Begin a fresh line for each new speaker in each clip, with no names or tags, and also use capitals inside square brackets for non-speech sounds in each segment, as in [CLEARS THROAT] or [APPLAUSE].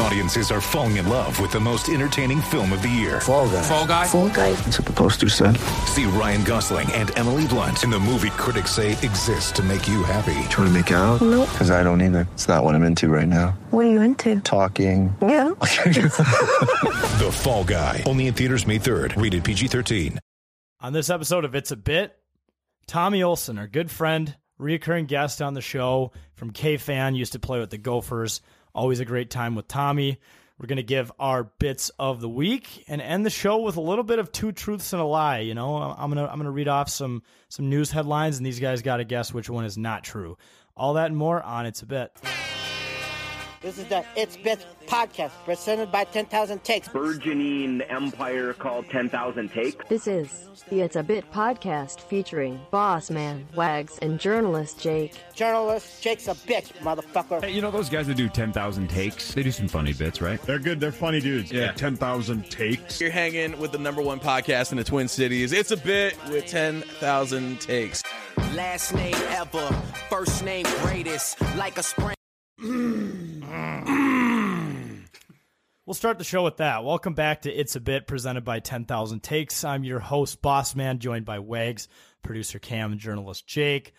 Audiences are falling in love with the most entertaining film of the year.
Fall guy.
Fall guy.
Fall guy.
That's what the poster said.
See Ryan Gosling and Emily Blunt in the movie critics say exists to make you happy.
Trying to make it out? No. Because I don't either. It's not what I'm into right now.
What are you into?
Talking.
Yeah.
The Fall Guy. Only in theaters May 3rd. Rated PG-13.
On this episode of It's a Bit, Tommy Olson, our good friend, recurring guest on the show from K Fan, used to play with the Gophers. Always a great time with Tommy. We're going to give our bits of the week and end the show with a little bit of two truths and a lie. You know, I'm going to I'm going to read off some some news headlines, and these guys got to guess which one is not true. All that and more on It's a Bit.
This is the It's Bits podcast presented by 10,000 Takes.
burgeoning empire called 10,000 Takes.
This is the It's a Bit podcast featuring Boss Man, Wags, and journalist Jake.
Journalist Jake's a bitch, motherfucker.
Hey, you know those guys that do 10,000 takes? They do some funny bits, right?
They're good. They're funny dudes. Yeah. 10,000 takes.
You're hanging with the number one podcast in the Twin Cities. It's a bit with 10,000 takes.
Last name ever, first name greatest, like a spring.
We'll start the show with that. Welcome back to It's a Bit, presented by 10,000 Takes. I'm your host, Boss Man, joined by Wags, producer Cam, and journalist Jake.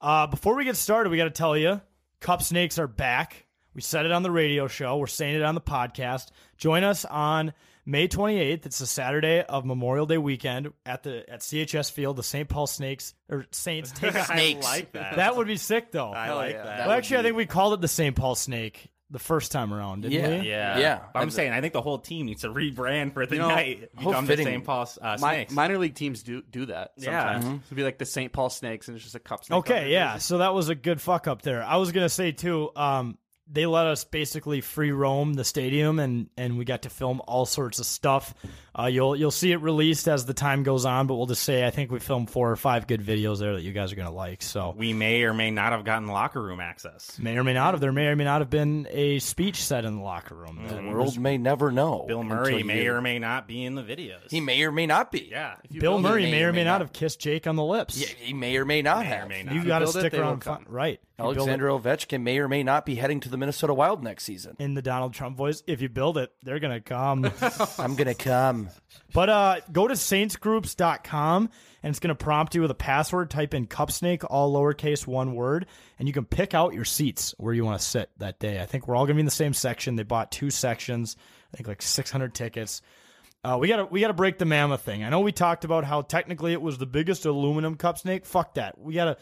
Uh, before we get started, we got to tell you Cup Snakes are back. We said it on the radio show, we're saying it on the podcast. Join us on May 28th. It's the Saturday of Memorial Day weekend at the at CHS Field, the St. Paul Snakes or Saints take
Snakes. like that.
That would be sick though.
I like that.
well, actually, I think we called it the St. Paul Snake the first time around, didn't we?
Yeah.
Yeah.
But I'm saying I think the whole team needs to rebrand for the
You know,
night.
how
Become the
fitting.
St. Paul's uh,
Mi-
Snakes.
minor league teams do do that.
Yeah.
Sometimes. It'd be like the St. Paul Snakes, and it's just a cup. Snake on
Okay,
it.
yeah. So that was a good fuck up there. I was gonna say too. Um, they let us basically free roam the stadium, and and we got to film all sorts of stuff. Uh, you'll you'll see it released as the time goes on, but we'll just say I think we filmed four or five good videos there that you guys are gonna like. So
we may or may not have gotten locker room access.
may or may not have there may or may not have been a speech said in the locker room.
Mm.
That-
World
may never know.
Bill Murray may or may not be in the videos.
he may or may not be.
Yeah.
If you
Bill
build
Murray
may
may
or
or may
may
not
not.
have kissed Jake on the lips.
Yeah, he may or may not
May or
have.
may
you
not.
got to
build it,
stick
they will
around, fi-
come.
right? If you build it-
Alexander Ovechkin may or may not be heading to the Minnesota Wild next season.
in the Donald Trump voice. If you build it, they're gonna come.
I'm gonna come.
But uh, go to saintsgroups.com and it's going to prompt you with a password. Type in Cupsnake, all lowercase, one word, and you can pick out your seats where you want to sit that day. I think we're all going to be in the same section. They bought two sections, I think like 600 tickets. Uh, we gotta we gotta break the mammoth thing. I know we talked about how technically it was the biggest aluminum cup snake. Fuck that. We gotta.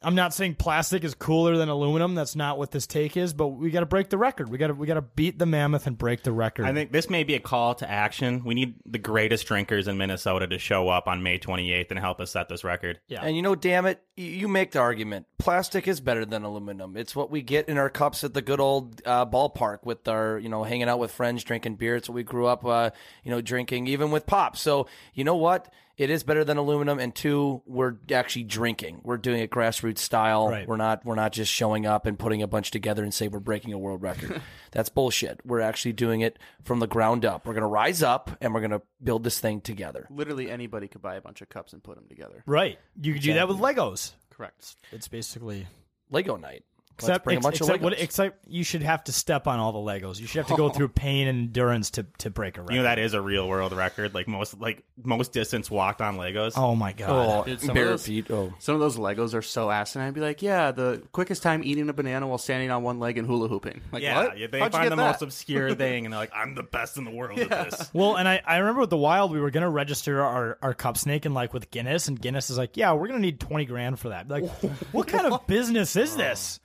I'm not saying plastic is cooler than aluminum. That's not what this take is. But we gotta break the record. We gotta we gotta beat the mammoth and break the record.
I think this may be a call to action. We need the greatest drinkers in Minnesota to show up on May 28th and help us set this record.
Yeah.
And you know, damn it, y- you make the argument. Plastic is better than aluminum. It's what we get in our cups at the good old uh, ballpark with our, you know, hanging out with friends, drinking beer. It's what we grew up, uh, you know, drinking, even with pop. So you know what? It is better than aluminum. And two, we're actually drinking. We're doing it grassroots style.
Right.
We're not. We're not just showing up and putting a bunch together and say we're breaking a
[LAUGHS]
world record. That's bullshit. We're actually doing it from the ground up. We're gonna rise up and we're gonna build this thing together.
Literally anybody could buy a bunch of cups and put them together.
Right. You could do that with Legos.
Correct.
It's basically
Lego night. Let's
except
bring a
ex-
bunch
except,
of Legos. Oh.
what- except you should have to step on all the Legos. You should have to go through pain and endurance to to break a record.
You know that is a real world record. Like most, like most distance walked on Legos.
oh my god.
Dude, some, of those,
oh.
some of those Legos are so asinine. I'd be like, yeah, the quickest time eating a banana while standing on one leg and hula hooping. Like,
yeah,
what?
yeah, they
How'd you
find
get
the
that?
most obscure thing, and they're like, "I'm the best in the world at this."
Well, and I, I remember with the wild we were gonna register our, our cup snake and like with Guinness and Guinness is like, yeah, we're gonna need twenty grand for that. Like,
[LAUGHS]
what kind of business is
Oh,
this?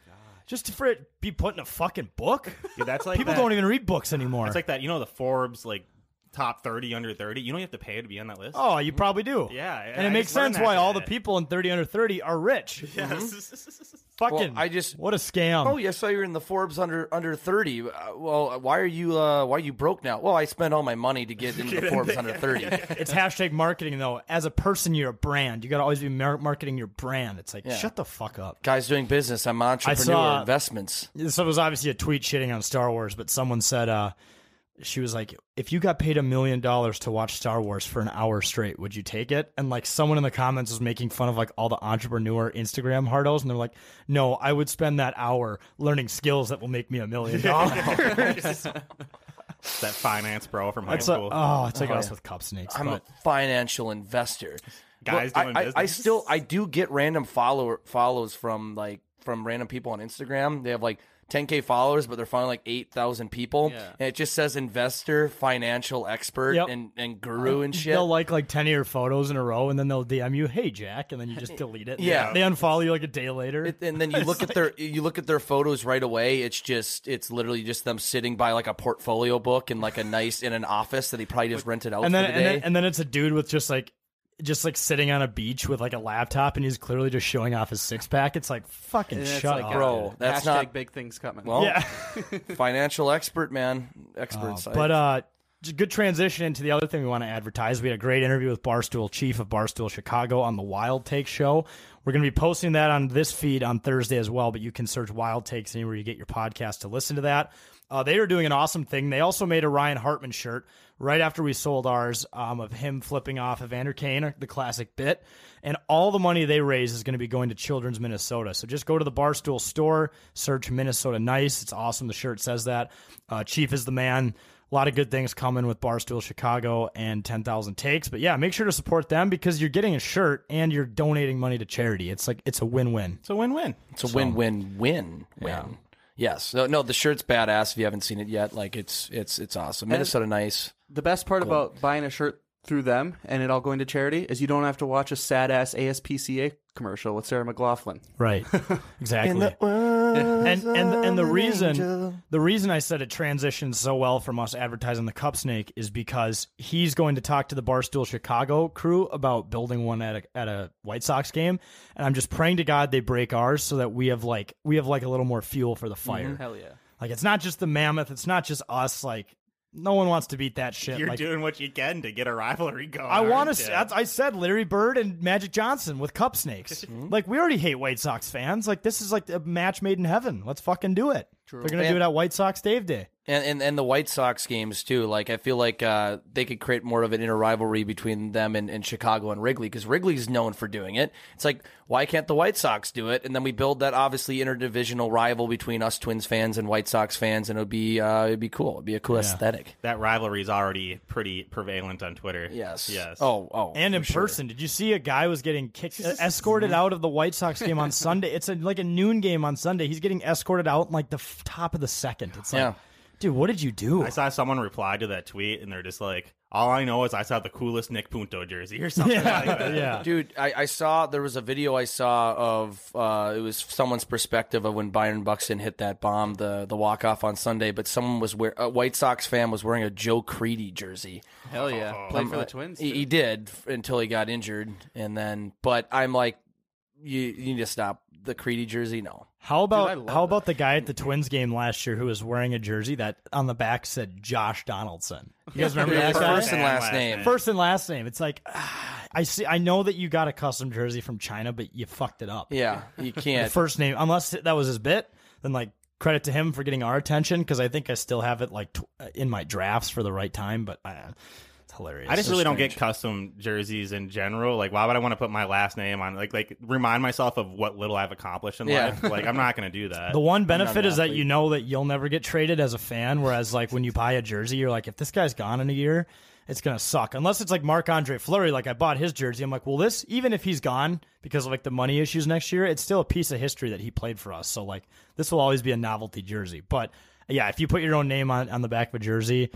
Just for it to be put in a fucking
[LAUGHS]
book?
Dude, that's like
People
that-
don't even read books anymore.
It's like that, you know, the Forbes like top thirty under thirty. You don't have to pay to be on that list.
oh, you probably do.
Yeah, I-
and it
I
makes
just learned
sense
that
why all the
today.
people in thirty under thirty are rich.
yes.
Fucking,
Mm-hmm. I just-
what a scam.
Oh, yeah, I saw you're in the Forbes under under thirty. Uh, well, why are you uh, why are you broke now? Well, I spent all my money
[LAUGHS]
to get into the Forbes under thirty.
It's hashtag marketing though. As a person, you're a brand. You got to always be mar- marketing your brand. It's like shut the fuck up.
Guys doing business. I'm entrepreneur
saw-
[LAUGHS]
investments.
This was obviously a tweet shitting on Star Wars, but someone said, uh, she was like, if you got paid a million dollars to watch Star Wars for an hour straight, would you take it? And like someone in the comments was making fun of like all the entrepreneur Instagram hardos, and they're like, no, I would spend that hour learning skills that will make me a million dollars.
that finance bro from high
It's like-
school.
oh, it's like us with cup snakes.
I'm
but
a financial investor.
Guys
Well,
doing
I, I- I
business.
still I do get random follower follows from like from random people on Instagram. They have like 10k followers, but they're following like 8,000 people, and it just says investor, financial expert,
Yep.
and and guru and shit.
They'll like like ten of your photos in a row, and then they'll DM you, "Hey Jack," and then you
[LAUGHS]
just delete it.
Yeah.
they unfollow you like a day later,
and
[LAUGHS]
then you look at their you look at their photos right away. It's just it's literally just them sitting by like a portfolio book and like a nice in an office that he probably just rented out
and then,
for the
and
day.
then and then it's a dude with just like just like sitting on a beach with like a laptop and he's clearly just showing off his six pack. It's like fucking
Yeah, it's
shut
like
up,
a-
Bro, oh. that's
Hashtag
not
big things coming.
Well,
Yeah.
financial expert man, expert
Uh,
side.
but uh, j- good transition into the other thing we want to advertise. We had a great interview with Barstool Chief of Barstool Chicago on the Wild Take Show. We're going to be posting that on this feed on Thursday as well, but you can search Wild Takes anywhere you get your podcast to listen to that. Uh, they are doing an awesome thing. They also made a Ryan Hartman shirt right after we sold ours um, of him flipping off Evander Kane, the classic bit. And all the money they raise is going to be going to Children's Minnesota. So just go to the Barstool store, search Minnesota Nice. It's awesome. The shirt says that. Uh, Chief is the man. A lot of good things coming with Barstool Chicago and 10,000 Takes. But yeah, make sure to support them because you're getting a shirt and you're donating money to charity. It's like, it's a win win.
It's a win-win.
It's a win-win-win-win. Yes. No, no, the shirt's badass if you haven't seen it yet. Like it's it's it's awesome.
And-
Minnesota nice.
The best part
Cool.
about buying a shirt through them and it all going to charity is you don't have to watch a sad ass ASPCA commercial with Sarah McLaughlin.
Right. [LAUGHS] Exactly. and and and the reason the reason I said it transitions so well from us advertising the Cup Snake is because he's going to talk to the Barstool Chicago crew about building one at a at a White Sox game, and I'm just praying to God they break ours so that we have like we have like a little more fuel for the fire.
Mm-hmm.
[LAUGHS]
Mhm. Hell yeah.
Like it's not just the mammoth, it's not just us. Like no one wants to beat that shit.
[LAUGHS] You're
like,
doing what you can to get a rivalry going.
I want
aren't
to.
ya?
That's I said Larry Bird and Magic Johnson with cup
[LAUGHS]
snakes.
Mm-hmm.
like we already hate White Sox fans. Like this is like a match made in heaven. Let's fucking do it.
True.
They're gonna
And-
do it at White Sox Dave Day.
And, and and the White Sox games too. Like I feel like uh, they could create more of an inner rivalry between them and, and Chicago and Wrigley because Wrigley's known for doing it. It's like why can't the White Sox do it? And then we build that obviously interdivisional rival between us Twins fans and White Sox fans, and it'd be uh, it'd be cool. It'd be a cool
Yeah.
aesthetic.
That rivalry is already pretty prevalent on Twitter.
Yes.
Yes.
Oh, oh.
And in person, did you see a guy was getting kicked, uh, escorted out of the White Sox game on Sunday? It's a, like a noon game on Sunday. He's getting escorted out in like the f- top of the second. It's like,
Yeah.
dude, what did you do?
I saw someone reply to that tweet, and they're just like, "All I know is I saw the coolest Nick Punto jersey or something like that."
Dude, I, I saw there was a video I saw of uh, it was someone's perspective of when Byron Buxton hit that bomb, the the walk off on Sunday. But someone was wear a White Sox fan was wearing a Joe Creedy jersey.
Hell yeah. Played
I'm
for the
like-
Twins.
He, he did f- until he got injured, and then. But I'm like, you you need to stop the Creedy jersey. No,
How about
love
how about the guy at the Twins game last year who was wearing a jersey that on the back said Josh Donaldson? You guys remember that
First
guy?
and last name.
First and last name. It's like ah, I see. I know that you got a custom jersey from China, but you fucked it up.
Yeah, you can't.
The first name, unless that was his bit. Then like credit to him for getting our attention because I think I still have it like tw- in my drafts for the right time. But uh, it's hilarious.
I just
So
really don't
strange.
get custom jerseys in general. Like, why would I want to put my last name on? Like, like remind myself of what little I've accomplished in
Yeah.
life. Like, I'm not going to do that.
[LAUGHS] The one benefit is that you know that you'll never get traded as a fan, whereas like when you buy a jersey, you're like, if this guy's gone in a year, it's gonna suck. Unless it's like Marc Andre Fleury, like I bought his jersey. I'm like, well, this even if he's gone because of like the money issues next year, it's still a piece of history that he played for us. So like this will always be a novelty jersey. But yeah, if you put your own name on, on the back of a jersey,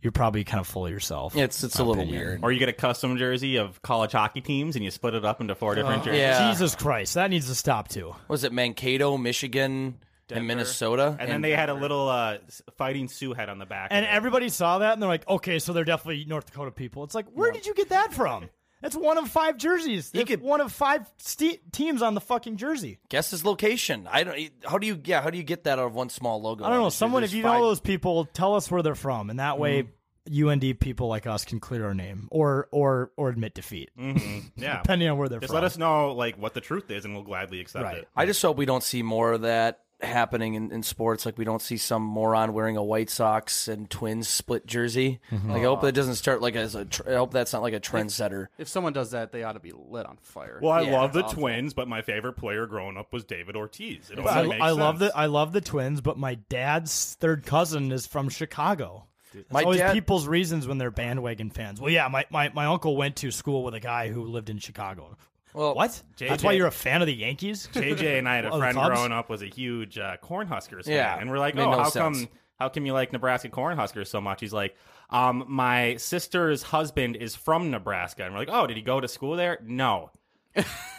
you're probably kind of full of yourself. My opinion.
Or you get a custom jersey of college hockey teams and you split it up into four
Oh,
different jerseys.
Jesus Christ, that needs to stop too.
was it Mankato, Michigan, and Minnesota?
And, then they had a little uh, s- fighting Sioux head on the back.
And everybody saw that and they're like, okay, so they're definitely North Dakota people. It's like, where did you get that from? That's one of five jerseys. That's one of five ste teams on the fucking jersey.
Guess his location. I don't. How do you? Yeah. How do you get that out of one small logo?
I don't know.
Obviously,
Someone, if
there's
you
five-
know those people, tell us where they're from, and that way, UND people like us can clear our name or or or admit defeat.
Mhm. Yeah.
[LAUGHS] depending on where they're
Just
from.
let us know like what the truth is, and we'll gladly accept it.
I just hope we don't see more of that happening in, in sports. Like we don't see some moron wearing a White Sox and Twins split jersey.
Mhm.
Like I hope
Aw.
that doesn't start like as a. Tr- I hope that's not like a trendsetter.
If someone does that, they ought to be lit on fire.
Well, I
Yeah,
love the
awful.
Twins, but my favorite player growing up was David Ortiz. It
But
only
I,
makes
I love
sense.
the I love the twins, but my dad's third cousin is from Chicago. It's
My
always
dad-
people's reasons when they're bandwagon fans. Well, yeah, my, my, my uncle went to school with a guy who lived in Chicago.
Well,
what?
JJ
That's why you're a fan of the Yankees.
JJ and I had a
Oh, the
friend
Cubs?
growing up was a huge uh, Cornhuskers fan,
Yeah,
and we're like,
made
oh,
no
how
sense.
come how come you like Nebraska Cornhuskers so much? He's like, um, my sister's husband is from Nebraska, and we're like, oh, did he go to school there? No,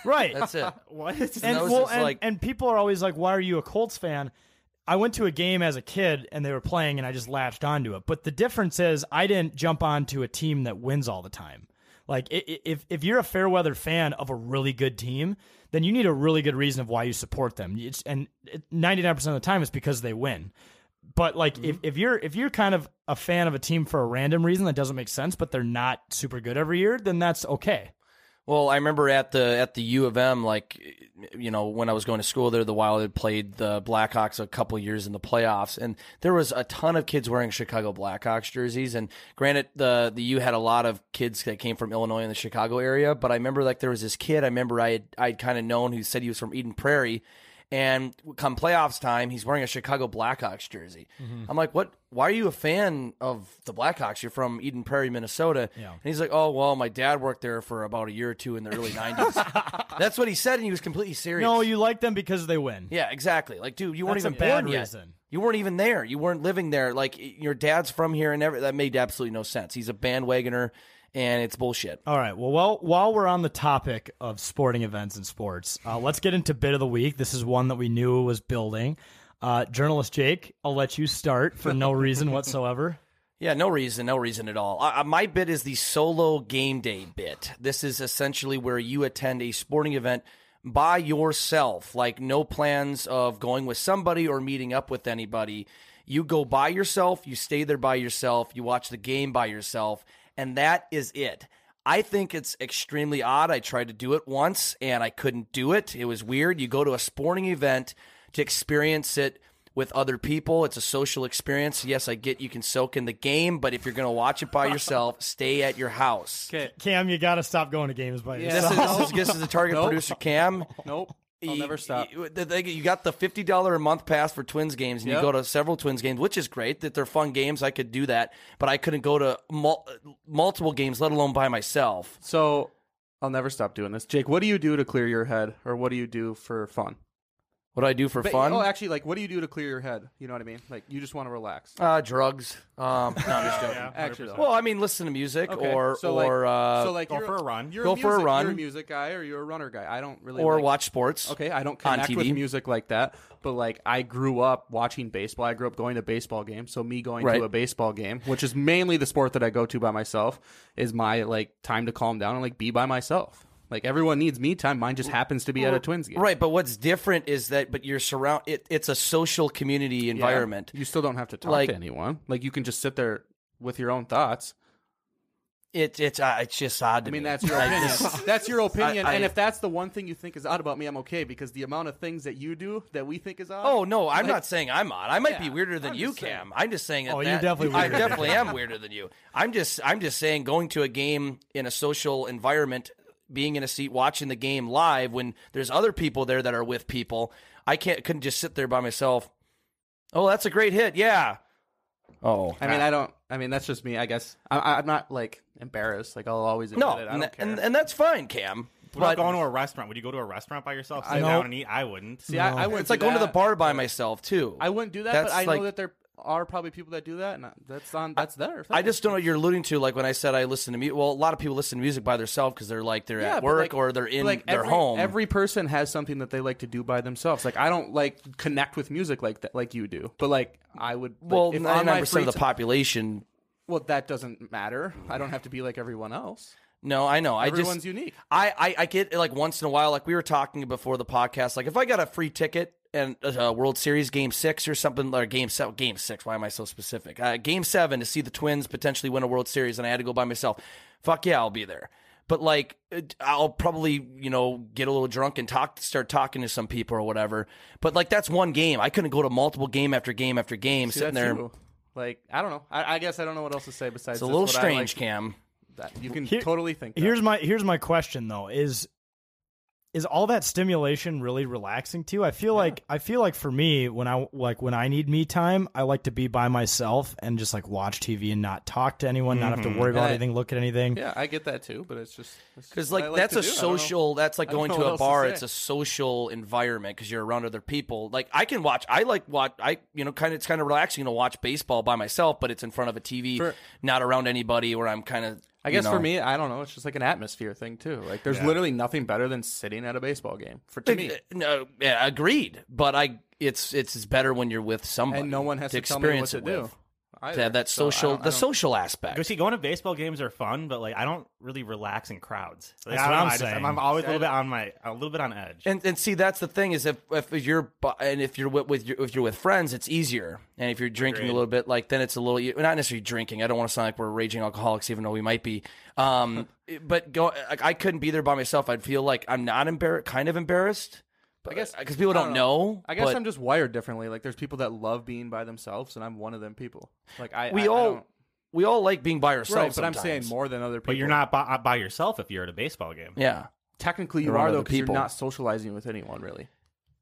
Right.
That's it.
what?
That
And,
was
well,
just
and,
like-
and people are always like, why are you a Colts fan? I went to a game as a kid and they were playing and I just latched onto it. But the difference is I didn't jump onto a team that wins all the time. Like i- i- if if you're a fair weather fan of a really good team, then you need a really good reason of why you support them. It's, and ninety nine percent of the time, it's because they win. But like if,
Mm-hmm.
if you're if you're kind of a fan of a team for a random reason that doesn't make sense, but they're not super good every year, then that's okay.
Well, I remember at the at the U of M, like you know, when I was going to school there, the Wild had played the Blackhawks a couple years in the playoffs, and there was a ton of kids wearing Chicago Blackhawks jerseys. And granted, the the U had a lot of kids that came from Illinois and the Chicago area, but I remember like there was this kid I remember I had I'd kind of known who said he was from Eden Prairie, and come playoffs time, he's wearing a Chicago Blackhawks jersey.
Mhm.
I'm like, what? Why are you a fan of the Blackhawks? You're from Eden Prairie, Minnesota.
Yeah.
And he's like, oh, well, my dad worked there for about a year or two in the early 90s. That's what he said, and he was completely serious.
No, you like them because they win.
Yeah, exactly. Like, dude, you weren't
That's a
even
bad
born yet.
reason.
You weren't even there. You weren't living there. Like, y- your dad's from here, and every- that made absolutely no sense. He's a bandwagoner, and it's bullshit.
All right. Well, while, while we're on the topic of sporting events and sports, uh, let's get into bit of the week. This is one that we knew was building. Uh, Journalist Jake, I'll let you start for no reason whatsoever.
Yeah, no reason, no reason at all. Uh, uh, my bit is the solo game day bit. This is essentially where you attend a sporting event by yourself, like no plans of going with somebody or meeting up with anybody. You go by yourself, you stay there by yourself, you watch the game by yourself, and that is it. I think it's extremely odd. I tried to do it once and I couldn't do it. It was weird. You go to a sporting event to experience it with other people. It's a social experience. Yes, I get you can soak in the game, but if you're going to watch it by yourself, stay at your house.
Okay.
[LAUGHS] Cam, you got to stop going to games by
This,
yourself. [LAUGHS]
is, this, is, this is the
[LAUGHS]
target
Nope.
producer, Cam.
Nope. I'll never stop.
You, the thing- you got the fifty dollar a month pass for Twins games, and
Yep.
you go to several Twins games, which is great. That they're fun games. I could do that, but I couldn't go to mul- multiple games, let alone by myself.
So I'll never stop doing this. Jake, what do you do to clear your head, or what do you do for fun?
What do I do for
But-
fun?
Oh, actually, like, what do you do to clear your head? You know what I mean? Like, you just want to relax.
Uh, drugs.
[LAUGHS]
Um, no, I'm just joking.
Yeah, Actually, 100%.
well, I mean, listen to music
Okay,
or
so like-
or uh,
so like
go
you're
for a run.
You're
Go
a
for a
music-
run.
You're a music guy, or you're a runner guy. I don't really
Or
like-
watch sports
Okay, I don't
on
connect with
TV.
music like that. But like, I grew up watching baseball. I grew up going to baseball games. So me going
Right.
to a baseball game, which is mainly the sport that I go to by myself, is my like time to calm down and like be by myself. Like everyone needs me time. Mine just happens to be at a Twins game.
Right, but what's different is that but you're surround it, it's a social community
Yeah.
environment.
You still don't have to talk
Like-
to anyone. Like you can just sit there with your own thoughts.
It it's uh, it's just odd to
I mean,
me.
that's your
I
opinion. [LAUGHS]
just-
that's your opinion.
[LAUGHS] I- I-
and if that's the one thing you think is odd about me, I'm okay because the amount of things that you do that we think is odd.
Oh no, I'm
like-
not saying I'm odd. I might be
Yeah,
weirder than
I'm
you,
just saying.
Cam. I'm just saying that.
Oh, you're
that-
definitely
I
weirder than
definitely
me.
am weirder than you. I'm just I'm just saying going to a game in a social environment, being in a seat watching the game live when there's other people there that are with people. I can't couldn't just sit there by myself. Oh, that's a great hit. Yeah. Oh,
I mean, I don't. I mean, that's just me. I guess I, I- I'm not like embarrassed. Like I'll always admit
No,
it. I
and
don't
tha-
care.
and- and that's fine, Cam.
What about
But-
going to a restaurant? Would you go to a restaurant by yourself, sit
I-
down
Nope.
and eat? I wouldn't. Hmm.
See, I- I No. wouldn't
It's like
do
going to the
that.
bar by myself too.
I wouldn't do that,
That's
but I
like-
know that there are probably people that do that, and that's on. That's there.
I just don't know what you're alluding to. Like when I said I listen to music. Well, a lot of people listen to music by themselves because they're like they're
Yeah,
at
but,
work
like-
or they're
but,
in
like,
their
every-
home.
Every person has something that they like to do by themselves. Like I don't like connect with music like that, like you do. But like I would. like,
well,
if on my
ninety nine percent
free
of the
ti-
population.
Well, that doesn't matter. I don't have to be like everyone else.
No, I know. I
Everyone's
just,
unique.
I, I I get like once in a while. Like we were talking before the podcast. Like if I got a free ticket and a World Series Game Six or something, or Game Seven, Game Six. Why am I so specific? Uh, game Seven to see the Twins potentially win a World Series, and I had to go by myself. Fuck yeah, I'll be there. But like, it- I'll probably you know get a little drunk and talk, start talking to some people or whatever. But like, that's one game. I couldn't go to multiple game after game after game
See,
sitting
that's
there.
you. Like I don't know. I, I guess I don't know what else to say besides
It's a
that's
little
what I
strange,
like.
Cam.
That you can totally think.
Here's my here's my question though is is all that stimulation really relaxing to you? I feel like I feel like for me when I like when I need me time, I like to be by myself and just like watch TV and not talk to anyone, not have to
Mhm.
worry about
And I-
anything, look at anything.
Yeah, I get that too, but it's just
Because like, that's a social. That's like going to a bar. It's a social environment because you're around other people. Like I can watch. I like watch. I you know kind of it's kind of relaxing to watch baseball by myself, but it's in front of a TV, not around anybody, where I'm kind of.
I guess for me, I don't know. It's just like an atmosphere thing too. Like there's
Yeah. eh,
literally nothing better than sitting at a baseball game for to me.
uh, no, yeah, agreed. But I, it's it's better when you're with somebody,
And no one has
to
to tell me what
experience
to
it
do
with.
either.
To have that
So I
social,
don't- I
the
don't-
social aspect.
Go see, going to baseball games are fun, but like I don't really relax in crowds. Like,
That's
I
what
don't
I'm
know, I just-
saying.
I'm, I'm always a little bit on my, a little bit on edge.
And and see that's the thing is if if you're bu- and if you're with, with your, if you're with friends it's easier and if you're drinking a
Agreed.
little bit like then it's a little e- not necessarily drinking I don't want to sound like we're raging alcoholics even though we might be
[LAUGHS]
um but go like I couldn't be there by myself I'd feel like I'm not embarrassed kind of embarrassed
I guess
because people
I
don't know,
I guess
but-
I'm just wired differently. Like there's people that love being by themselves, and I'm one of them people. Like I,
we
I- I
all
don't-
we all like being by
Right,
ourselves
but I'm
sometimes.
saying more than other people.
But you're not by, by yourself if you're at a baseball game.
Yeah.
Technically, you
Around
are though
other
because you're
people.
not socializing with anyone really.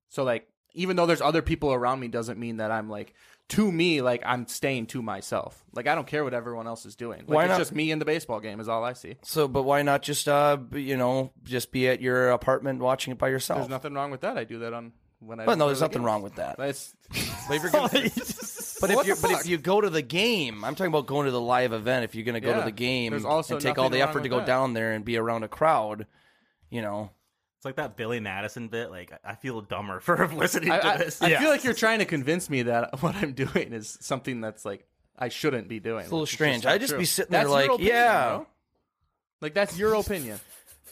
So like, even though there's other people around me, doesn't mean that I'm like to me like I'm staying to myself. Like I don't care what everyone else is doing. Like,
Why
it's
not-
just me in the baseball game is all I see.
so but why not just uh b- you know just be at your apartment watching it by yourself
There's nothing wrong with that. I do that on when I.
Oh. Well, no,
go to
there's
the
nothing
games.
wrong with that.
But it's-
[LAUGHS] But if
What
you
the
but if
fuck?
you go to the game, I'm talking about going to the live event. If you're going to go
Yeah.
to the game
There's also
and take all
nothing
the
wrong
effort to
with
go
that.
down there and be around a crowd, you know.
It's like that Billy Madison bit. Like I feel dumber [LAUGHS] for listening
I,
to
I-
this.
I feel like you're trying to convince me that [LAUGHS] what I'm doing is something that's like I shouldn't be doing.
It's a little
which is
strange.
not
I'd just
true.
be sitting there
That's your
like,
opinion,
yeah.
bro. Like that's your opinion.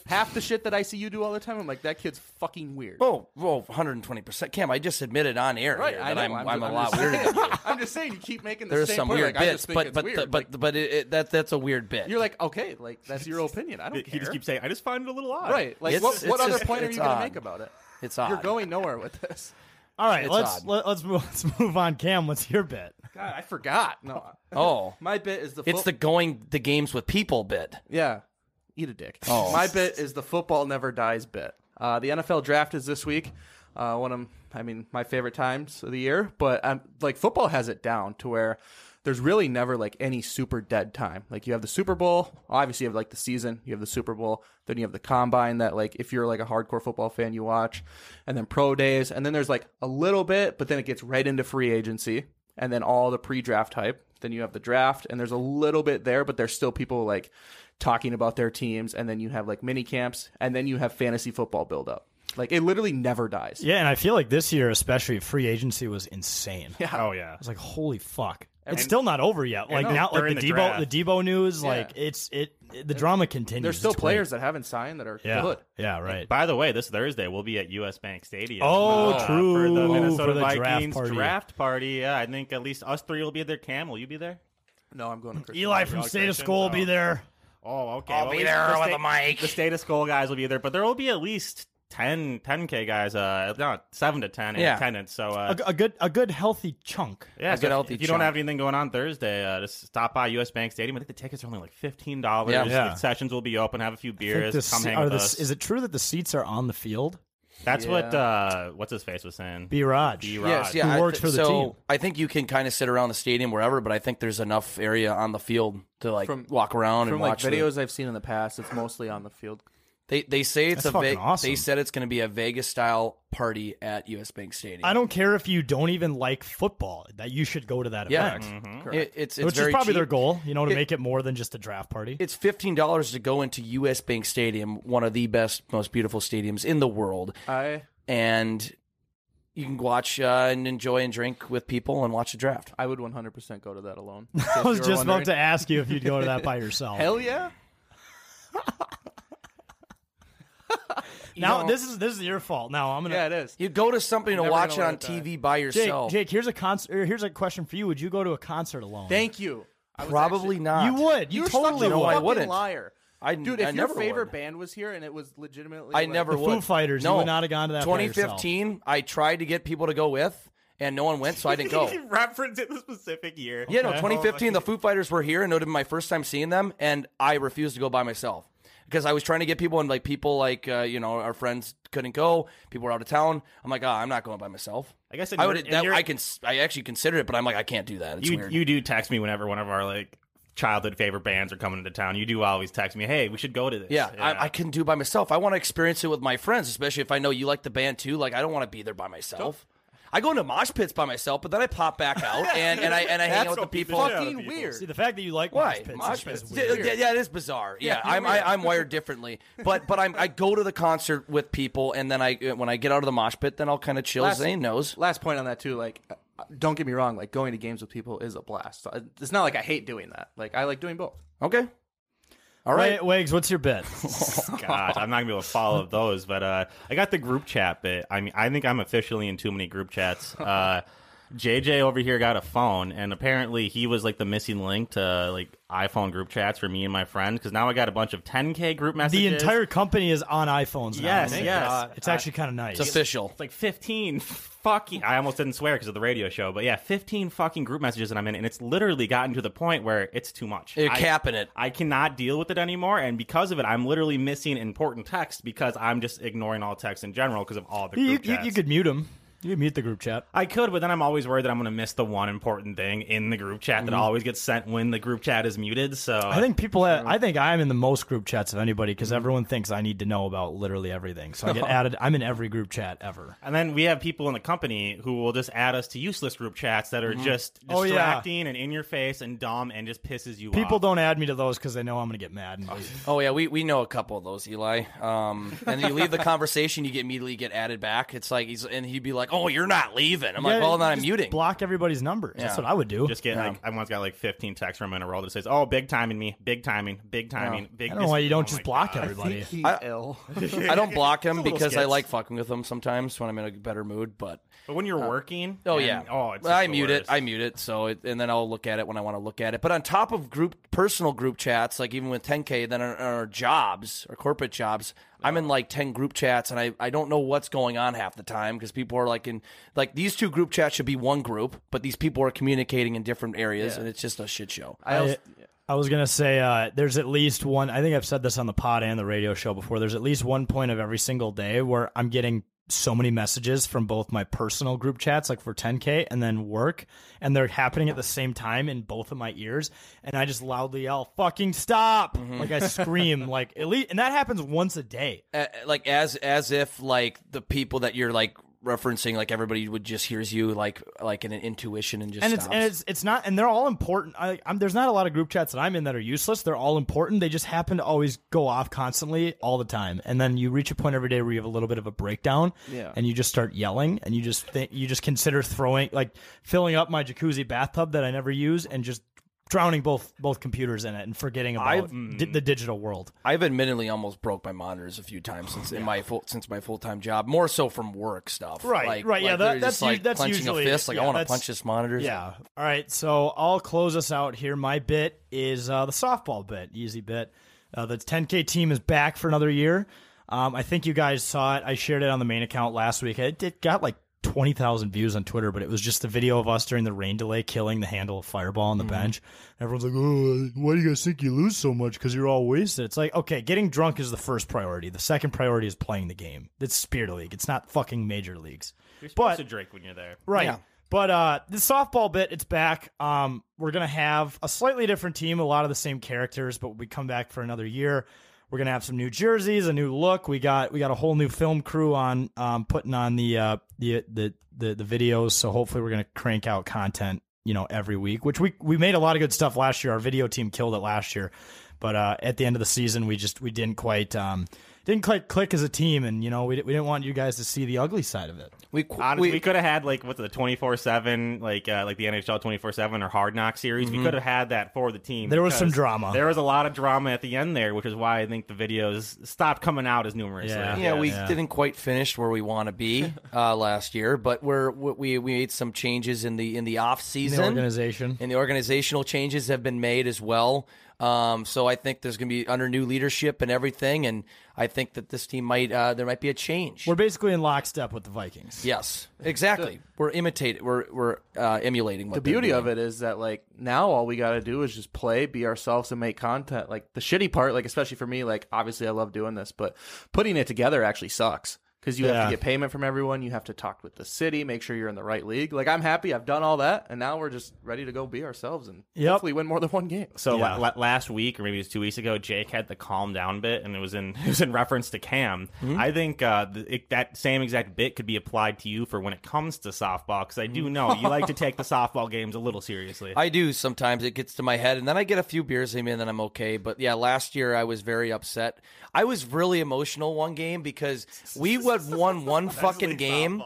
Half the shit that I see you do all the time, I'm like, that kid's fucking weird.
Oh, well, 120%. Cam, I just admitted on air
Right,
here
I
that
know. I'm
I'm, I'm,
ju-
a
I'm
lot
just-
weirder
[LAUGHS]
than you.
I'm just saying you keep making the
There's
same
some
point,
weird
like, I
bits,
just think
but
it's
but,
weird.
the, but but it, it, that that's a weird bit.
You're like, okay, like that's your opinion. I don't
He
care.
just keeps saying, "I just find it a little
[LAUGHS]
odd."
Right. Like
It's-
what, what
it's
other
just-
point are
it's
you gonna
odd.
make about it?
It's
You're
odd.
going nowhere with
[LAUGHS]
this.
All right,
It's
let's
odd.
let, let's move, [LAUGHS] let's move on. Cam, what's your bet?
God, I forgot. No.
Oh.
[LAUGHS] My bit is the
it's
fo-
the going the games with people bit.
Yeah. Eat a dick.
Oh.
My bit is the football never dies bit. Uh, the NFL draft is this week. Uh, one of, I mean, my favorite times of the year. But um, like football has it down to where there's really never like any super dead time. Like you have the Super Bowl. Obviously, you have like the season. You have the Super Bowl. Then you have the combine that like if you're like a hardcore football fan, you watch. And then pro days. And then there's like a little bit, but then it gets right into free agency and then all the pre-draft hype. Then you have the draft, and there's a little bit there, but there's still people like talking about their teams. And then you have like mini camps, and then you have fantasy football build up. Like it literally never dies.
Yeah, and I feel like this year especially free agency was insane.
Yeah.
Oh yeah.
I was like, holy fuck.
And-
it's still not over yet.
I
Like
know.
now, like
During
the,
the
Debo,
draft.
the Debo news,
Yeah.
like it's it, it- the drama continues.
Mm,
There's still
It's
players that haven't signed that are
Yeah.
good.
Yeah, right.
By the way, this Thursday we'll be at US Bank Stadium. Uh,
Oh, true,
For the Minnesota
for the draft
Vikings
party.
draft party. Yeah, I think at least us three will be there. Cam, will you be there?
No, I'm going to
Christian. Eli from State of School will
uh,
be there.
Oh, okay.
I'll
Well,
be
at least
there with
state-
a mic.
The State of Skull guys will be there, but there will be at least 10, 10K guys, uh, not 7 to 10 in
Yeah.
attendance. So, uh,
A, a good a good healthy chunk.
yeah, so if- if you don't have anything going on Thursday, uh, just stop by US Bank Stadium. I think the tickets are only like fifteen dollars.
Yeah. Yeah.
Sessions will be open. Have a few
I think
beers.
the
come
se-
hang
are
with
the-
us.
Is it true that the seats are on the field?
That's what uh, what's his face was saying.
B. Raj.
B. Raj.
Yes, yeah. I
works
thi-
for the
so
team.
I think you can kind of sit around the stadium wherever, but I think there's enough area on the field to like
From-
walk around
From
and
like
watch the-
videos I've seen in the past, it's mostly on the field.
They they say it's
That's
a Ve-
fucking awesome.
they said it's going to be a Vegas style party at US Bank Stadium.
I don't care if you don't even like football. That you should go to that
Yeah.
Mm-hmm.
event.
Mhm. Correct. It- it's- it's
which
very
is probably their
cheap.
goal. You know, to
It-
make it more than just a draft party.
It's fifteen dollars to go into US Bank Stadium, one of the best, most beautiful stadiums in the world.
I
and you can watch uh, and enjoy and drink with people and watch the draft.
I would 100% go to that alone.
[LAUGHS]
I was just about to ask you if you'd go to that by yourself.
Hell yeah.
Now
No.
this is this is your fault. Now I'm gonna.
Yeah, it is.
You go to something to
Never
watch it
gonna
on
let it die.
TV by yourself.
Jake, Jake, here's a concert. Here's a question for you. Would you go to a concert alone?
Thank you.
I was
Probably not.
You would. You
You're
totally
such a
would.
fucking liar.
I
Dude,
I
if your
never
favorite
would.
band was here and it was legitimately,
I
like-
never would. No. 2015, I tried to get people to go with, and no one went, so I
[LAUGHS]
didn't go.
He referenced it the specific year.
Yeah, no, 2015, the Foo Fighters were here, and it would have been my first time seeing them, and I refused to go by myself because I was trying to get people, and like people, like uh, you know, our friends couldn't go. People were out of town. I'm like, ah, I'm not going by myself.
I guess in
I
your-
would.
in
That,
your-
I can. s- I actually considered it, but I'm like, I can't do that. It's
you
weird.
you do text me whenever one of our like childhood favorite bands are coming into town. You do always text me, hey, we should go to this.
yeah, I, I couldn't do it by myself. I want to experience it with my friends, especially if I know you like the band too. Like, I don't want to be there by myself. I go into mosh pits by myself, but then I pop back out and, and I and I hang out with the people.
See, the fact that you like
Why?
mosh pits,
Mosh
is just
pits.
weird.
Yeah, yeah, it is bizarre. Yeah,
Yeah,
I'm,
you're
I,
weird.
I'm wired differently, but but I'm, I go to the concert with people, and then I when I get out of the mosh pit, then I'll kind of chill.
Last-
Zane knows.
Last point on that too, like, uh, don't get me wrong, like going to games with people is a blast. Uh, It's not like I hate doing that. Like I like doing both.
Okay.
All right.
Wait, Wags, what's your bit?
[LAUGHS] God, I'm not gonna be able to follow those, but uh, I got the group chat bit. I mean, I think I'm officially in too many
[LAUGHS]
group chats. Uh, JJ over here got a phone, and apparently he was like the missing link to like iPhone group chats for me and my friend. Because now I got a bunch of 10k group
the
messages.
entire company is on iPhones. now.
Yes, yes.
It's actually kind of nice.
It's like 15 fucking. I almost didn't swear because of the radio show, but yeah, 15 fucking group messages that I'm in, and it's literally gotten to the point where it's too much.
You're
I-
capping it.
I cannot deal with it anymore, and because of it, I'm literally missing important text because I'm just ignoring all text in general because of all the
You,
group
you- you
chats.
could mute them. You could mute the group chat.
I could, but then I'm always worried that I'm going to miss the one important thing in the group chat that
Mhm.
always gets sent when the group chat is muted. So
I think people. Have, I think I'm in the most group chats of anybody because everyone thinks I need to know about literally everything. So I get added. I'm in every group chat ever.
And then we have people in the company who will just add us to useless group chats that are
Mhm.
just
Oh, yeah.
distracting and in your face and dumb and just pisses you
People
off.
don't add me to those because they know I'm going to get mad and leave.
Oh yeah, we, we know a couple of those, Eli. Um, and you leave the conversation, you get immediately get added back. It's like he's and he'd be like, "Oh, you're not leaving." I'm like,
Yeah,
"Well, then I'm
just
muting."
Block everybody's numbers. That's
Yeah.
what I would do.
Just get like I once got like 15 texts from him in a row that says, "Oh, big timing me, big timing, big timing, big."
I don't know why you don't
oh
just
my
block
God.
everybody.
I, I don't block him
It's a little
because I
skits.
like fucking with him sometimes when I'm in a better mood. But
But when you're
Uh,
working,
oh
and-
yeah,
oh, it's
Well, I
just the
mute
worst.
it. I mute it. So it, and then I'll look at it when I want to look at it. But on top of group personal group chats, like even with 10k, then our, our jobs, our corporate jobs, I'm in like 10 group chats, and I I don't know what's going on half the time because people are like in like these two group chats should be one group, but these people are communicating in different areas,
Yeah.
and it's just a shit show.
I, I was gonna say uh, there's at least one. I think I've said this on the pod and the radio show before. There's at least one point of every single day where I'm getting so many messages from both my personal group chats, like for 10k, and then work, and they're happening at the same time in both of my ears, and I just loudly yell, "Fucking stop!"
Mm-hmm.
Like I
[LAUGHS]
scream, like at least, and that happens once a day.
Uh, like as as if like the people that you're like referencing like everybody would just hears you like like in an intuition and just
and
stops.
it's and it's it's not and they're all important. I, I'm, there's not a lot of group chats that I'm in that are useless. They're all important. They just happen to always go off constantly all the time. And then you reach a point every day where you have a little bit of a breakdown.
Yeah.
And you just start yelling and you just think you just consider throwing like filling up my jacuzzi bathtub that I never use and just drowning both both computers in it and forgetting about
I've- mm.
di- the digital world.
I've admittedly almost broke my monitors a few times since in my full, since my full time job, more so from work stuff.
Right,
like,
right, yeah,
like,
that-
literally
that's
just,
u-
like
that's
clenching
usually-
a fist. Like
yeah,
I want to
that's-
punch this monitor.
Yeah. All right. So I'll close us out here. My bit is uh, the softball bit, easy bit. Uh, the 10K team is back for another year. Um, I think you guys saw it. I shared it on the main account last week. It, it got like 20,000 views on Twitter, but it was just a video of us during the rain delay killing the handle of Fireball on the bench. Everyone's like, oh, why do you guys think you lose so much? Because you're all wasted. It's like, okay, getting drunk is the first priority. The second priority is playing the game. It's Spirit League, it's not fucking major leagues.
You're supposed to drink when you're there,
Right. But uh, the softball bit, it's back. Um, we're gonna have a slightly different team, a lot of the same characters, but we come back for another year. We're gonna have some new jerseys, a new look. We got we got a whole new film crew on um, putting on the uh, the the the the videos. So hopefully we're gonna crank out content, you know, every week. Which we we made a lot of good stuff last year. Our video team killed it last year, but uh, at the end of the season, we just we didn't quite um, didn't quite click as a team, and you know we, di- we didn't want you guys to see the ugly side of it.
We
Honestly, we, could have had like what's the twenty four seven like uh, like the NHL twenty four seven or Hard Knock series.
Mhm.
We could have had that for the team.
There was some
because
drama.
There was a lot of drama at the end there, which is why I think the videos stopped coming out as numerous.
Yeah, we didn't quite finish where we want
[LAUGHS]
to be uh, last year, but we're we we made some changes in the in the off season.
The organization.
and the organizational changes have been made as well. Um, so I think there's going to be under new leadership and everything, and I think that this team might uh, there might be a change.
We're basically in lockstep with the Vikings.
Yes, exactly. we're imitating. We're we're uh, emulating. What
the
they're
beauty
doing.
of it is that like now all we got to do is just play be ourselves and make content like the shitty part like especially for me like obviously i love doing this but putting it together actually sucks because you have
Yeah.
to get payment from everyone you have to talk with the city make sure you're in the right league like i'm happy i've done all that and now we're just ready to go be ourselves and hopefully win more than one game
So la- la- last week, or maybe it was two weeks ago, Jake had the calm down bit, and it was in [LAUGHS] it was in reference to Cam.
Mhm.
Mm-hmm.
I think uh, th- it, that same exact bit could be applied to you for when it comes to softball, because I
Mm.
do know you like to
[LAUGHS]
take the softball games a little seriously.
I do sometimes. It gets to my head, and then I get a few beers in me, and then I'm okay. But yeah, last year I was very upset. I was really emotional one game because we had
[LAUGHS]
won one fucking game.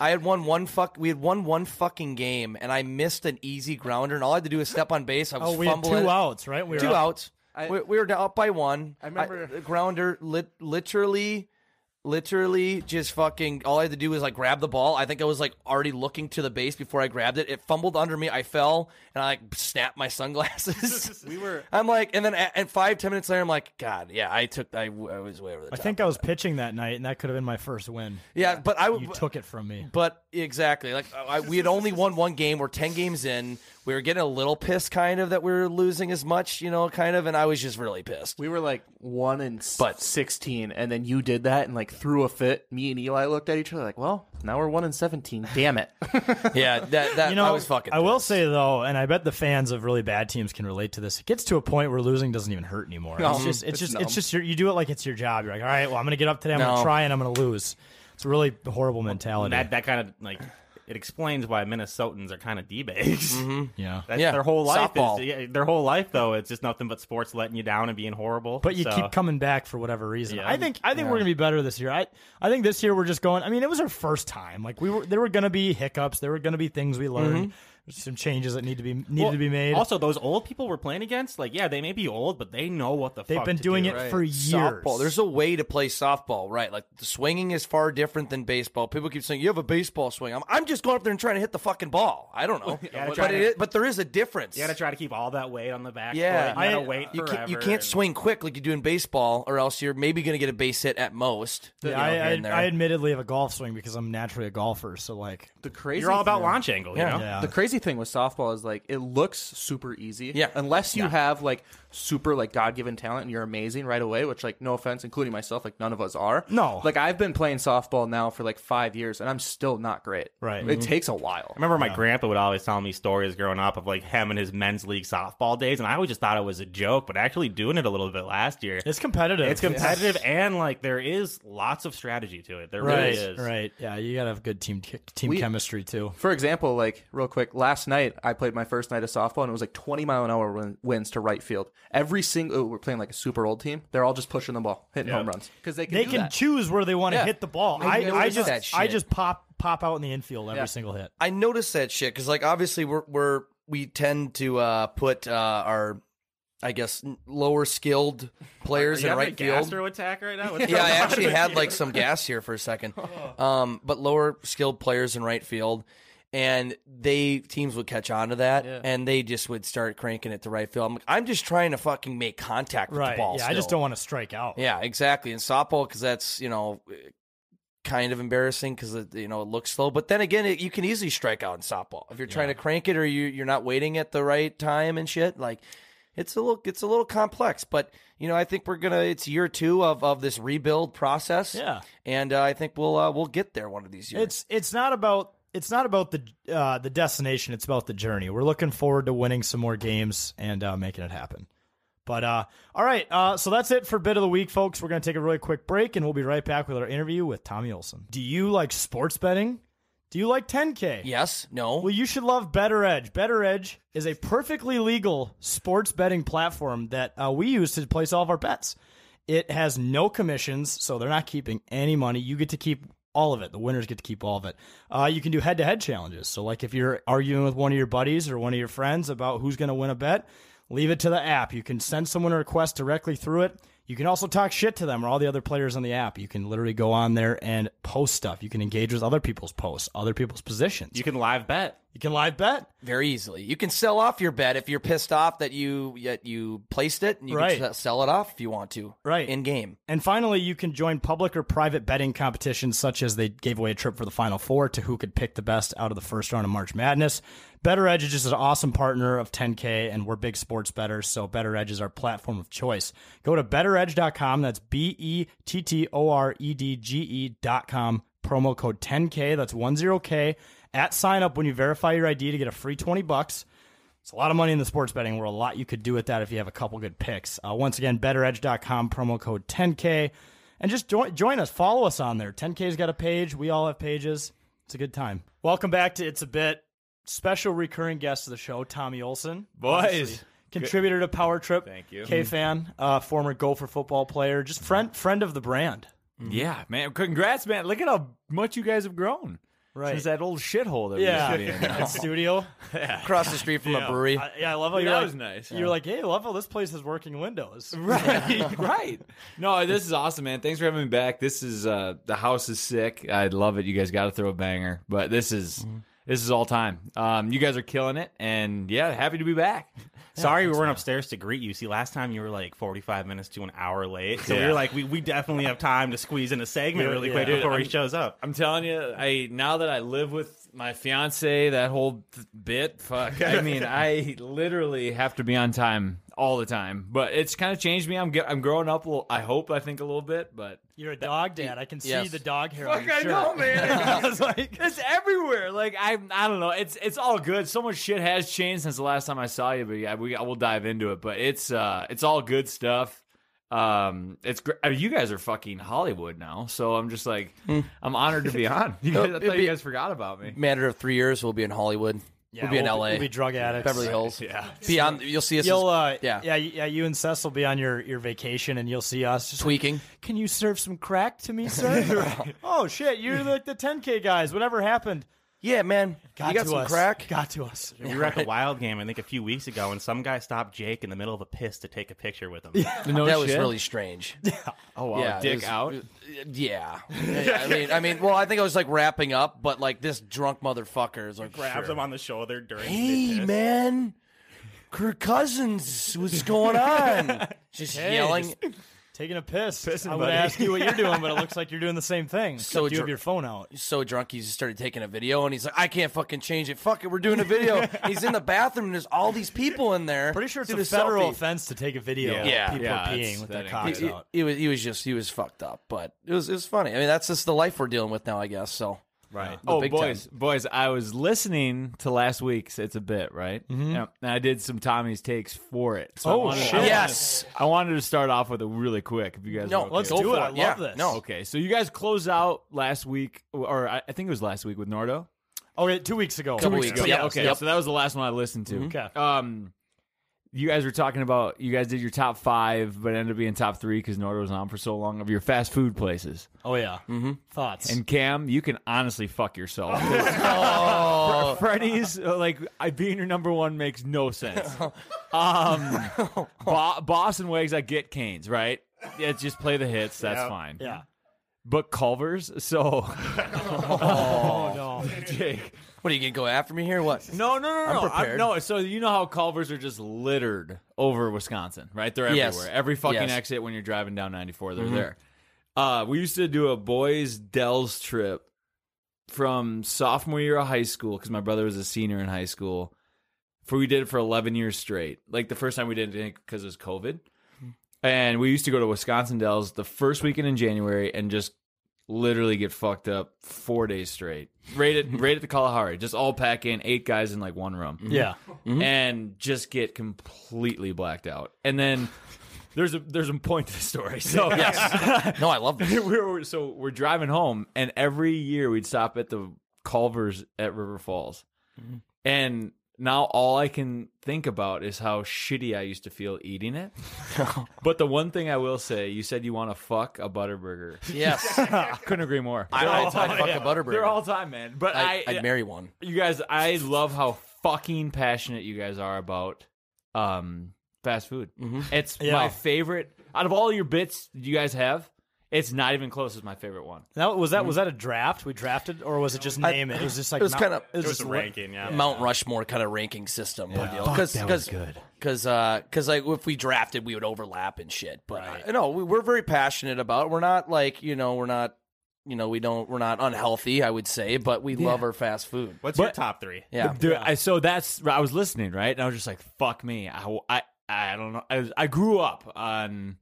I had won one fuck. We had won one fucking game, and I missed an easy grounder, and all I had to do was step on base. I was
Oh, we had
fumbling.
two outs, right? We were
two
up.
outs. we, we were down- up by one. I
remember-
the grounder lit, literally. Literally, just fucking. All I had to do was like grab the ball. I think I was like already looking to the base before I grabbed it. It fumbled under me. I fell and I like snapped my sunglasses. we were. [LAUGHS] I'm like, and then a- and five ten minutes later, I'm like, God, yeah, I took. I, w- I was way over the
I
top.
think I was pitching that night, and that could have been my first win.
Yeah, but I
you took it from me.
But exactly, like I, we had only won one game. We're ten games in. We were getting a little pissed, kind of, that we were losing as much, you know, kind of. And I was just really
[LAUGHS]
pissed.
We were like one and but 16 and then you did that and like threw a fit me and eli looked at each other like well now we're one and 17 damn it
yeah that, that
you know,
I was fucking
I will say though, and I bet the fans of really bad teams can relate to this. It gets to a point where losing doesn't even hurt anymore.
No,
it's just, it's,
it's
just,
numb.
it's just your, you do it like it's your job. You're like, all right, well, I'm gonna get up today. I'm
No.
gonna try, and I'm gonna lose. It's a really horrible mentality.
that that kind of like it explains why Minnesotans are kind of d bags. [LAUGHS]
Mhm. Yeah.
that's
Yeah,
their whole life.
softball.
Is, yeah, their whole life though, it's just nothing but sports letting you down and being horrible.
But you
So-
keep coming back for whatever reason.
Yeah.
I think I think
Yeah.
we're gonna be better this year. I I think this year we're just going. I mean, it was our first time. Like we were, there were gonna be hiccups. There were gonna be things we learned.
Mhm.
There's Some changes that need to be needed
Well,
to be made.
Also, those old people we're playing against, like, yeah, they may be old, but they know what the
They've
fuck
been
to
doing
do.
it for years.
Softball. There's a way to play softball, right? Like the swinging is far different than baseball. People keep saying you have a baseball swing. I'm, I'm just going up there and trying to hit the fucking ball. I don't know,
[LAUGHS] Yeah,
but,
try to-
it is, but there is a difference.
You got to try to keep all that weight on the back.
yeah,
foot. you
uh,
got to wait
You
forever.
can't, you can't swing quick like you do in baseball, or else you're maybe going to get a base hit at most.
Yeah,
you know,
I,
here and
I,
there.
I admittedly have a golf swing because I'm naturally a golfer. So like
[LAUGHS] the crazy
You're all about
thing-
launch angle, you Yeah. know? Yeah.
The crazy thing with softball is like it looks super easy.
Yeah.
Unless you
Yeah.
have like super like God given talent and you're amazing right away, which like no offense, including myself, like none of us are.
No.
Like I've been playing softball now for like five years and I'm still not great. It takes a while.
I remember my
Yeah.
grandpa would always tell me stories growing up of like him and his men's league softball days, and I always just thought it was a joke, but actually doing it a little bit last year.
It's competitive.
It's competitive, and like there is lots of strategy to it. There
right,
really is.
right. Yeah, you gotta have good team team
We-
chemistry too.
For example, like real quick, last night I played my first night of softball and it was like 20 mile an hour win- winds to right field. Every single, oh, we're playing like a super old team. They're all just pushing the ball, hitting
Yeah.
home runs. Because they can,
They
do
can
that.
choose where they want to
Yeah.
hit the ball.
They
I,
know
I
it's that
just I
shit.
just pop pop out in the infield every
Yeah.
single hit.
I noticed that shit because, like, obviously we're we're we tend to uh, put uh, our, I guess, n- lower skilled players
You
in
have
right
a gastro
field.
attack right now. What's
yeah, I
going on
actually
with
had
you?
like some gas here for
[LAUGHS]
a second, um, but lower skilled players in right field, and they teams would catch on to that,
Yeah.
and they just would start cranking it to right field. I'm like, I'm just trying to fucking make contact with
Right.
the ball.
Yeah, I just
still.
don't want to strike out.
Yeah, exactly. And softball because that's you know eh, kind of embarrassing because you know it looks slow. But then again, it, you can easily strike out in softball if you're trying to crank it or you you're not waiting at the right time and shit. Like it's a little it's a little complex, but you know I think we're gonna it's year two of of this rebuild process.
Yeah.
and uh, I think we'll uh, we'll get there one of these years.
It's it's not about it's not about the uh, the destination. It's about the journey. We're looking forward to winning some more games and uh, making it happen. But uh, all right, uh, so that's it for bit of the week, folks. We're gonna take a really quick break, and we'll be right back with our interview with Tommy Olson. Do you like sports betting? Do you like 10K?
Yes. No.
Well, you should love Better Edge. Better Edge is a perfectly legal sports betting platform that uh, we use to place all of our bets. It has no commissions, so they're not keeping any money. You get to keep all of it. The winners get to keep all of it. Uh, you can do head to head challenges. So, like if you're arguing with one of your buddies or one of your friends about who's going to win a bet, leave it to the app. You can send someone a request directly through it. You can also talk shit to them or all the other players on the app. You can literally go on there and post stuff. You can engage with other people's posts, other people's positions.
You can live bet.
You can live bet.
Very easily. You can sell off your bet if you're pissed off that you that you placed it. And you
Right.
can s- sell it off if you want to.
Right.
In game.
And finally, you can join public or private betting competitions, such as they gave away a trip for the Final Four to who could pick the best out of the first round of March Madness. Better Edge is just an awesome partner of 10K, and we're big sports bettors, so Better Edge is our platform of choice. Go to betteredge.com. That's B E T T O R E D G E dot com. Promo code 10K. That's 10K. At sign up when you verify your ID to get a free 20 bucks. It's a lot of money in the sports betting world. A lot you could do with that if you have a couple good picks. Uh, once again, betteredge.com, promo code 10K. And just join, join us. Follow us on there. 10K's got a page. We all have pages. It's a good time. Welcome back to It's a Bit. Special recurring guest of the show, Tommy Olson.
Boys.
Obviously, Contributor to Power Trip. Thank
you.
K fan, uh, former Gopher football player, just friend friend of the brand.
Mm-hmm. Yeah, man. Congrats, man. Look at how much you guys have grown.
Right.
Since that old shithole that we
Yeah.
used to be in.
[LAUGHS] That studio.
Across the street from a brewery.
I, yeah, I love how
Dude,
you're
that
like,
was nice.
You're
Yeah.
like, hey, love how this place has working windows.
Right, right. No, this is awesome, man. Thanks for having me back. This is uh the house is sick. I love it. You guys got to throw a banger, but this is this is all time. Um, you guys are killing it, and yeah, happy to be back.
Sorry, we weren't upstairs to greet you. See, last time you were like 45 minutes to an hour late. So we
Yeah.
were like, we, we definitely have time to squeeze in a segment
Dude,
really
yeah.
quick
Dude,
before he
I'm-
shows up.
I'm telling you, I now that I live with my fiance, that whole th- bit,
[LAUGHS]
fuck. I mean, I literally have to be on time all the time. But it's kind of changed me. I'm get, I'm growing up. A little, I hope I think a little bit, but
You're a dog dad. I can see
Yes.
the dog hair. on
Fuck,
your
I
shirt.
know, man. [LAUGHS]
I was like,
it's everywhere. Like I, I don't know. It's it's all good. So much shit has changed since the last time I saw you. But yeah, we I will dive into it. But it's uh, it's all good stuff. Um, it's great. I mean, you guys are fucking Hollywood now, so I'm just like, I'm honored [LAUGHS] to be on. You guys, I
It'd
thought
be-
you guys forgot about me.
Matter of three years, we'll be in Hollywood.
Yeah,
we'll be in
we'll be-
L.A.
we'll be drug addicts.
Beverly Hills.
Yeah.
Be on. You'll see us.
You'll, uh,
yeah.
yeah, yeah, y- yeah. You and Cess will be on your, your vacation, and you'll see us just
Tweaking.
Like, Can you serve some crack to me, sir?
[LAUGHS]
[LAUGHS] Oh shit, you're like the 10k guys. Whatever happened?
Yeah, man.
Got
You got
to
some
us.
crack?
Got to us.
We were at the Wild game, I think, a few weeks ago, and some guy stopped Jake in the middle of a piss to take a picture with
[LAUGHS]
him.
No [LAUGHS] That was shit? really strange.
Oh
wow, Yeah, dick it was- out?
Yeah.
Yeah, I mean, I mean, well, I think I was like wrapping up, but like this drunk motherfucker is like
Grabs
sure.
him on the shoulder during. the
Hey,
piss.
man, Kirk Cousins, what's going on? Just
Hey,
yelling.
just taking a piss. I would
buddy.
ask you
[LAUGHS]
what you're doing, but it looks like you're doing the same thing. So you have
dr-
your phone out.
he's so drunk, he just started taking a video, and he's like, "I can't fucking change it. Fuck it, we're doing a
[LAUGHS]
video." he's in the bathroom, and there's all these people in there. Pretty
sure It's a federal offense to take a video.
Yeah,
of
yeah,
people
it's-
peeing with their
that
cocks
he,
out.
He, he was, he was just, he was fucked up, but it was, it was funny. I mean, that's just the life we're dealing with now, I guess. So,
Right.
The
Oh,
big
boys, boys! I was listening to last week's. It's a bit right.
Mhm.
Yeah, And I did some Tommy's takes for it. I
Oh,
wanted- I
shit.
wanted-
Yes.
I wanted to start off with it really quick. If you guys,
No,
are okay.
let's Go do it. for I it. love Yeah. this.
No, okay. So you guys closed out last week, or I I think it was last week with Nardo.
Oh, yeah, two weeks ago.
Two weeks ago.
Yeah,
okay. So that was the last one I listened to.
Mm-hmm.
Mhm. Okay.
Um, you guys were talking about you guys did your top five, but ended up being top three because Nordo was on for so long of your fast food places.
Oh yeah. Mm-hmm. Thoughts.
And Cam, you can honestly fuck yourself.
[LAUGHS] Oh.
Fre- Freddy's uh, like I being your number one makes
[LAUGHS]
no sense. Um, Bo- Boss and Wags, I get Canes, right? Yeah, just play the hits. That's
Yeah.
fine.
Yeah.
But Culver's, so
Oh,
no,
Jake.
What are you gonna go after me here? What?
No, no, no,
I'm
no. I'm-
prepared.
no, so you know how Culvers are just littered over Wisconsin, right? They're everywhere.
Yes.
Every fucking
Yes.
exit when you're driving down 94, they're
Mm-hmm.
Mhm.
there. Uh, we used to do a boys Dells trip from sophomore year of high school because my brother was a senior in high school. For we did it for 11 years straight. Like the first time we did it because it was COVID.
Mm-hmm.
And we used to go to Wisconsin Dells the first weekend in January and just literally get fucked up four days straight.
[LAUGHS]
Right at right at the Kalahari, just all pack in eight guys in like one room.
Yeah.
Mm-hmm.
and just get completely blacked out.
[LAUGHS]
And then there's a there's a point to the story. So [LAUGHS]
Yes. no, I love this.
we were, so we're driving home, and every year we'd stop at the Culvers at River Falls, and
now all I can think about is how shitty I used to feel eating it. but the one thing I will say, you said you want to fuck a butterburger. [LAUGHS]
Yes.
couldn't agree more.
I- I'd- I'd fuck a Butterburger.
They're all time, man. But I,
I- I'd marry one.
You guys, I love how fucking passionate you guys are about um fast food.
Mm-hmm.
It's
Yeah.
my favorite out of all your bits you guys have. It's not even close as my favorite one.
That was that was that a draft we drafted, or was it just
Mm-hmm. I-
name it? It was just like
it was
not-
kinda-
it was, just what-
Mount Rushmore kind of ranking system.
Yeah. Fuck, that was good.
Because uh, like if we drafted, we would overlap and shit. But uh, no, we, we're very passionate about. it. We're not like you know we're not you know we don't we're not unhealthy. I would say, but we
Yeah.
love our fast food.
What's
But-
your top three?
Yeah.
Dude, I, so that's I was listening, right? And I was just like, "Fuck me." I I, I don't know. I, was- I grew up on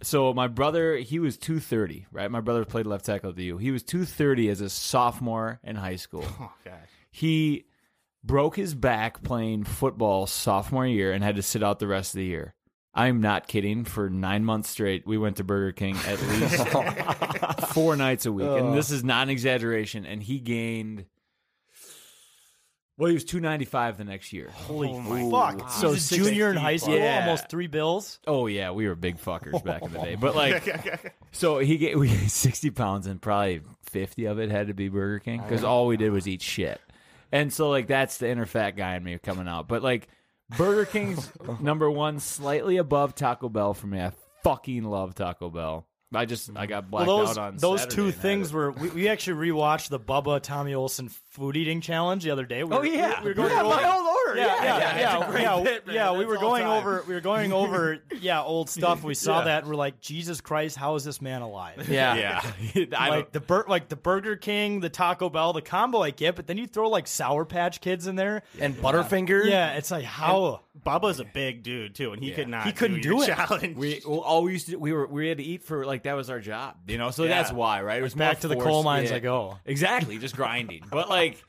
so my brother, he was 230, right? My brother played left tackle at the U. He was 230 as a sophomore in high
[LAUGHS]
school.
Oh, God.
He broke his back playing football sophomore year and had to sit out the rest of the year. I'm not kidding. For nine months straight, we went to Burger King
[LAUGHS]
at least four nights a week. And
Oh.
this is not an exaggeration. And he gained, well, he was 295 the next year.
Holy fuck! So
six-
junior in high school,
Yeah.
Oh almost three bills.
Oh yeah, we were big fuckers back in the day. But like, so he gave we gained sixty pounds, and probably fifty of it had to be Burger King because all we did was eat shit. And so like that's the inner fat guy in me coming out. But like Burger King's number one, slightly above Taco Bell for me. I fucking love Taco Bell. I just I got blacked
well, those
out on
those
Saturday
two
and had
things
it.
were we, we actually rewatched the Bubba Tommy Olson food eating challenge the other day. We
Oh,
were-
yeah.
we were going
Yeah,
over-
my old order.
Yeah,
Yeah, yeah,
yeah, yeah,
it's a
yeah,
great
yeah,
bit, man.
yeah, We
That's
were
all
going
time.
over we were
[LAUGHS]
going over yeah old stuff. We saw
Yeah.
that and we're like, Jesus Christ, how is this man alive?
Yeah. Yeah. I
like the bur- like the Burger King, the Taco Bell, the combo I get, but then you throw like Sour Patch Kids in there
and Butterfinger.
Yeah, it's like how
Bubba's a big dude too, and he could not.
He
do,
couldn't do
your
it.
Challenge. [LAUGHS]
We well, all we used to we were we had to eat for like that was our job, you know. So
Yeah.
that's why, right? It was
Back
more
to the
forced-
coal mines
yeah.
I go.
Exactly, just grinding. but like,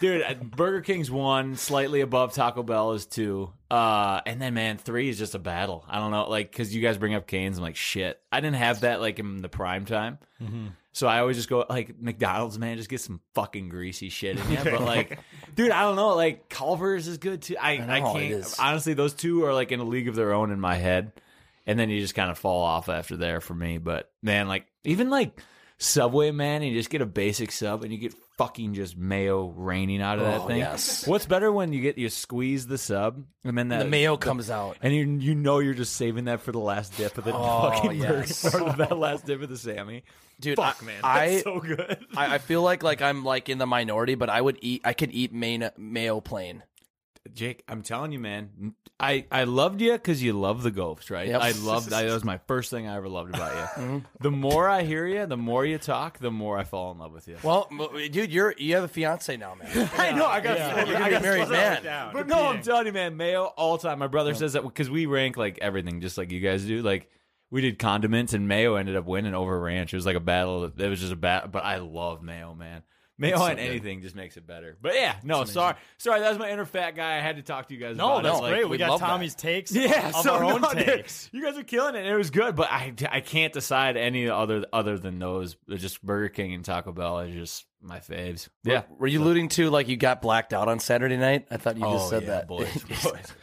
dude, uh, Burger King's one, slightly above Taco Bell is two, uh, and then man, three is just a battle. I don't know, like because you guys bring up Canes, I'm like shit. I didn't have that like in the prime time.
Mm-hmm.
Mhm.
So I always just go like McDonald's, man. Just get some fucking greasy shit
[LAUGHS]
in there. But like, dude, I don't know. Like Culver's is good too. I I,
know, it
can't.
is.
Honestly, those two are like in a league of their own in my head. And then you just kind of fall off after there for me. But man, like even like Subway, man, you just get a basic sub and you get fucking just mayo raining out of that
Oh,
thing.
yes.
What's better when you get you squeeze the sub and then that
The mayo comes out.
and you you know you're just saving that for the last dip of the
Oh,
fucking
yes.
burger [LAUGHS] or that last dip of the Sammy.
Dude,
fuck
I-
man,
I-
that's so good. [LAUGHS]
I, I feel like like I'm like in the minority, but I would eat. I could eat main, mayo plain.
Jake, I'm telling you, man, I, I loved you because you love the ghost, right?
Yep. Mm-hmm.
I loved that. was my first thing I ever loved about
[LAUGHS]
you. The more I hear you, the more you talk, the more I fall in love with you.
Well, m- dude, you're you have a fiance now, man.
I know I got
Yeah. You're gonna be a married man.
But no, I'm telling you, man, mayo all time. My brother says that because we rank like everything, just like you guys do. Like we did condiments, and mayo ended up winning over ranch. It was like a battle. It was just a battle. But I love mayo, man. Mayo
It's so
on
good.
anything just makes it better. But yeah, no, sorry, sorry, that was my inner fat guy. I had to talk to you guys.
[LAUGHS] No,
about it.
that's
Like,
great. We,
we
got
love that.
Tommy's takes
Yeah,
of
so
our own
no, dude,
takes.
you guys are killing it. It was good, but I, I can't decide any other other than those. Just Burger King and Taco Bell are just my faves. Yeah,
Were, were you alluding to like you got blacked out on Saturday night? I thought you just
Oh,
said
yeah,
that. [LAUGHS]
boys, [LAUGHS] boys,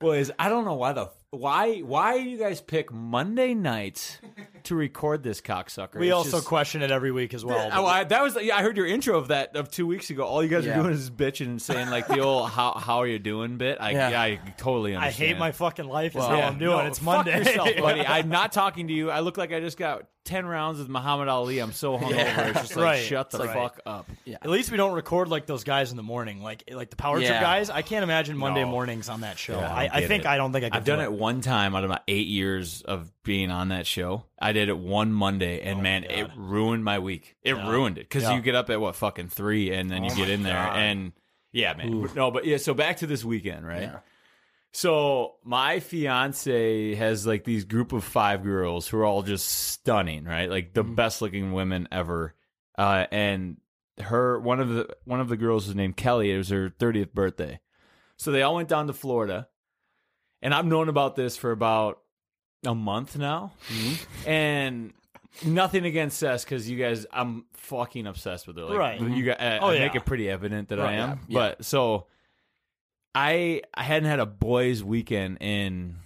boys. I don't know why the why why you guys pick Monday nights to record this cocksucker.
We
It's
also
just-
question it every week as well.
Oh, I, that was yeah. I heard your intro of that of two weeks ago. All you guys
Yeah.
are doing is bitching and saying like the old "how how are you doing" bit. I
Yeah.
yeah, I totally
I
understand.
hate my fucking life. Is
Well,
how
yeah,
I'm doing.
no,
it's
fuck
Monday, [LAUGHS]
yourself, buddy. I'm not talking to you. I look like I just got ten rounds with Muhammad Ali. I'm [LAUGHS] so hungover. It's just like
Right,
shut the
right.
fuck up.
At least we don't record like those guys in the morning, like like the Power Trip
Yeah.
guys. I can't imagine Monday
No.
mornings on that show.
Yeah,
I,
don't
I
get
think
it.
I don't think I. Could
I've done
do
it one time out of my eight years of being on that show. I did it one Monday, and man, it ruined my week. It
Oh Yeah.
ruined it because
Yeah.
you get up at what fucking three, and then you
Oh
get
my
in there,
God.
and yeah, man,
Ooh.
no, but yeah. So back to this weekend, right? So my fiance has like these group of five girls who are all just stunning, right? Like
Mm-hmm.
the best looking women ever. Uh, and her one of the one of the girls was named Kelly. It was her thirtieth birthday. So they all went down to Florida, and I've known about this for about a month now,
Mm-hmm.
and nothing against Sess because you guys, I'm fucking obsessed with her. Like,
Right.
You guys, I,
Oh,
I
yeah.
make it pretty evident that
Right,
I am.
yeah, yeah.
But so I I hadn't had a boys' weekend in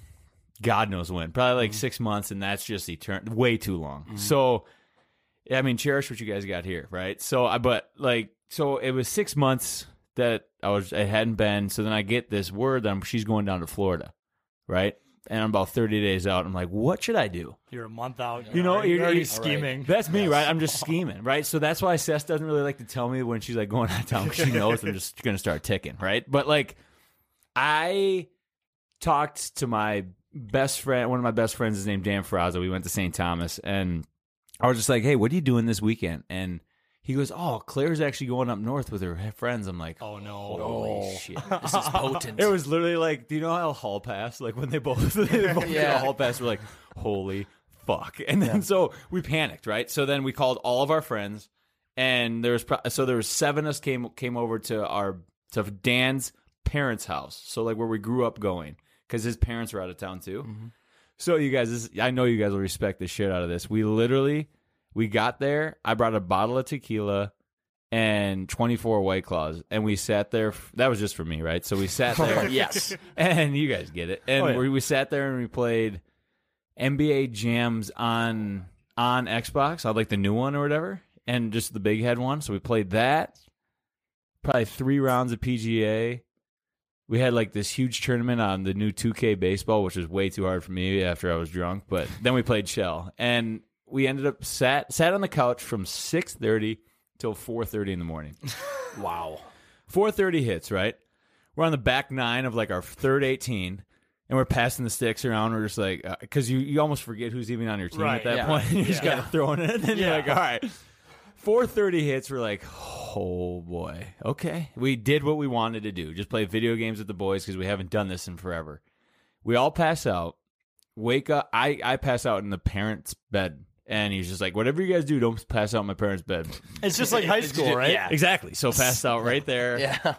God knows when, probably like
Mm-hmm.
six months, and that's just etern- way too long.
Mhm.
So, yeah, I mean, cherish what you guys got here, right? So, I but like, so it was six months that I was I hadn't been. So then I get this word that I'm, she's going down to Florida, right? And I'm about 30 days out. I'm like, what should I do?
You're a month out.
You know,
already-
you're,
already
you're-
scheming.
That's me, right? I'm just scheming, right? So that's why Seth doesn't really like to tell me when she's like going out of town 'cause [LAUGHS] she knows I'm just going to start ticking, right? But like, I talked to my best friend. One of my best friends is named Dan Ferrazza. We went to St. Thomas, and I was just like, "Hey, what are you doing this weekend?" And he goes, "Oh, Claire's actually going up north with her friends." I'm like, "Oh no, holy shit,
This
[LAUGHS]
is potent.
it was literally like, do you know how Hall Pass? Like when they both, [LAUGHS] they both yeah.
Yeah.
Hall Pass, we're like, holy fuck. [LAUGHS] And then so we panicked, right? So then we called all of our friends, and there was pro- so there was seven of us came came over to our to Dan's parents' house. So like where we grew up going, because his parents were out of town too.
Mm-hmm.
So you guys, this, I know you guys will respect the shit out of this. We literally, we got there. I brought a bottle of tequila and 24 white claws and we sat there f- that was just for me right so we sat there
[LAUGHS]
Yes.
[LAUGHS] and you guys get it and
Oh, yeah.
we, we sat there and we played nba jams on on xbox i like the new one or whatever and just the big head one so we played that probably three rounds of pga we had like this huge tournament on the new 2K baseball, which was way too hard for me after I was drunk. But then we played shell, and we ended up sat sat on the couch from 6:30 till 4:30 in the
[LAUGHS]
morning. wow, 4:30 hits right. We're on the back nine of like our third 18, and we're passing the sticks around. We're just like, because you you almost forget who's even on your team at
Right,
that
yeah.
point. [LAUGHS] you just
Yeah.
gotta throw it in, and you're
Yeah.
like, all right. 4:30 hits. We're like, oh boy, okay. We did what we wanted to do. Just play video games with the boys because we haven't done this in forever. We all pass out. Wake up. I I pass out in the parents' bed, and he's just like, whatever you guys do, don't pass out in my parents' bed.
[LAUGHS] It's just like high
It's
school,
ju-
right?
Yeah, exactly. So passed out
[LAUGHS]
right there.
Yeah.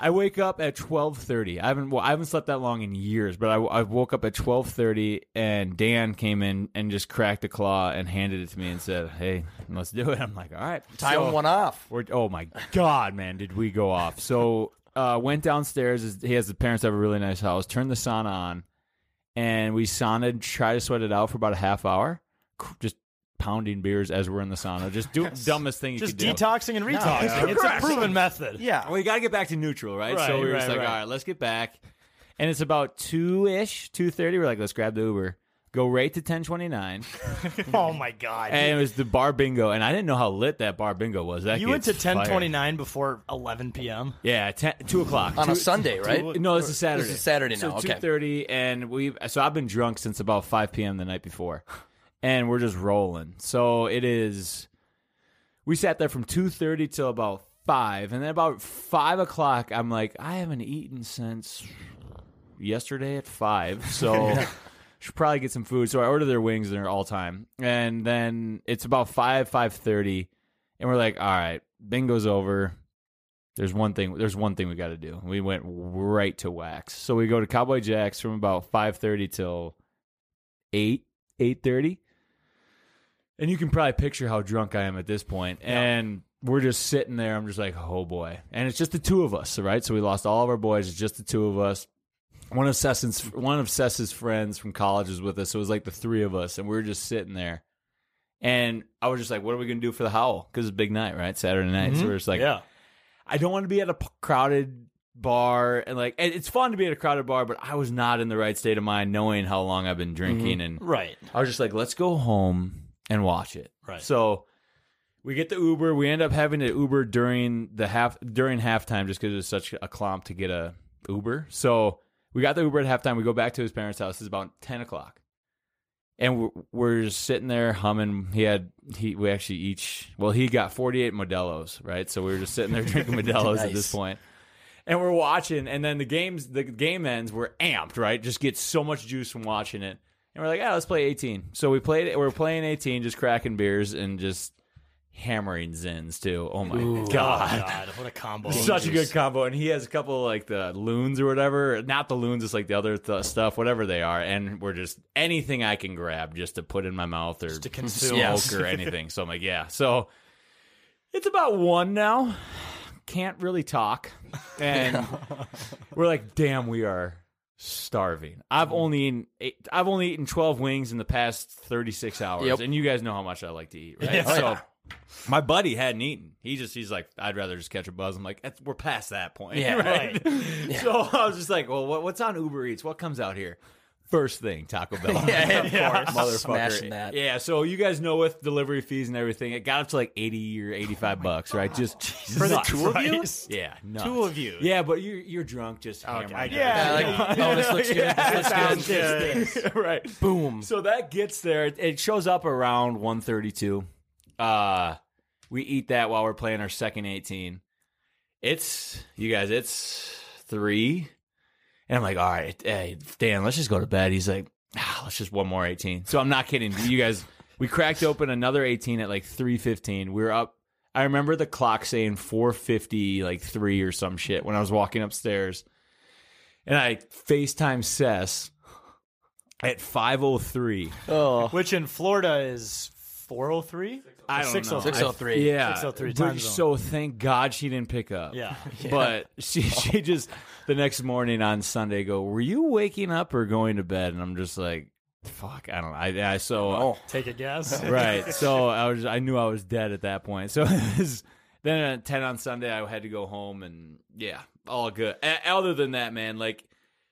I wake up at twelve thirty. I haven't well, I haven't slept that long in years, but I, I woke up at twelve thirty, and Dan came in and just cracked a claw and handed it to me and said, "Hey, let's do it." I'm like, "All right,
Time went off.
We're, oh my god, man, did we go off? So uh, went downstairs. He has the parents have a really nice house. Turned the sauna on, and we saunaed, tried to sweat it out for about a half hour, cr- just pounding beers as we're in the sauna, just do dumbest thing you could
Just
do.
detoxing and retoxing. It's a proven method.
Yeah. Well, you got to get back to neutral, right?
Right,
so we were
right,
just like,
right.
all right, let's get back. And it's about two ish, two thirty. We're like, let's grab the Uber, go right to ten twenty [LAUGHS] nine,
oh my god.
and it was the bar bingo. And I didn't know how lit that bar bingo was. That
you went to
gets
ten
fire.
twenty nine before eleven p.m.
Yeah, 10, two o'clock
On a
Two-
Sunday,
two-
right?
no, this is
This
Saturday.
is Saturday
So
now, okay.
two thirty, and we. So I've been drunk since about five p.m. the night
[LAUGHS]
before, and we're just rolling. So it is. We sat there from two thirty till about five, and then about five o'clock, I'm like, I haven't eaten since yesterday at
[LAUGHS]
five, so should probably get some food. So I order their wings; they're all time. And then it's about five, five thirty, and we're like, all right, bingo's over. There's one thing. There's one thing we got to do. We went right to wax. So we go to Cowboy Jack's from about five thirty till eight, eight thirty. And you can probably picture how drunk I am at this point. And we're just sitting there. I'm just like, oh boy. And it's just the two of us, right? So we lost all of our boys. It's just the two of us. One of Sess's one of Sess's friends from college was with us. So it was like the three of us, and we were just sitting there. And I was just like, what are we gonna do for the howl? Because it's a big night, right? Saturday night. So
Mhm.
we're just like,
Yeah.
I don't want to be at a p- crowded bar and like and it's fun to be at a crowded bar but I was not in the right state of mind knowing how long I've been drinking
Mhm.
and
Right.
[LAUGHS]
I was just like let's go home and watch it
Right.
so we get the Uber we end up having to Uber during the half during halftime just because it was such a clomp to get a Uber so we got the Uber at halftime we go back to his parents house it's about 10 o'clock and we're, we're just sitting there humming. He had he we actually each well he got forty eight Modelo's right, so we were just sitting there drinking Modelo's at this
Nice.
point, and we're watching. And then the games the game ends. We're amped, right? Just get so much juice from watching it, and we're like, yeah, let's play eighteen. So we played it. We're playing eighteen, just cracking beers and just hammering zins too. Oh my
Ooh.
god.
Oh, God, what a
[LAUGHS]
combo.
Such a good combo, and he has a couple of, like the loons or whatever. Not the loons, it's like the other th- stuff, whatever they are. And we're just anything I can grab just to put in my mouth or to
[LAUGHS]
consume.
smoke
Yes.
or anything. So I'm like, yeah. So it's about one now. can't really talk,
[LAUGHS]
and we're like, damn, we are starving.
Mm-hmm.
I've only eaten eight, I've only eaten twelve wings in the past thirty six hours,
Yep.
and you guys know how much I like to eat,
[LAUGHS]
right?
Yeah. Oh,
so.
yeah.
My buddy hadn't eaten. He just he's like, I'd rather just catch a buzz. I'm like, "That's- we're past that point,
Yeah.
[LAUGHS] right?
Right.
So I was just like, well, what, what's on Uber Eats? What comes out here? First thing, Taco
[LAUGHS]
Bell. [LAUGHS]
Yeah, of course.
motherfucker.
Smashing that.
Yeah, so you guys know with delivery fees and everything, it got up to like eighty or eighty-five bucks, right? Just
Oh For the
nuts.
two of you?
Christ. Yeah, nuts.
Two of you.
Yeah, but you're you're drunk, just hammered.
I get
yeah,
it. Yeah,
[LAUGHS]
like, oh, this looks
[LAUGHS]
good, this looks good, this
good. [LAUGHS] right. Boom. So that gets there. It- It shows up around one thirty-two. Uh we eat that while we're playing our second eighteen. It's you guys. It's three. And I'm like, all right, hey, Dan, let's just go to bed. He's like, ah, let's just one more 18. So I'm not kidding. You guys, we cracked open another 18 at like 315. We were up. I remember the clock saying 450, like three or some shit when I was walking upstairs. And I FaceTime Sess at 503. Oh.
Which in Florida is 403?
I don't know. Yeah.
603
But-
time zone.
So thank God she didn't pick up.
Yeah. Yeah.
But she she just the next morning on Sunday go, "Were you waking up or going to bed?" And I'm just like, "Fuck, I don't know." I, I so
Take a guess.
[LAUGHS] right. So I was I knew I was dead at that point. So [LAUGHS] it was- then at 10 on Sunday I had to go home and yeah, all good. A- other than that, man, like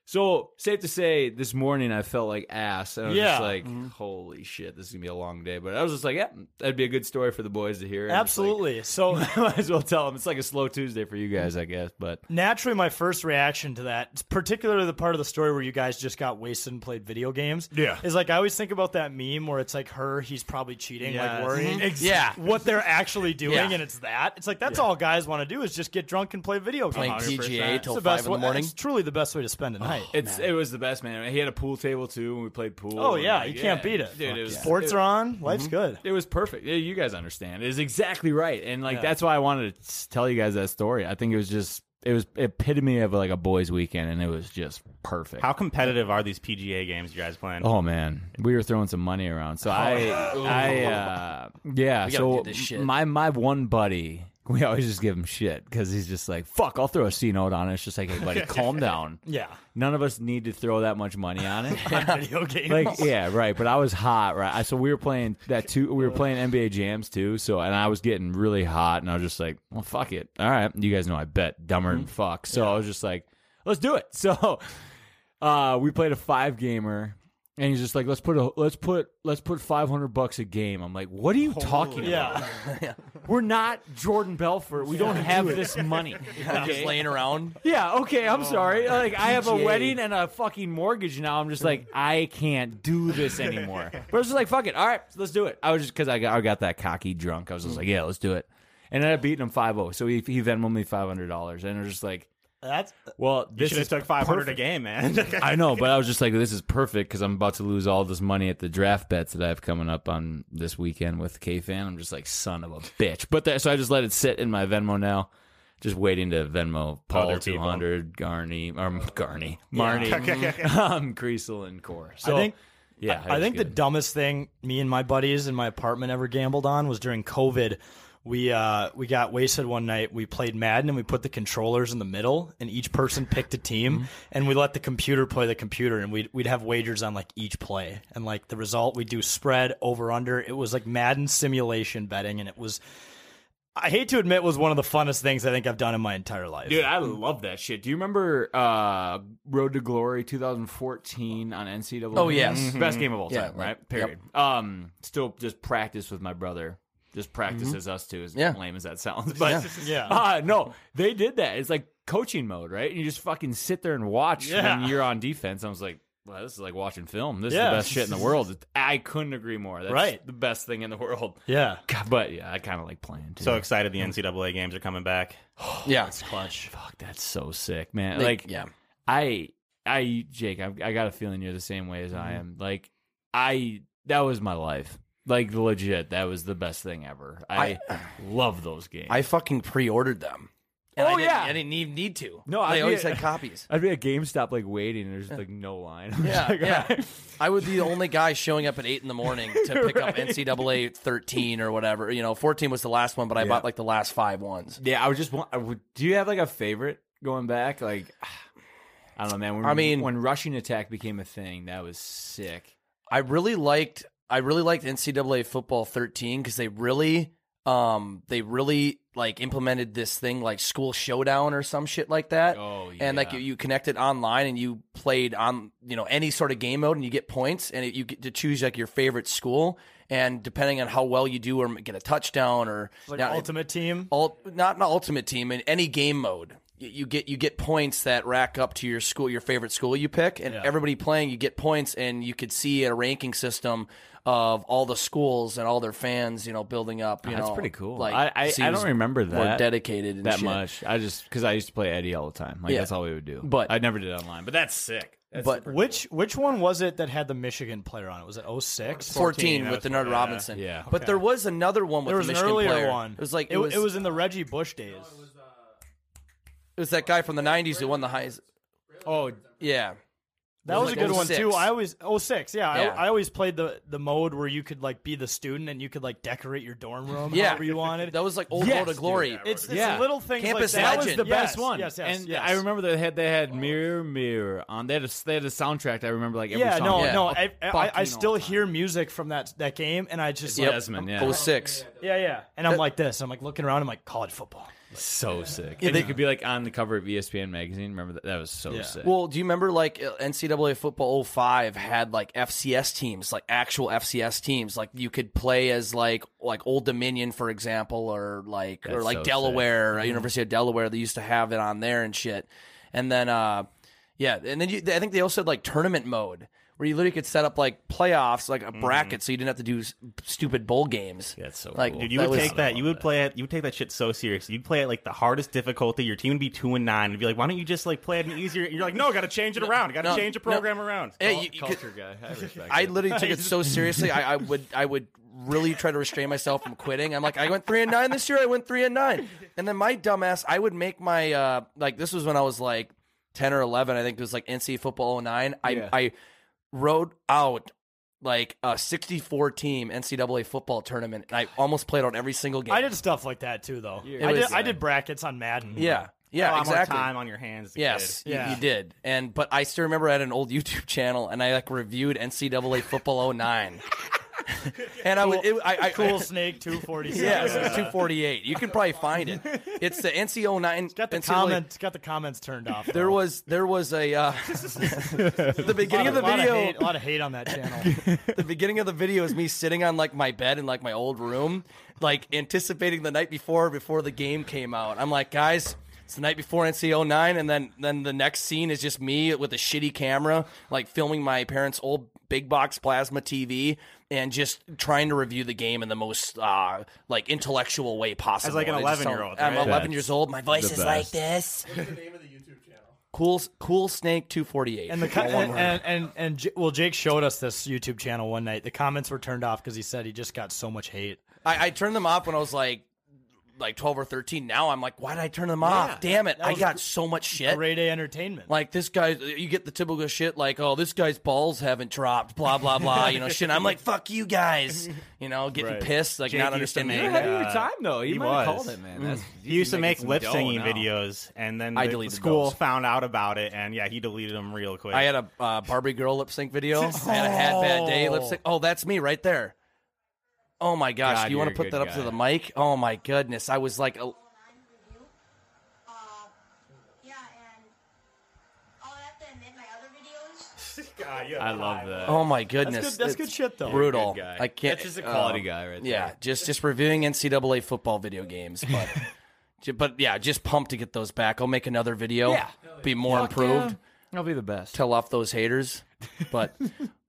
so safe to say this morning I felt like ass. And I was
Yeah.
just
Mm-hmm.
like, holy shit, this is gonna be a long day. But I was just like, yeah, that'd be a good story for the boys to hear. And it's like-
Absolutely. so
[LAUGHS] might as well tell them it's like a slow Tuesday for you guys, I guess. But
naturally my first reaction to that particularly the part of the story where you guys just got wasted and played video games
Yeah.
is like i always think about that meme where it's like her he's probably cheating
Yes.
like worrying
Mhm. Ex- Yeah.
what they're actually doing
Yeah.
and it's that it's like that's all guys want to do is just get drunk and play video
Playing
games
PGA
It's
till
the best
five in the
way-
morning.
it's truly the best way to spend a night
it's it was the best man. He had a pool table too, and we played pool.
oh
and,
yeah
like,
you can't beat it,
Dude, it was,
sports
it-
are on life's
Mhm. [LAUGHS]
good
It was perfect. Yeah, you guys understand. It is exactly right, and like
Yeah.
that's why I wanted to s- tell you guys that story. I think it was just it was epitome of like a boys' weekend, and it was just perfect.
How competitive are these PGA games you guys playing?
Oh man, we were throwing some money around. So I,
Oh. Ooh.
I, uh, yeah.
We gotta
So
do this shit.
my my one buddy, we always just give him shit because he's just like, "Fuck, I'll throw a C note on it." It's just like, "Hey,
[LAUGHS]
buddy, calm down."
Yeah.
None of us need to throw that much money on it.
[LAUGHS]
[LAUGHS]
video games
Like yeah, right. But I was hot, right? I, so we were playing that two. We were playing NBA jams too. So and I was getting really hot, and I was just like, well, fuck it. All right, you guys know I bet dumber
Mm-hmm.
than fuck. So I was just like, let's do it. [LAUGHS] So uh, we played a five gamer. And he's just like, let's put a let's put let's put five hundred bucks a game. I'm like, what are you talking about? We're not Jordan Belfort. We don't have this [LAUGHS] money.
Just laying around.
Oh, Yeah, okay, I'm sorry. Like I have a
PGA.
wedding and a fucking mortgage now. I'm just [LAUGHS] like I can't do this anymore. but I was just like fuck it. All right, let's do it. I was just cuz I got I got that cocky drunk. I was just like, yeah, let's do it. And I ended up beating him 5 So he he Venmoed me $500 and I was just like
that's
well, this
should have
is
uh, took 500
perfect.
a game, man. [LAUGHS]
[LAUGHS] I know, but I was just like, this is perfect because I'm about to lose all this money at the draft bets that I have coming up on this weekend with K Fan. I'm just like, son of a bitch. But that, so I just let it sit in my Venmo now, just waiting to Venmo Paul
Other people.
200, Garney, or Garney,
Yeah.
Marnie,
[LAUGHS] Okay.
um, Creasel, and Core. So
I think,
yeah,
I, I think the dumbest thing me and my buddies in my apartment ever gambled on was during COVID. We uh, we got wasted one night. We played Madden and we put the controllers in the middle, and each person picked a team, and we let the computer play the computer, and we'd we'd have wagers on like each play, and like the result we would do spread over under. It was like Madden simulation betting, and it was. I hate to admit, was one of the funnest things I think I've done in my entire life.
Dude, I love that shit. Do you remember uh, Road to Glory 2014 on NCAA?
Oh, yes. Mhm.
Mm-hmm. best game of all
Yeah,
time,
like-
right? Period. Um, still just practice with my brother. Just practice
Mhm.
as us two, as
Yeah.
lame as that sounds. But
Yeah.
[LAUGHS] Uh, no, they did that. It's like coaching mode, right? You just fucking sit there and watch
Yeah.
when you're on defense. I was like, wow, this is like watching film. This is
Yeah.
the best shit in the world. I couldn't agree more. That's
Right.
the best thing in the world.
Yeah.
God, but yeah, I kind of like playing too.
so excited the NCAA games are coming back.
yeah,
it's
clutch.
Fuck, that's so sick, man.
Like,
Like,
yeah.
I, I, Jake, I've, I got a feeling you're the same way as I
Mm-hmm.
am. Like, I, that was my life. Like,
[SIGHS]
legit, that was the best thing ever. I, love those games.
I fucking pre-ordered them.
And I
Oh,
didn't,
yeah.
I didn't even need to.
No,
they
I'd
always
be- [LAUGHS]
had copies.
I'd be at GameStop like waiting, and there's like no line. [LAUGHS] I'm
Yeah,
just like,
yeah. I would be the only guy showing up at eight in
[LAUGHS]
the morning to pick up NCAA thirteen or whatever. You know, fourteen was the last one, but I
Yeah.
bought like the last five ones.
Yeah, I would just want. I would, do you have like a favorite going back? Like, [SIGHS] I don't know, man. When,
I mean-
when rushing attack became a thing, that was sick.
I really liked. I really liked NCAA football thirteen because they really, um, they really like implemented this thing like school showdown or some shit like that. Oh yeah. And like you, you connected online and you played on you know any sort of game mode and you get points and it, you get to choose like your favorite school and depending on how well you do or get a touchdown or
Like
now-
Ultimate Team.
Ult, not an ultimate team in any game mode. You- You get you get points that rack up to your school, your favorite school you pick, and everybody playing, you get points, and you could see a ranking system of all the schools and all their fans, you know, building up. You
That's
know,
pretty cool.
Like,
I I,
see
I
who's
don't remember that
more dedicated and
that
shit.
much. I just because I used to play Eddie all the time. Like
Yeah.
that's all we would do.
But-
I never did online. But that's sick. That's
But-
super-
Which which one was it that had the Michigan player on it? Was it 06?
14, with the Nerd Robinson. but there was another one with
there was
the
an
Michigan
earlier
player.
one.
It was like
it, was, Oh, it was in the Reggie Bush days.
it was that guy from the '90s who won the highest.
Oh
yeah,
That was, a good one
06.
too. I always 06, Oh, yeah.
Yeah.
I, I always played the the mode where you could like be the student and you could like decorate your dorm room
Yeah.
however you wanted.
That was like old
Yes,
world of glory.
dude. It's, it's little things
Campus
like that.
Legend.
That was the
Yes,
best one.
Yes, yes,
and
yes.
I remember they had they had Mirror Mirror on. They had a, they had a soundtrack. that I remember like every
yeah,
song.
no, no.
A
I, I, I
fucking
still hear music from that that game, and I just
Yep.
like,
Desmond,
I'm-
Oh,
yeah.
06.
yeah, yeah. And I'm like this. I'm like looking around. I'm like college football.
So sick.
Yeah,
and
they-
they could be like on the cover of E ESPN magazine. Remember that? That was so
Yeah.
sick.
Well, do you remember like uh, NCAA football 05 had like FCS teams, like actual FCS teams, like you could play as like like Old Dominion, for example, or like or
That's
like
so sick.
Delaware,
Mm-hmm.
uh, University of Delaware. They used to have it on there and shit. And then, uh, yeah, and then you, I think they also had like tournament mode where you literally could set up like playoffs, like a
Mm-hmm.
bracket, so you didn't have to do s- stupid bowl games. That's so like
Dude, you would take
[LAUGHS]
that. You would play it. You would take that shit so serious. You'd play it like the hardest difficulty. Your team would be two and nine. And be like, why don't you just like play it an easier? You're like, no, got to change it around. Got to
no,
change the
no.
program around. Oh,
Hey, you- you could-
I respect.
I literally took it so seriously. I, I would I would really try to restrain myself from quitting. I'm like, I went three and nine this year. I went three and nine, and then my dumbass, I would make my uh like this was when I was like ten or eleven. I think it was like NC football 09. I
Yeah.
I wrote out like a 64 team NCAA football tournament, and I almost played on every single game.
I did stuff like that too, though.
Yeah.
I,
It
did,
was,
I
uh,
did brackets on Madden.
yeah.
a
Yeah,
lot more
exactly.
time Oh, on your hands as a
Yes,
kid.
you-
Yeah.
you did. And but I still remember I had an old [LAUGHS] YouTube channel and I like reviewed NCAA Football 09. [LAUGHS] and I would it, I, I
[LAUGHS]
Cool Snake 247.
[LAUGHS] Yeah, this is 248. You can probably find it. It's the NC 09. It's got
The comments got the comments turned off.
There was there was a uh, [LAUGHS] the beginning of the
Lot
video.
hate- lot of hate on that
[LAUGHS]
channel.
the beginning of the video is me sitting on like my bed in like my old room, like anticipating the night before before the game came out. I'm like, guys, it's the night before NC 09 and then then the next scene is just me with a shitty camera, like filming my parents' old big box plasma TV and just trying to review the game in the most uh, like intellectual way possible.
like an
And it just
11-year-old,
sound- I'm
right?
11
That's
years old. My voice
the
is like
best.
this. Cool, cool snake 248.
And the co-
All one
and,
word.
and and and J- well, Jake showed us this YouTube channel one night. The comments were turned off because he said he just got so much hate.
I, I turned them off when I was like like 12 or 13. Now I'm like, why did I turn them off? Damn it.
That
I
was
got so much shit.
Grade A entertainment.
Like this guy, you get the typical shit like, oh, this guy's balls haven't dropped, blah, blah, blah, you know, shit. I'm like, fuck you guys, you know, getting
Right.
pissed, like
Jake
not
used to
understanding.
make,
anything.
uh,
He
was.
was.
Mm. he used to make lip singing videos, and then
I
the
deleted
school
those.
found out about it, and yeah, he deleted them real quick.
I had a uh, Barbie girl lip sync video. I had a had bad day lip sync. Oh, that's me right there. Oh my gosh,
God,
you want
you're
to
a
put
good
that up
guy.
to the mic? Oh my goodness, I was like, a-
I love that.
Oh my goodness, It's Brutal. I can't.
That's just a quality
um,
guy, right there.
Yeah, just just reviewing NCAA football video games,
[LAUGHS]
but ju- but yeah, just pumped to get those back. I'll make another video.
Yeah.
be more
Fuck
improved.
I'll be the best.
Tell off those haters,
[LAUGHS]
but.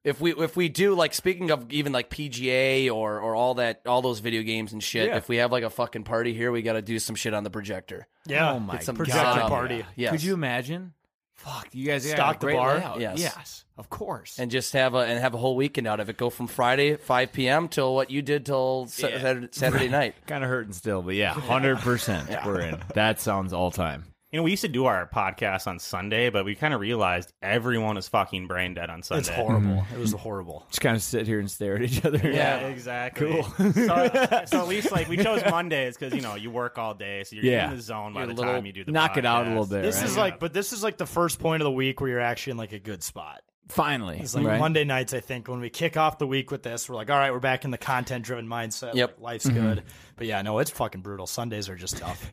If we if we do like speaking of even like PGA or or all that all those video games and shit,
Yeah.
if we have like a fucking party here, we got to do some shit on the projector.
Yeah.
Oh my
Get some
god.
god.
Yeah.
Yes.
Could you imagine? Fuck, you guys got
stock
a
the
great
bar.
layout.
Yes.
Yes, of course.
and just have a and have a whole weekend out of it. Go from Friday 5 p.m. till what you did till Sa-
Yeah.
Saturday-
[LAUGHS]
Saturday night.
kind of hurting still, but yeah, hundred percent. We're in. That sounds all time.
You know, we used to do our podcast on Sunday, but we kind of realized everyone is fucking brain dead on Sunday.
It's horrible.
Mm-hmm.
It was horrible.
Just kind of sit here and stare at each other.
Yeah, exactly.
Cool.
so, so at least like we chose Mondays because you know you work all day, so you're
Yeah.
in the zone by
You're
the
a little-
time you do the
knock it out a little
podcast.
bit,
This
right?
is like, but this is like the first point of the week where you're actually in like a good spot.
Finally,
It's like
right?
Monday nights, I think, when we kick off the week with this, we're like, all right, we're back in the content driven mindset.
Yep.
Like, life's
Mhm.
good. But yeah, no, it's fucking brutal. Sundays are just tough.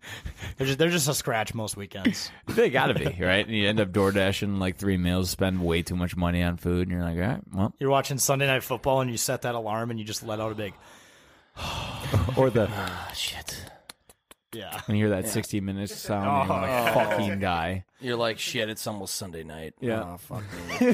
they're, just, they're just a scratch most weekends.
They gotta be right. And you end up door dashing like three meals, spend way too much money on food, and you're like, all right, well,
You're watching Sunday Night Football and you set that alarm and you just let out a big,
or the
ah shit.
Yeah. Oh.
When you hear that
Yeah.
60 minutes sound, and you're like, fucking die.
You're like, shit, it's almost Sunday night.
Yeah.
Oh, fuck me.
yeah,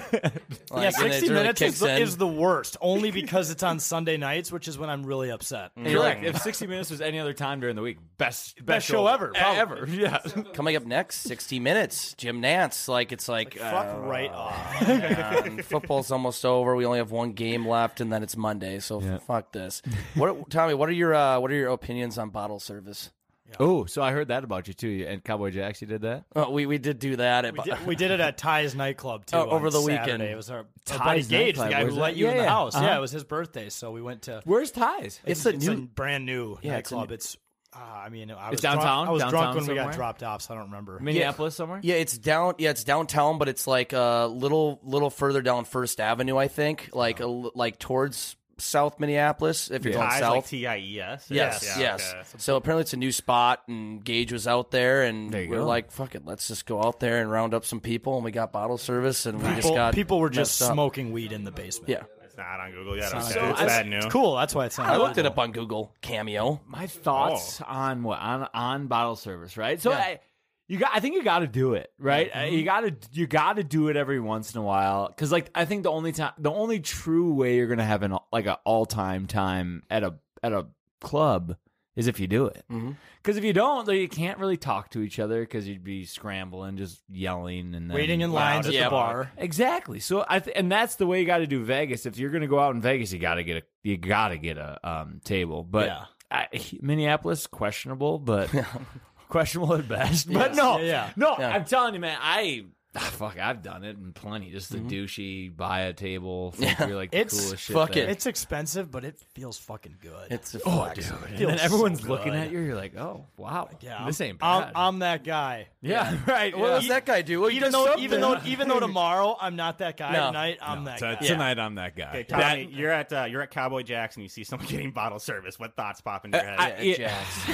Like, and it
60
really
minutes
kicks
is the,
in.
is the worst, only because it's on Sunday nights, which is when I'm really upset.
Mm.
And you're like, if 60 minutes was any other time during the week, best best,
Best show ever, probably.
ever. Yeah.
Coming up next, 60 Minutes, Jim Nance. Like, it's like,
fuck
uh,
right off. [LAUGHS]
man, football's almost over. We only have one game left, and then it's Monday. So fuck this. What, Tommy? What are your uh, what are your opinions on bottle service?
Oh, so I heard that about you too. And Cowboy Jacks, you did that?
Oh, we we did do that. At,
We did,
[LAUGHS]
we did it at Ty's nightclub too
Oh, over
on
the
Saturday.
weekend.
It was our, our
Ty's
buddy Gage, the
nightclub,
guy who
where's
let
that?
you in
Yeah,
the
yeah.
house. Yeah,
Uh-huh.
it was his birthday, so we went to.
Where's Ty's?
It's,
It's
a,
a
new,
new-
brand new
Yeah, it's a
nightclub.
new-
It's, uh, I mean, I was
It's downtown?
Drunk, I was drunk
Downtown
when we got
somewhere?
dropped off, so I don't remember.
Minneapolis somewhere?
Yeah, it's down. Yeah, it's downtown, but it's like a little little further down First Avenue, I think. Like a, li- like towards South Minneapolis, if you're
Yeah.
going
Ties,
south.
like TIES?
Yes,
Yeah,
yes.
okay.
So apparently it's a new spot, and Gage was out there, and we
you
were
go.
like, "Fuck it, let's just go out there and round up some people." And we got bottle service, and we just
People-
got
people were just
messed up.
smoking weed in the basement.
Yeah,
It's not on Google yet.
It's not
okay.
on
it's
Google.
bad news.
It's cool. That's why it's not.
I looked it up on Google Cameo.
My
Oh.
thoughts on what on on bottle service, right? So
Yeah.
I, you got, I think you got to do it, right? Uh,
Mm-hmm.
You got to you got to do it every once in a while because, like, I think the only time, the only true way you're gonna have an all- like an all time time at a at a club is if you do it. Because
Mm-hmm.
if you don't, then you can't really talk to each other because you'd be scrambling, just yelling and then
Waiting in lines at the
Yeah.
bar.
Exactly. So I th- and that's the way you got to do Vegas. If you're going to go out in Vegas, you got to get a you got to get a um, table. But
Yeah.
I, Minneapolis questionable,
[LAUGHS]
but questionable at best. But no,
Yeah, yeah.
no,
Yeah.
I'm telling you, man, I. ah, fuck, I've done it in plenty. Just the douchey, buy a table, think you're like the
Mm-hmm. It's
coolest shit. there.
It's expensive, but it feels fucking good.
It's a
oh, dude. And then
Feels
everyone's
so
looking
good.
at you. You're like, oh, wow,
Yeah,
this
I'm-
ain't
I'm,
bad.
I'm that guy. E-
yeah, [LAUGHS] right.
What
yeah.
does that guy do? Well, he
even
does
though,
something.
even though, even
[LAUGHS]
though tomorrow I'm not that guy.
No.
Tonight I'm that guy.
I'm that guy.
Okay, Tommy, you're at uh, you're at Cowboy Jack's and you see someone [LAUGHS] getting bottle service. What thoughts pop
Uh,
in your head?
I- Yeah,
[LAUGHS]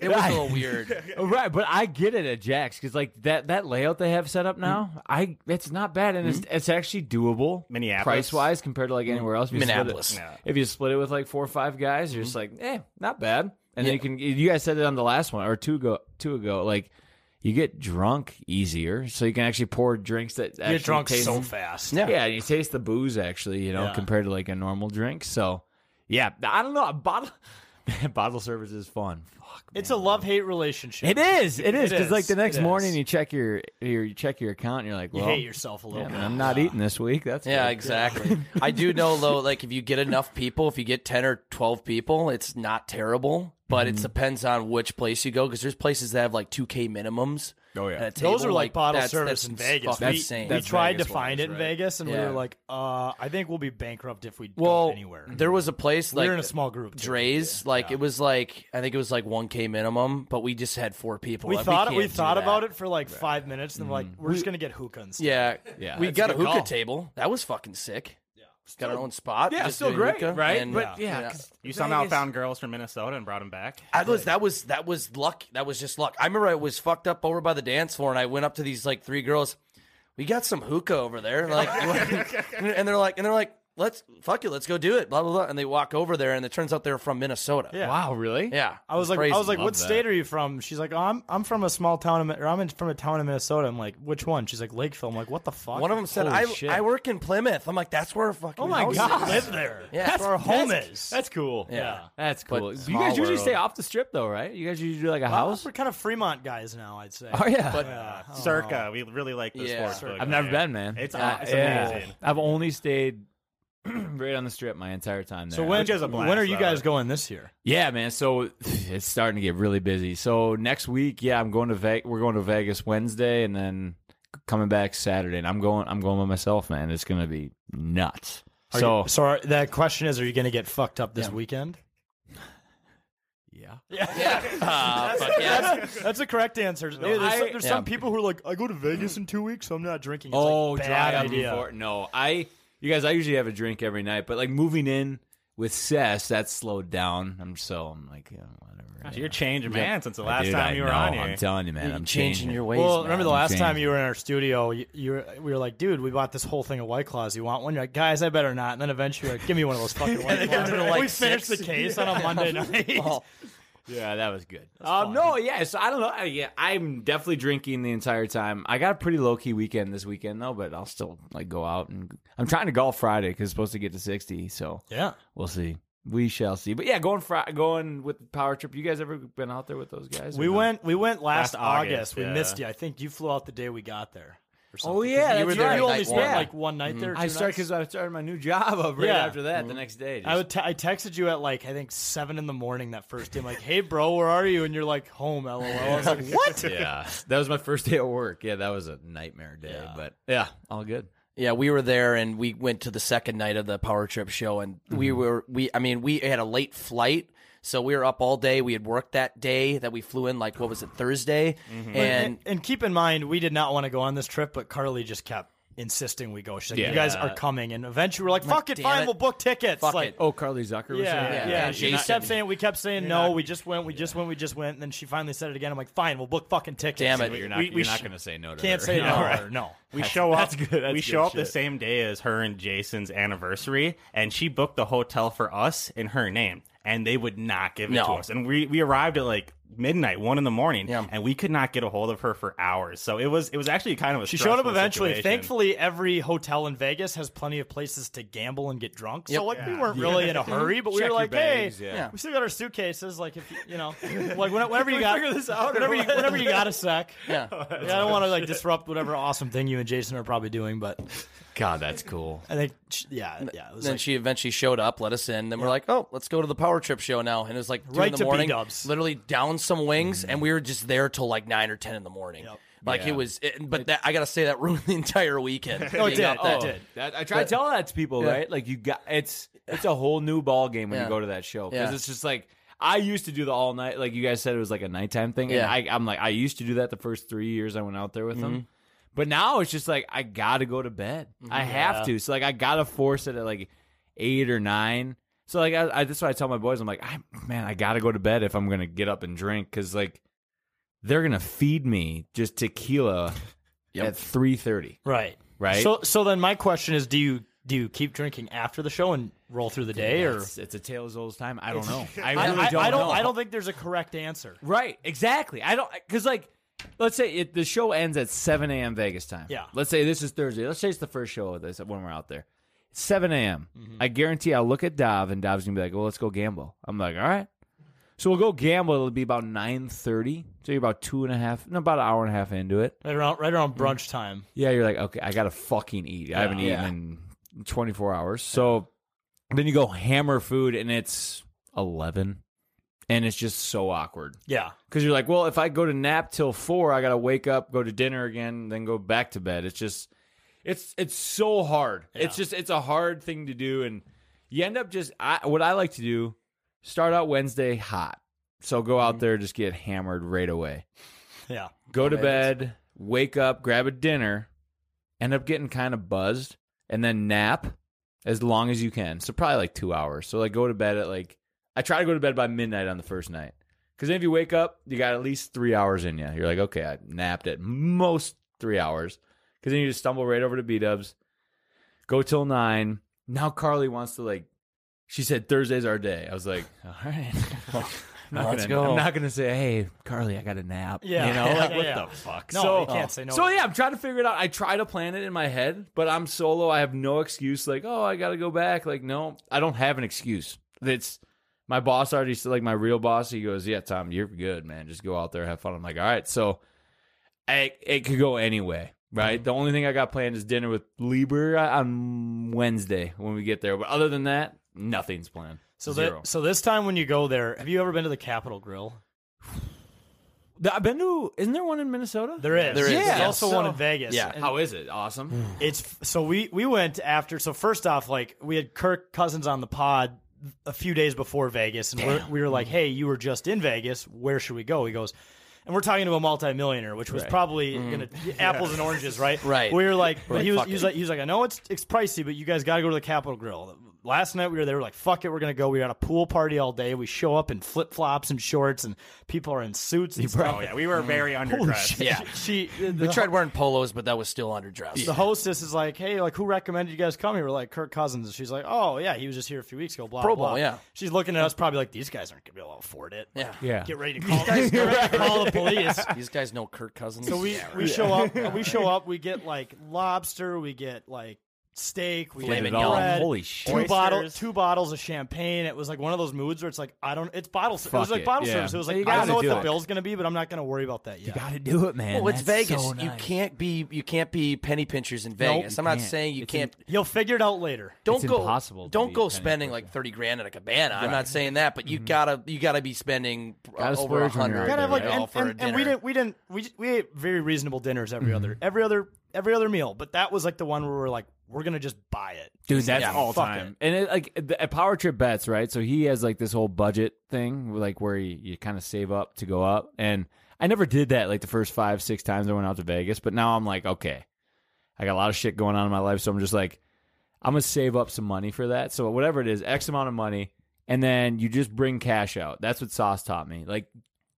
It was a little weird.
Oh, right, but I get it at Jack's because like that that layout they have set up now, I it's not bad and it's it's actually doable.
Minneapolis.
price wise compared to like anywhere else. If you split it-
Minneapolis. Yeah.
If you split it with like four or five guys, you're just like, eh, not bad. And then
Yeah.
you can you guys said it on the last one or two ago two ago like. You get drunk easier, so you can actually pour drinks that actually
drunk
taste-
so fast.
Yeah, and you taste the booze actually, you know,
Yeah.
compared to like a normal drink. So, yeah, I don't know. a Bottle [LAUGHS] bottle service is fun.
It's a love hate relationship.
It is. It is because like the
is.
next
It
morning
is.
you check your, your you check your account and you're like,
You
well,
hate yourself a little
yeah,
bit.
man, I'm not eating this week. That's
Yeah,
good.
exactly.
[LAUGHS]
I do know though, like if you get enough people, if you get ten or twelve people, it's not terrible. But
Mm-hmm.
it depends on which place you go because there's places that have like two k minimums.
Oh yeah,
Those are like bottle
that's,
service
that's
in Vegas.
fucking
we,
insane.
we tried to find it in Vegas, and we
Yeah.
were like, uh, "I think we'll be bankrupt if we go
well,
anywhere."
there was a place
We
like
were in a small group, too.
Dre's, like it was like I think it was like one k minimum, but we just had four people.
We
Like,
thought we
can't do
thought
that.
about it for like five minutes, and we're like, "We're just gonna get hookah instead."
Yeah,
Yeah.
We
That's
got a
a good
hookah
call.
table. That was fucking sick. Yeah, got our own spot.
Yeah,
just
still
doing
great,
hookah,
right?
and-
But yeah, 'cause
you somehow
Vegas-
found girls from Minnesota and brought them back.
I was that was that was luck. That was just luck. I remember I was fucked up over by the dance floor, and I went up [LAUGHS]
[LAUGHS]
to these like three girls. We got some hookah over there, like, and they're like, and they're like,
let's fuck it, let's go do it, blah blah blah. And they walk over there, and it turns out they're from Minnesota.
Yeah. Wow,
really? Yeah.
I was
It's
like,
crazy.
I was like, what state are you from? She's like, oh, I'm I'm from a small town, in Mi- or I'm in, from a town in Minnesota. I'm like, which one? She's like, Lakeville. I'm like, what the fuck?
One of them said,
Holy
I,
shit.
I work in Plymouth. I'm like, that's where our fucking
Oh my
house
God.
is.
[LAUGHS]
Live there.
Yeah,
That's
that's where our home is.
That's cool.
Yeah.
That's
But
cool. you
small
guys usually
world.
stay off the strip though, right? You guys usually do like a
Uh,
house.
We're kind of Fremont guys now, I'd say. uh,
Oh, yeah. But,
I don't
Circa,
know.
we really like the
Yeah.
sports book.
I've never
Yeah.
been, man.
It's,
Yeah.
aw- it's
Yeah.
amazing.
I've only stayed [CLEARS THROAT] right on the strip my entire time there.
So when,
which is a blast,
when are you
though.
guys going this year?
Yeah, man. So [SIGHS] it's starting to get really busy. So next week, yeah, I'm going to Vegas. We're going to Vegas Wednesday, and then coming back Saturday. And I'm going. I'm going by myself, man. It's gonna be nuts.
Are
so
you, so are, that question is, are you going to get fucked up this weekend?
Yeah.
Yeah.
Ah,
that's,
fuck yeah.
[LAUGHS] that's- that's the correct answer. Hey, there's some,
I-
there's some
Yeah.
people who are like, I go to Vegas in two weeks, so I'm not drinking. It's
oh,
like,
dry
bad
up
idea.
before- No, I. You guys, I usually have a drink every night, but like moving in with Sess, that's slowed down. I'm so I'm like yeah, whatever.
Gosh, [LAUGHS] you're a changed man since the
I-
last
dude,
time
I
you were
know.
on here.
I'm telling you, man,
You're
I'm
changing
changing
your
Well, remember the last time you were in our studio, you, you, were, we were like, dude, we bought this whole thing of White Claws. You want one? You're like, guys, I better not. And then eventually, you're like, give me one of those fucking
[LAUGHS]
White Claws. we finished the case on a Monday night.
Yeah, that was good. Um, no, yeah. So I don't know. I, yeah, I'm definitely drinking the entire time. I got a pretty low key weekend this weekend though, but I'll still like go out and I'm trying to golf Friday because it's supposed to get to 60. So
Yeah.
we'll see. We shall see. But yeah, going fri- going with the power trip. You guys ever been out there with those guys?
We
or no?
went. We went last,
Last
August.
August,
We
yeah.
missed you. I think you flew out the day we got there. or something,
Oh
'cause
yeah,
you
that's
were there.
right.
You only spent
Yeah.
like one night there.
I
two
started
nights.
because I started my new job [LAUGHS] up right
Yeah.
after that. The next day,
I would. T- I texted you at like I think seven in the morning that first day. I'm like, hey, bro, where are you? And you're like, home. LOL. I was like, what?
yeah, [LAUGHS] that was my first day at work. Yeah, that was a nightmare day, but yeah, all good.
Yeah, we were there and we went to the second night of the Power Trip show and
Mm-hmm.
we were we I mean, we had a late flight. So we were up all day. We had worked that day that we flew in like what was it Thursday?
Mm-hmm.
But-
And
and keep in mind, we did not want to go on this trip, but Carly just kept insisting we go. She's like,
Yeah.
you guys are coming, and eventually we're like,
I'm like,
fuck it,
"Damn
fine,
it.
we'll book tickets.
Fuck
like,
it. Oh, Carly Zucker was
yeah,
there? Yeah.
yeah. yeah.
Yeah,
She
you're
kept
not-
saying, we kept saying,
you're
no,
not-
we just went, we just went, we just went. And then she finally said it again. I'm like, fine, we'll book fucking tickets.
Damn it, you're not- you're not
sh-
gonna say no to
Can't
her.
say no.
No, [LAUGHS]
to
right.
her, No.
We show up.
that's good, that's
we
good
show up the
shit.
same day as her and Jason's anniversary, and she booked the hotel for us in her name, and they would not give it to
No.
us. And we we arrived at like midnight, one in the morning, and we could not get a hold of her for hours. So it was it was actually kind of a
She showed up
stressful
eventually.
situation.
Thankfully, every hotel in Vegas has plenty of places to gamble and get drunk. So
Yep.
like we
Yeah.
weren't
Yeah.
really
[LAUGHS]
in a hurry, but we
Check
were
your
like,
bags,
hey,
yeah. Yeah.
we still got our suitcases. Like if you [LAUGHS] know, like when- whenever you
we
got
figure this out Oh, or
whenever you,
what?
whenever you got a sec.
[LAUGHS]
Yeah,
I don't want to like disrupt whatever awesome thing you and Jason are probably doing, but
God, that's cool.
I think yeah, yeah. It was
then
like,
she eventually showed up, let us in. Then we're like, "Oh, let's go to the Power Trip show now." And it was like two
Right
in the
to
morning,
B-dubs.
literally down some wings, and we were just there till like nine or ten in the morning. Like
Yeah.
it was, it, but that, I gotta say that ruined the entire weekend.
[LAUGHS] Oh,
Being
it did.
up there.
That did. That, I try to tell that to people,
Yeah.
right? Like you got it's it's a whole new ball game when
Yeah.
you go to that show because
Yeah.
it's just like I used to do the all night. Like you guys said, it was like a nighttime thing,
Yeah.
and I, I'm like I used to do that the first three years I went out there with
Mhm.
them. But now it's just like I gotta go to bed. I
Mhm.
have
Yeah.
to. So like I gotta force it at like eight or nine. So like I, I that's why I tell my boys I'm like I man I gotta go to bed if I'm gonna get up and drink because like they're gonna feed me just tequila at three thirty.
right,
Right.
So so then my question is, do you do you keep drinking after the show and roll through the day, or
It's, it's a tale as old as time. I don't
[LAUGHS]
know. I
I,
really
I-
don't.
I don't.
know.
I don't think there's a correct answer.
Right. Exactly. I don't. Because like, let's say it, the show ends at seven a.m. Vegas time.
Yeah.
Let's say this is Thursday. Let's say it's the first show of this when we're out there. Seven a.m.
Mm-hmm.
I guarantee I'll look at Dav and Dav's gonna be like, "Well, let's go gamble." I'm like, "All right." So we'll go gamble. It'll be about nine thirty. So you're about two and a half, no, about an hour and a half into it.
Right around right around brunch time.
Yeah, you're like, okay, I gotta fucking eat. I haven't
Yeah.
eaten in 24 hours. So then you go hammer food, and it's 11, and it's just so awkward.
Yeah.
because you're like, well, if I go to nap till four, I gotta wake up, go to dinner again, then go back to bed. It's just, it's it's so hard. It's just it's a hard thing to do, and you end up just I, what I like to do. Start out Wednesday hot, so go out there just get hammered right away
Yeah.
go to
Right.
bed, wake up, grab a dinner, end up getting kind of buzzed, and then nap as long as you can. So probably like two hours. So like go to bed at like I try to go to bed by midnight on the first night because then if you wake up, you got at least three hours in you. You're like, okay, I napped at most three hours because then you just stumble right over to B Dubs, go till nine. now Carly wants to like. She said Thursday's our day. I was like, all right, [LAUGHS] I'm not
Let's
gonna,
go.
I'm not gonna say, hey, Carly, I got a nap.
Yeah.
you know, like
Yeah,
what
yeah.
the fuck.
No,
so,
you can't say no.
So yeah, I'm trying to figure it out. I try to plan it in my head, but I'm solo. I have no excuse. Like, oh, I got to go back. Like, no, I don't have an excuse. That's my boss already said. Like my real boss, he goes, yeah, Tom, you're good, man. Just go out there, have fun. I'm like, all right. So, I, it could go anyway. Right. Mm-hmm. The only thing I got planned is dinner with Lieber uh, on Wednesday when we get there. But other than that, nothing's planned.
So
Zero.
that, so this time when you go there, have you ever been to the Capitol Grill?
I've been to. Isn't there one in Minnesota?
There is.
There is.
There's
Yeah.
also
So-
one in Vegas.
Yeah. How is it? Awesome.
It's so we we went after. So first off, like we had Kirk Cousins on the pod a few days before Vegas, and we're,
Damn.
we were like, "Hey, you were just in Vegas. Where should we go?" He goes. And we're talking to a multimillionaire, which was
Right.
probably
Mm.
gonna
Yeah.
apples and oranges, right?
Right.
We were like,
Right,
but he was,
fuck
he was
it.
like, he was like, I know it's it's pricey, but you guys got to go to the Capitol Grill. Last night we were there, we're like, fuck it, we're gonna go. We were at a pool party all day. We show up in flip flops and shorts, and people are in suits. And stuff.
Oh, yeah,
[LAUGHS]
we were very
Holy
underdressed. [LAUGHS]
shit.
Yeah.
[LAUGHS] she.
we tried wearing polos, but that was still underdressed.
The hostess is like, "Hey, like who recommended you guys come here?" We're like, "Kirk Cousins." And she's like, "Oh yeah, he was just here a few weeks ago." Blah
Pro
blah.
Bowl, yeah.
She's looking at us, probably like, "These guys aren't gonna be able to afford it." Like,
Yeah.
Get ready to call, get ready to call [LAUGHS] the police.
These guys know Kirk Cousins.
So we we show up, we show up, we get like lobster, we get like steak, we
Flamin'
get
y'all.
bread,
Holy
two
shit.
bottles,
Oysters.
two bottles of champagne. It was like one of those moods where it's like, I don't, it's bottle, it
Fuck
was like
it,
bottle
yeah.
service. It was
So
like,
you
I don't
gotta
know what
do
the
it.
bill's gonna be, but I'm not gonna worry about that yet. You
gotta do it, man.
Well, it's Vegas. You can't be you can't be penny pinchers in Vegas.
you
I'm not
can't.
saying you
It's
can't.
You'll figure it out later.
Don't
It's
go.
impossible to
Don't
be
go
penny
spending like thirty grand at a cabana. I'm
Right. Mm-hmm.
not saying that, but you gotta you gotta be spending uh,
Gotta
over a
splurge when
hundred.
you're out there,
you
right?
know,
And-
for a
and, and we
dinner.
didn't we didn't we just, we ate very reasonable dinners
Mm-hmm.
every other every other every other meal, but that was like the one where we're like we're gonna just buy it,
Dude, that's
Yeah.
all
Fuck
time.
it.
And it, like the, at Power Trip Bets, right? So he has like this whole budget thing, like where you, you kind of save up to go up. And I never did that like the first five, six times I went out to Vegas. But now I'm like, okay, I got a lot of shit going on in my life. So I'm just like, I'm going to save up some money for that. So whatever it is, X amount of money. And then you just bring cash out. That's what Sauce taught me. Like,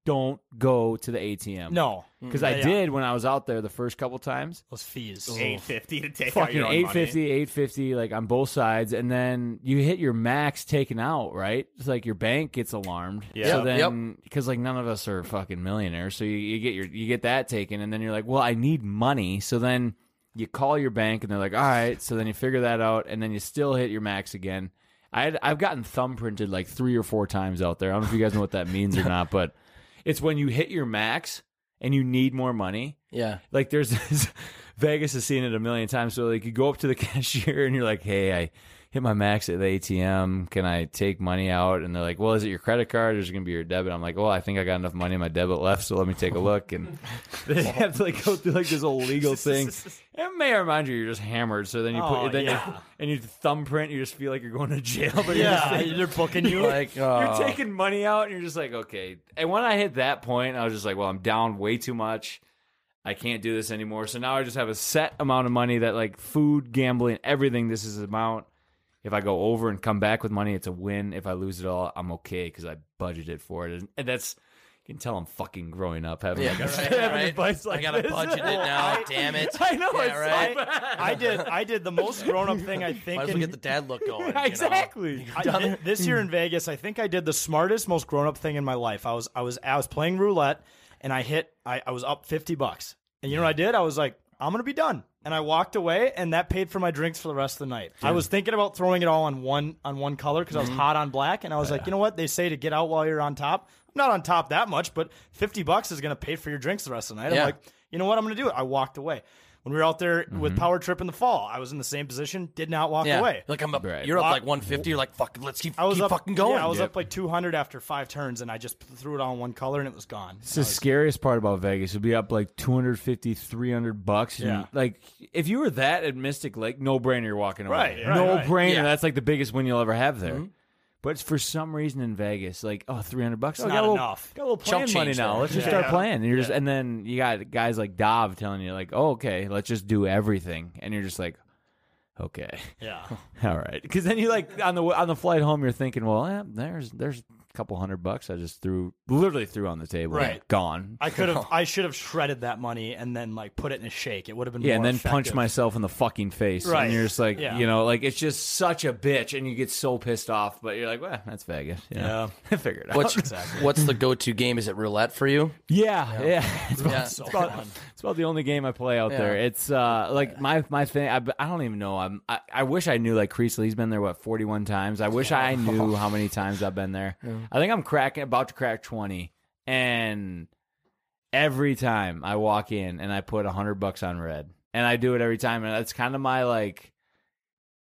don't go to the ATM.
No. Mm,
Because
Yeah,
I
yeah.
did when I was out there the first couple times.
Those fees,
$8.50 to take out
fucking
your own
850 850 like on both sides and then you hit your max taken out right it's like your bank gets alarmed
Yeah.
so
Yep.
then because like none of us are fucking millionaires so you, you get your you get that taken and then you're like well i need money so then you call your bank and they're like all right so then you figure that out and then you still hit your max again I had, i've gotten thumbprinted like three or four times out there i don't know if you guys know what that means
[LAUGHS]
or not but it's when you hit your max and you need more money
Yeah.
like there's [LAUGHS] this, Vegas has seen it a million times. So like you go up to the [LAUGHS] cashier and you're like, "Hey, I hit my max at the ATM. Can I take money out?" And they're like, "Well, is it your credit card or is it gonna be your debit?" I'm like, "Well, I think I got enough money in my debit left, so let me take a look." And [LAUGHS] they have to like go through like this whole legal
[LAUGHS]
thing. It may remind you you're just hammered. So then you put
Oh,
then
yeah.
you, and you thumbprint. You just feel like you're going to jail. [LAUGHS] But you're
Yeah,
just-
they're booking you.
Like
oh.
you're taking money out, and you're just like, okay. And when I hit that point, I was just like, well, I'm down way too much. I can't do this anymore. So now I just have a set amount of money that like food, gambling, everything. This is the amount. If I go over and come back with money, it's a win. If I lose it all, I'm okay because I budgeted for it, and, and that's you can tell I'm fucking growing up having like a having advice like
I gotta
this.
budget it
[LAUGHS]
now. damn it!
[LAUGHS] I know
Yeah,
it's
right.
so bad.
I did I did the most grown up thing I think.
Might as well
in-
get the dad look going.
[LAUGHS]
you know?
exactly.
I- thi- this year in Vegas, I think I did the smartest, most grown up thing in my life. I was I was I was playing roulette and I hit I, I was up fifty bucks. And you know what I did? I was like, I'm gonna be done. And I walked away and that paid for my drinks for the rest of the night. I
Dude.
was thinking about throwing it all on one on one color because I was
Mhm.
hot on black and I was like, you know what? They say to get out while you're on top. I'm not on top that much, but fifty bucks is gonna pay for your drinks the rest of the night.
Yeah.
I'm like, you know what? I'm gonna do it. I walked away. When we were out there with Power Trip in the fall, I was in the same position, did not walk
Yeah.
away.
Like I'm up. You're up
Walk-
like 150. You're like fuck. Let's keep.
I was
keep
up,
fucking going.
yeah, I was up like 200 after five turns, and I just threw it all in one color, and it was gone.
It's the scariest part about Vegas. It'd be up like 250, 300 bucks. And
Yeah.
Like, if you were that at Mystic Lake, no brainer you're walking away.
Right, right,
no
right.
brainer.
Yeah.
That's like the biggest win you'll ever have there.
Mhm.
But it's for some reason in Vegas, like, oh, 300 bucks. oh,
It's
I
not
got a little-
enough.
Got a little playing money now. Let's just start playing. And, you're just, and then you got guys like Dov telling you, like, oh, okay, let's just do everything. And you're just like, okay.
Yeah. [LAUGHS]
[LAUGHS] All right, because then you like on the on the flight home, you're thinking, well, eh, there's there's couple hundred bucks I just threw, literally threw on the table.
Right.
Gone.
I could have, I [LAUGHS] should have shredded that money and then like put it in a shake. It would have been
Yeah, and
more
then punch
effective.
myself in the fucking face.
Right.
And you're just like,
Yeah.
you know, like it's just such a bitch, and you get so pissed off, but you're like, well, that's Vegas. you know? [LAUGHS] Figure it
[LAUGHS]
out.
What's, what's the go-to game? Is it roulette for you?
Yeah, yeah. [LAUGHS] It's,
about-
about,
it's so
it's, about,
fun.
the only game I play out
Yeah.
there. It's uh like my my thing. I, I don't even know. I'm, I I wish I knew. Like Creasley, he's been there what forty one times. I wish
[LAUGHS]
I knew how many times I've been there.
Yeah.
I think I'm cracking about to crack twenty, and every time I walk in and I put hundred bucks on red, and I do it every time, and that's kind of my like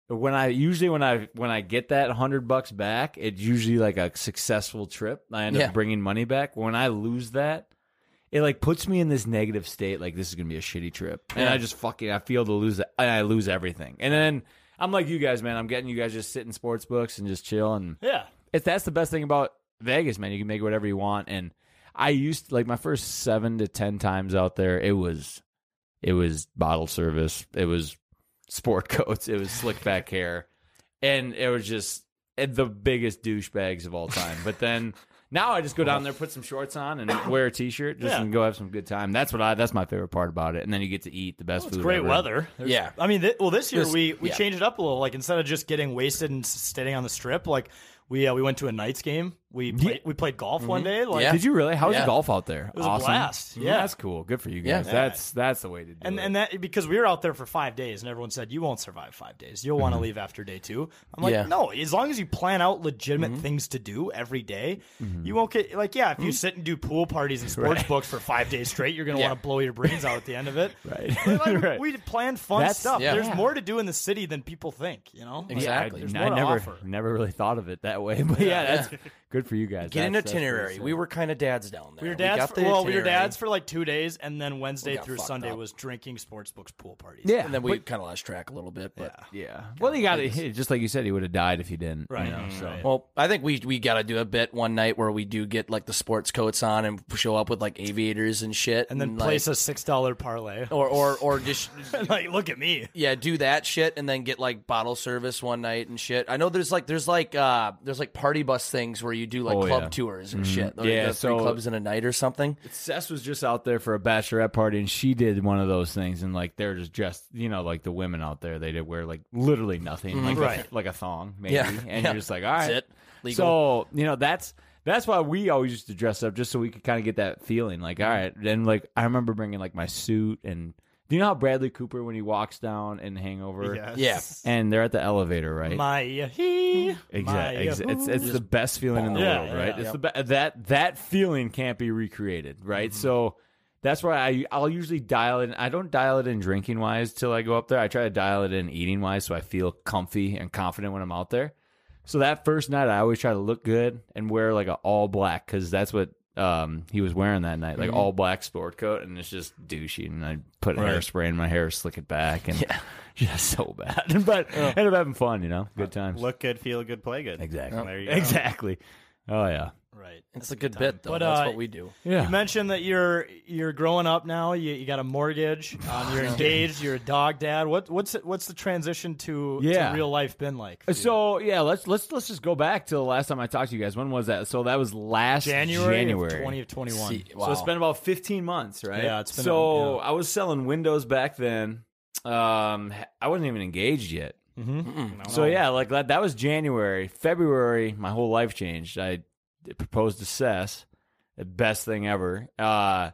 when I usually when I when I get that hundred bucks back, it's usually like a successful trip. I end
Yeah.
up bringing money back. When I lose that, it like puts me in this negative state. Like this is gonna be a shitty trip, and
Yeah.
I just fucking I feel to lose that, and I lose everything. And then I'm like you guys, man. I'm getting you guys just sit in sports books and just chill. And
Yeah.
if that's the best thing about Vegas, man, you can make whatever you want. And I used like my first seven to ten times out there, it was it was bottle service, it was sport [LAUGHS] coats, it was slick back hair, and it was just eh, the biggest douchebags of all time. But then now I just go down there, put some shorts on,
[COUGHS]
and wear a t-shirt, just
Yeah.
and go have some good time. That's what I. That's my favorite part about it. And then you get to eat the best
Well,
food.
Oh, it's great
ever.
weather. There's- I mean, th- well, this year
This-
we we
yeah.
changed it up a little. Like instead of just getting wasted and s- sitting on the strip, like we uh, we went to a nights game. We played, we played golf one day. Like,
Did you really? How was
Yeah.
the golf out there?
It was a
awesome. Mm-hmm.
blast. Yeah.
that's cool. Good for you
Yeah.
guys.
Yeah.
That's that's the way to do it.
And and that because we were out there for five days, and everyone said you won't survive five days. You'll want to
Mhm.
leave after day two. I'm like,
Yeah.
no. As long as you plan out legitimate
Mm-hmm.
things to do every day, you won't get like yeah. If you sit and do pool
[LAUGHS]
parties and sports
Right.
books for five days straight, you're gonna
Yeah.
want to blow your brains out at the end of it.
Right. [LAUGHS]
But, like, we- We, planned fun
That's-
stuff.
yeah.
There's
Yeah.
more to do in the city than people think. You know. Like,
Yeah,
there's
I, I
more to
never
offer.
never really thought of it that way, but yeah,
Yeah.
that's
Yeah.
good for you guys.
Get an
That's- that's pretty
itinerary.
sick.
We were kind of dads down there.
We were dads.
got
for,
the
well, we were
itinerary.
dads for like two days, and then Wednesday
got
through
fucked
Sunday
up.
was drinking sports books pool parties.
and then we kind of lost track a little bit, but
yeah. Well, he got it. [LAUGHS] Just like you said, he would have died if he didn't.
Right.
You know, so.
Well, I think we we got to do a bit one night where we do get like the sports coats on and show up with like aviators and shit,
and then place
like,
a six dollar parlay,
or or or just
like look
[LAUGHS]
at me.
yeah, do that shit and then get like bottle service one night and shit. I know there's like there's like uh there's like party bus things where you do like
Oh,
club
yeah.
tours and
Mhm.
shit. Like,
Yeah,
you got three
so-
clubs in a night or something.
Sess was just out there for a bachelorette party, and she did one of those things, and like they're just dressed, you know, like the women out there, they did wear like literally nothing,
Mhm.
like
Right.
a, like a thong maybe,
Yeah. [LAUGHS]
and
Yeah.
you're just like, all
That's
right,
it. Legal.
so you know that's that's why we always used to dress up just so we could kind of get that feeling, like
Mm-hmm.
all right, then like I remember bringing like my suit and. Do you know how Bradley Cooper when he walks down in Hangover?
Yes.
Yeah, and they're at the elevator, right?
My uh, he. uh,
Exactly. Ex- it's it's the best feeling in the
Yeah,
world,
yeah,
right?
yeah.
It's the be- that that feeling can't be recreated, right?
Mm-hmm.
So that's why I I'll usually dial it. In. I don't dial it in drinking wise till I go up there. I try to dial it in eating wise, so I feel comfy and confident when I'm out there. So that first night, I always try to look good and wear like an all black because that's what um he was wearing that night, like
Mhm.
all black sport coat, and it's just douchey. And I put
Right.
hairspray in my hair, slick it back, and [LAUGHS] just so bad. [LAUGHS] but ended up having fun, you know, good times.
Look good, feel good, play good.
Exactly.
There you go.
Exactly. Oh yeah.
Right.
It's a good bit though.
uh,
That's what we do.
Yeah.
You mentioned that you're you're growing up now. You, you got a mortgage.
[SIGHS]
Um, you're
Yeah.
engaged. You're a dog dad. What what's it- what's the transition to,
Yeah.
to real life been like?
So yeah, let's let's let's just go back to the last time I talked to you guys. When was that? So that was last
January,
January.
of twenty of twenty one.
See, So it's been about 15 months, right?
Yeah, it's been a-
so I was selling windows back then. Um, I wasn't even engaged yet.
Mm-hmm.
So yeah, like that, that was January, February. My whole life changed. I proposed to Sess, the best thing ever. Uh,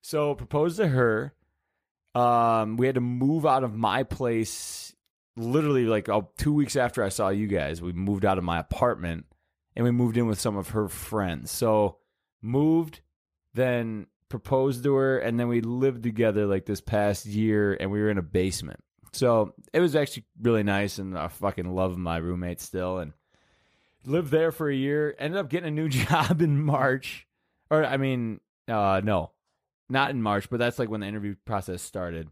so proposed to her. Um, we had to move out of my place. Literally, like uh, two weeks after I saw you guys, we moved out of my apartment and we moved in with some of her friends. So moved, then proposed to her, and then we lived together like this past year, and we were in a basement. So it was actually really nice, and I fucking love my roommate still, and lived there for a year. Ended up getting a new [LAUGHS] job in March, or I mean, uh, no, not in March, but that's like when the interview process started.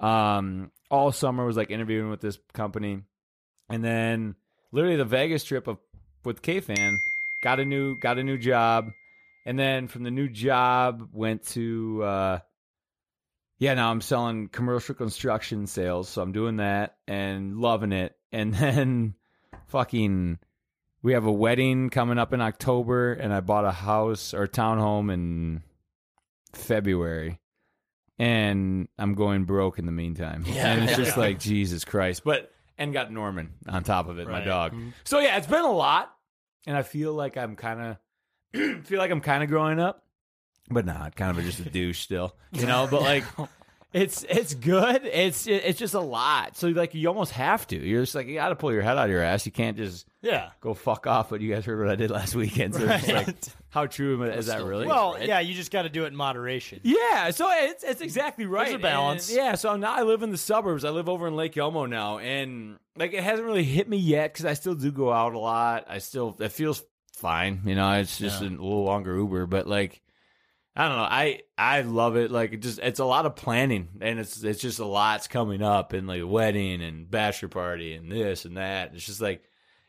Um, all summer was like interviewing with this company, and then literally the Vegas trip of with K fan got a new got a new job, and then from the new job went to uh, yeah now I'm selling commercial construction [LAUGHS] sales, so I'm doing that and loving it, and then fucking We have a wedding coming up in October, and I bought a house or townhome in February, and I'm going broke in the meantime.
Yeah. [LAUGHS]
and it's just
Yeah.
like Jesus Christ. But and got Norman on top of it, my
Right.
dog.
Mhm.
So yeah, it's been a lot, and I feel like I'm kind of [CLEARS THROAT] feel like I'm kind of growing up, but not kind of just a douche still, you know.
[LAUGHS]
But like, it's it's good. It's it's just a lot. So like, you almost have to. You're just like you got to pull your head out of your ass. You can't just
Yeah.
go fuck off. But you guys heard what I did last weekend. So it's just like,
[LAUGHS]
how true is that really?
Well, yeah, you just got to do it in moderation.
Yeah, so it's it's exactly right.
a balance.
And, yeah, so now I live in the suburbs. I live over in Lake Elmo now, and like it hasn't really hit me yet because I still do go out a lot. I still it feels fine, you know. It's just
Yeah.
a little longer Uber, but like I don't know. I I love it. Like it just it's a lot of planning, and it's it's just a lot's coming up, and like a wedding and bachelor party and this and that. It's just like.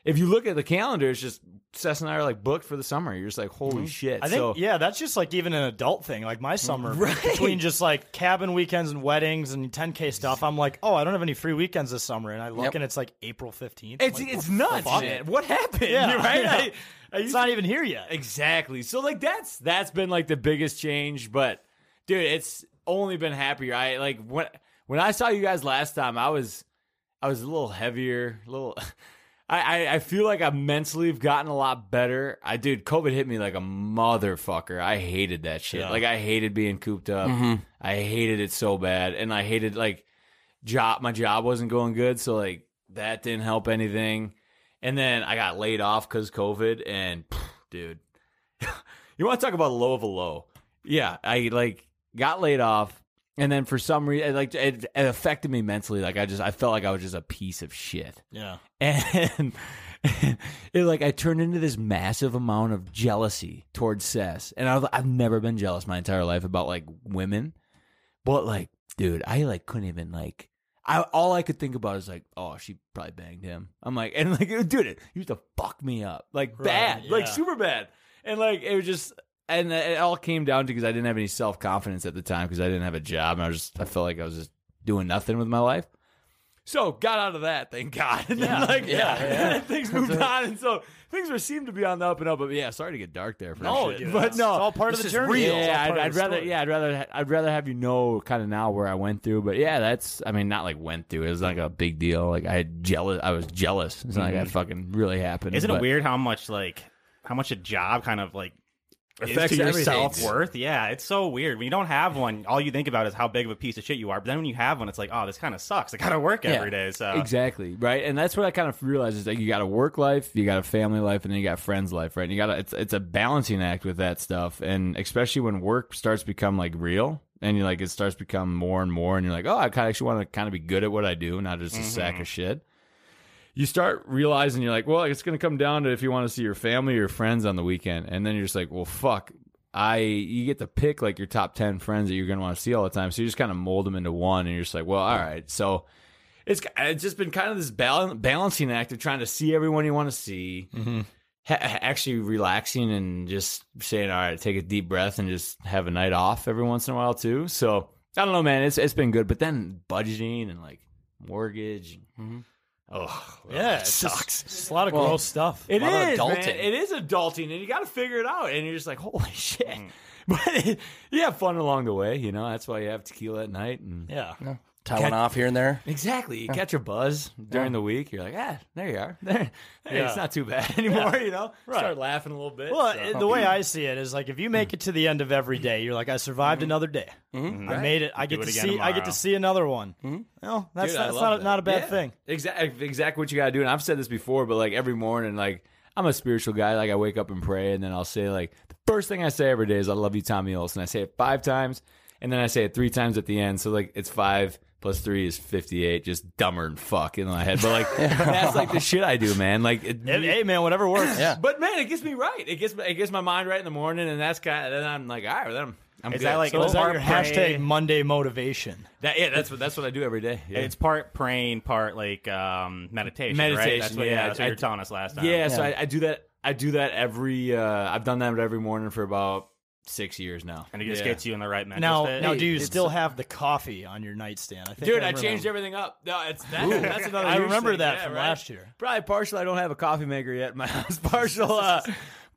If you look at the calendar, it's just Seth and I are like booked for the summer. You're just like, holy shit!
I think
so,
yeah, that's just like even an adult thing. Like my summer
[LAUGHS] Right.
between just like cabin weekends and weddings and 10k stuff, I'm like, oh, I don't have any free weekends this summer, and I look
Yep.
and it's like April 15th.
It's e
I'm like,
it's
"Oh,
nuts,
fuck."
man. What happened?
Yeah,
You're [LAUGHS] right.
yeah.
I, I used
it's not even here yet.
Exactly. So like that's that's been like the biggest change, but dude, it's only been happier. I like when when I saw you guys last time, I was I was a little heavier, a little. [LAUGHS] I, I, I feel like I mentally have gotten a lot better. I dude, COVID hit me like a motherfucker. I hated that shit.
Yeah.
Like I hated being cooped up.
Mhm.
I hated it so bad, and I hated like job. My job wasn't going good, so like that didn't help anything. And then I got laid off because COVID, and pff, dude, you want to talk about a low of a low? Yeah, I like got laid off, and then for some reason, like it, it affected me mentally. Like I just, I felt like I was just a piece of shit,
Yeah.
and [LAUGHS] it like I turned into this massive amount of jealousy towards Sess, and I was, I've never been jealous my entire life about like women, but like, dude, I like couldn't even like. I, all I could think about is like, oh, she probably banged him. I'm like, and like, dude, it used to fuck me up, like bad, like
yeah.
super bad, and like it was just, and it all came down to because I didn't have any self confidence at the time because I didn't have a job and I was just, I felt like I was just doing nothing with my life. So got out of that, thank God. [LAUGHS] And then, like, yeah, and then [LAUGHS] things moved on, and so things were seemed to be on the up and up. But yeah, sorry to get dark there for
No,
shit.
dude,
but
it's
no,
all part of This the is journey. real. It's all
Yeah, I'd,
part of
I'd
the
rather,
story.
yeah, I'd rather, I'd rather have you know kind of now where I went through. But yeah, that's, I mean, not like went through. It was like a big deal. Like I had jealous, I was jealous. It's not like
Mhm.
that
Mm-hmm.
fucking really happened.
Isn't
but-
it weird how much like how much a job kind of like is
Affects
to your
everything.
self worth? Yeah, it's so weird. When you don't have one, all you think about is how big of a piece of shit you are. But then when you have one, it's like, oh, this kind of sucks. I got to work
Yeah.
every day. So
exactly right, and that's what I kind of realized is like you got a work life, you got a family life, and then you got friends life, right? And you got to it's it's a balancing act with that stuff, and especially when work starts to become like real, and you like it starts to become more and more, and you're like, oh, I kind of actually want to kind of be good at what I do, not just a sack of shit. You start realizing you're like, well, it's going to come down to if you want to see your family or your friends on the weekend, and then you're just like, well, fuck. I you get to pick like your top ten friends that you're gonna want to see all the time, so you just kind of mold them into one, and you're just like, well, all right. So it's it's just been kind of this bal- balancing act of trying to see everyone you want to see,
Mm-hmm.
ha- actually relaxing and just saying, all right, take a deep breath and just have a night off every once in a while too. So I don't know, man. It's it's been good, but then budgeting and like mortgage. And, Oh,
Mm-hmm. Yeah,
it
it's just-
sucks.
it's a lot of gross stuff.
It
A lot of
is, man.
adulting.
It is adulting, and you got to figure it out. And you're just like, holy [LAUGHS] shit.
Mm-hmm.
But you have fun along the way, you know. That's why you have tequila at night and
yeah,
Tie one off here and there.
Exactly. You
Yeah.
catch a buzz during
Yeah.
the week. You're like, ah, there you are. [LAUGHS] There, there,
Yeah.
It's not too bad anymore,
Yeah.
you know?
Right.
Start laughing a little bit.
Well,
so. Mm-hmm.
it- Uh, the way I see it is like if you make it to the end of every day, you're like, I survived another day.
Mm-hmm.
Mhm.
I
Right.
made it. I
Mm-hmm. Do
get
it
to see.
again
I get
tomorrow.
to see another one. Well, that's
Dude, I
that's
love
not
that.
a, not a bad
Yeah.
thing.
Exactly, exactly what you got to do. And I've said this before, but like every morning, like I'm a spiritual guy. Like I wake up and pray, and then I'll say like the first thing I say every day is "I love you, Tommy Olson." I say it five times, and then I say it three times at the end. So like it's five plus three is fifty-eight. Just dumber and fuck in my head, but
[LAUGHS]
like that's like the shit I do, man. Like it,
Hey, hey, man, whatever works.
But man, it gets me right. It gets it gets my mind right in the morning, and that's kind. Of, then I'm like, all right, then I'm. I'm good.
so is that your hashtag Monday motivation?
That, yeah, that's what that's what I do every day. Yeah.
It's part praying, part like um, meditation. right?
Meditation,
That's what,
yeah.
that's what
I-
you were telling us last time.
Yeah, so I, I do that. I do that every. Uh, I've done that every morning for about six years now,
and it just gets you in the right mental
Now,
state.
now, do you
It's-
still have the coffee on your nightstand? I think
Dude, I,
remember
changed
that.
everything up. No, it's that,
Ooh.
that's another.
I
huge
remember
thing.
that
Yeah,
from
right?
last year.
Probably partial. I don't have a coffee maker yet in my [LAUGHS]
[LAUGHS]
house. Partial. Uh,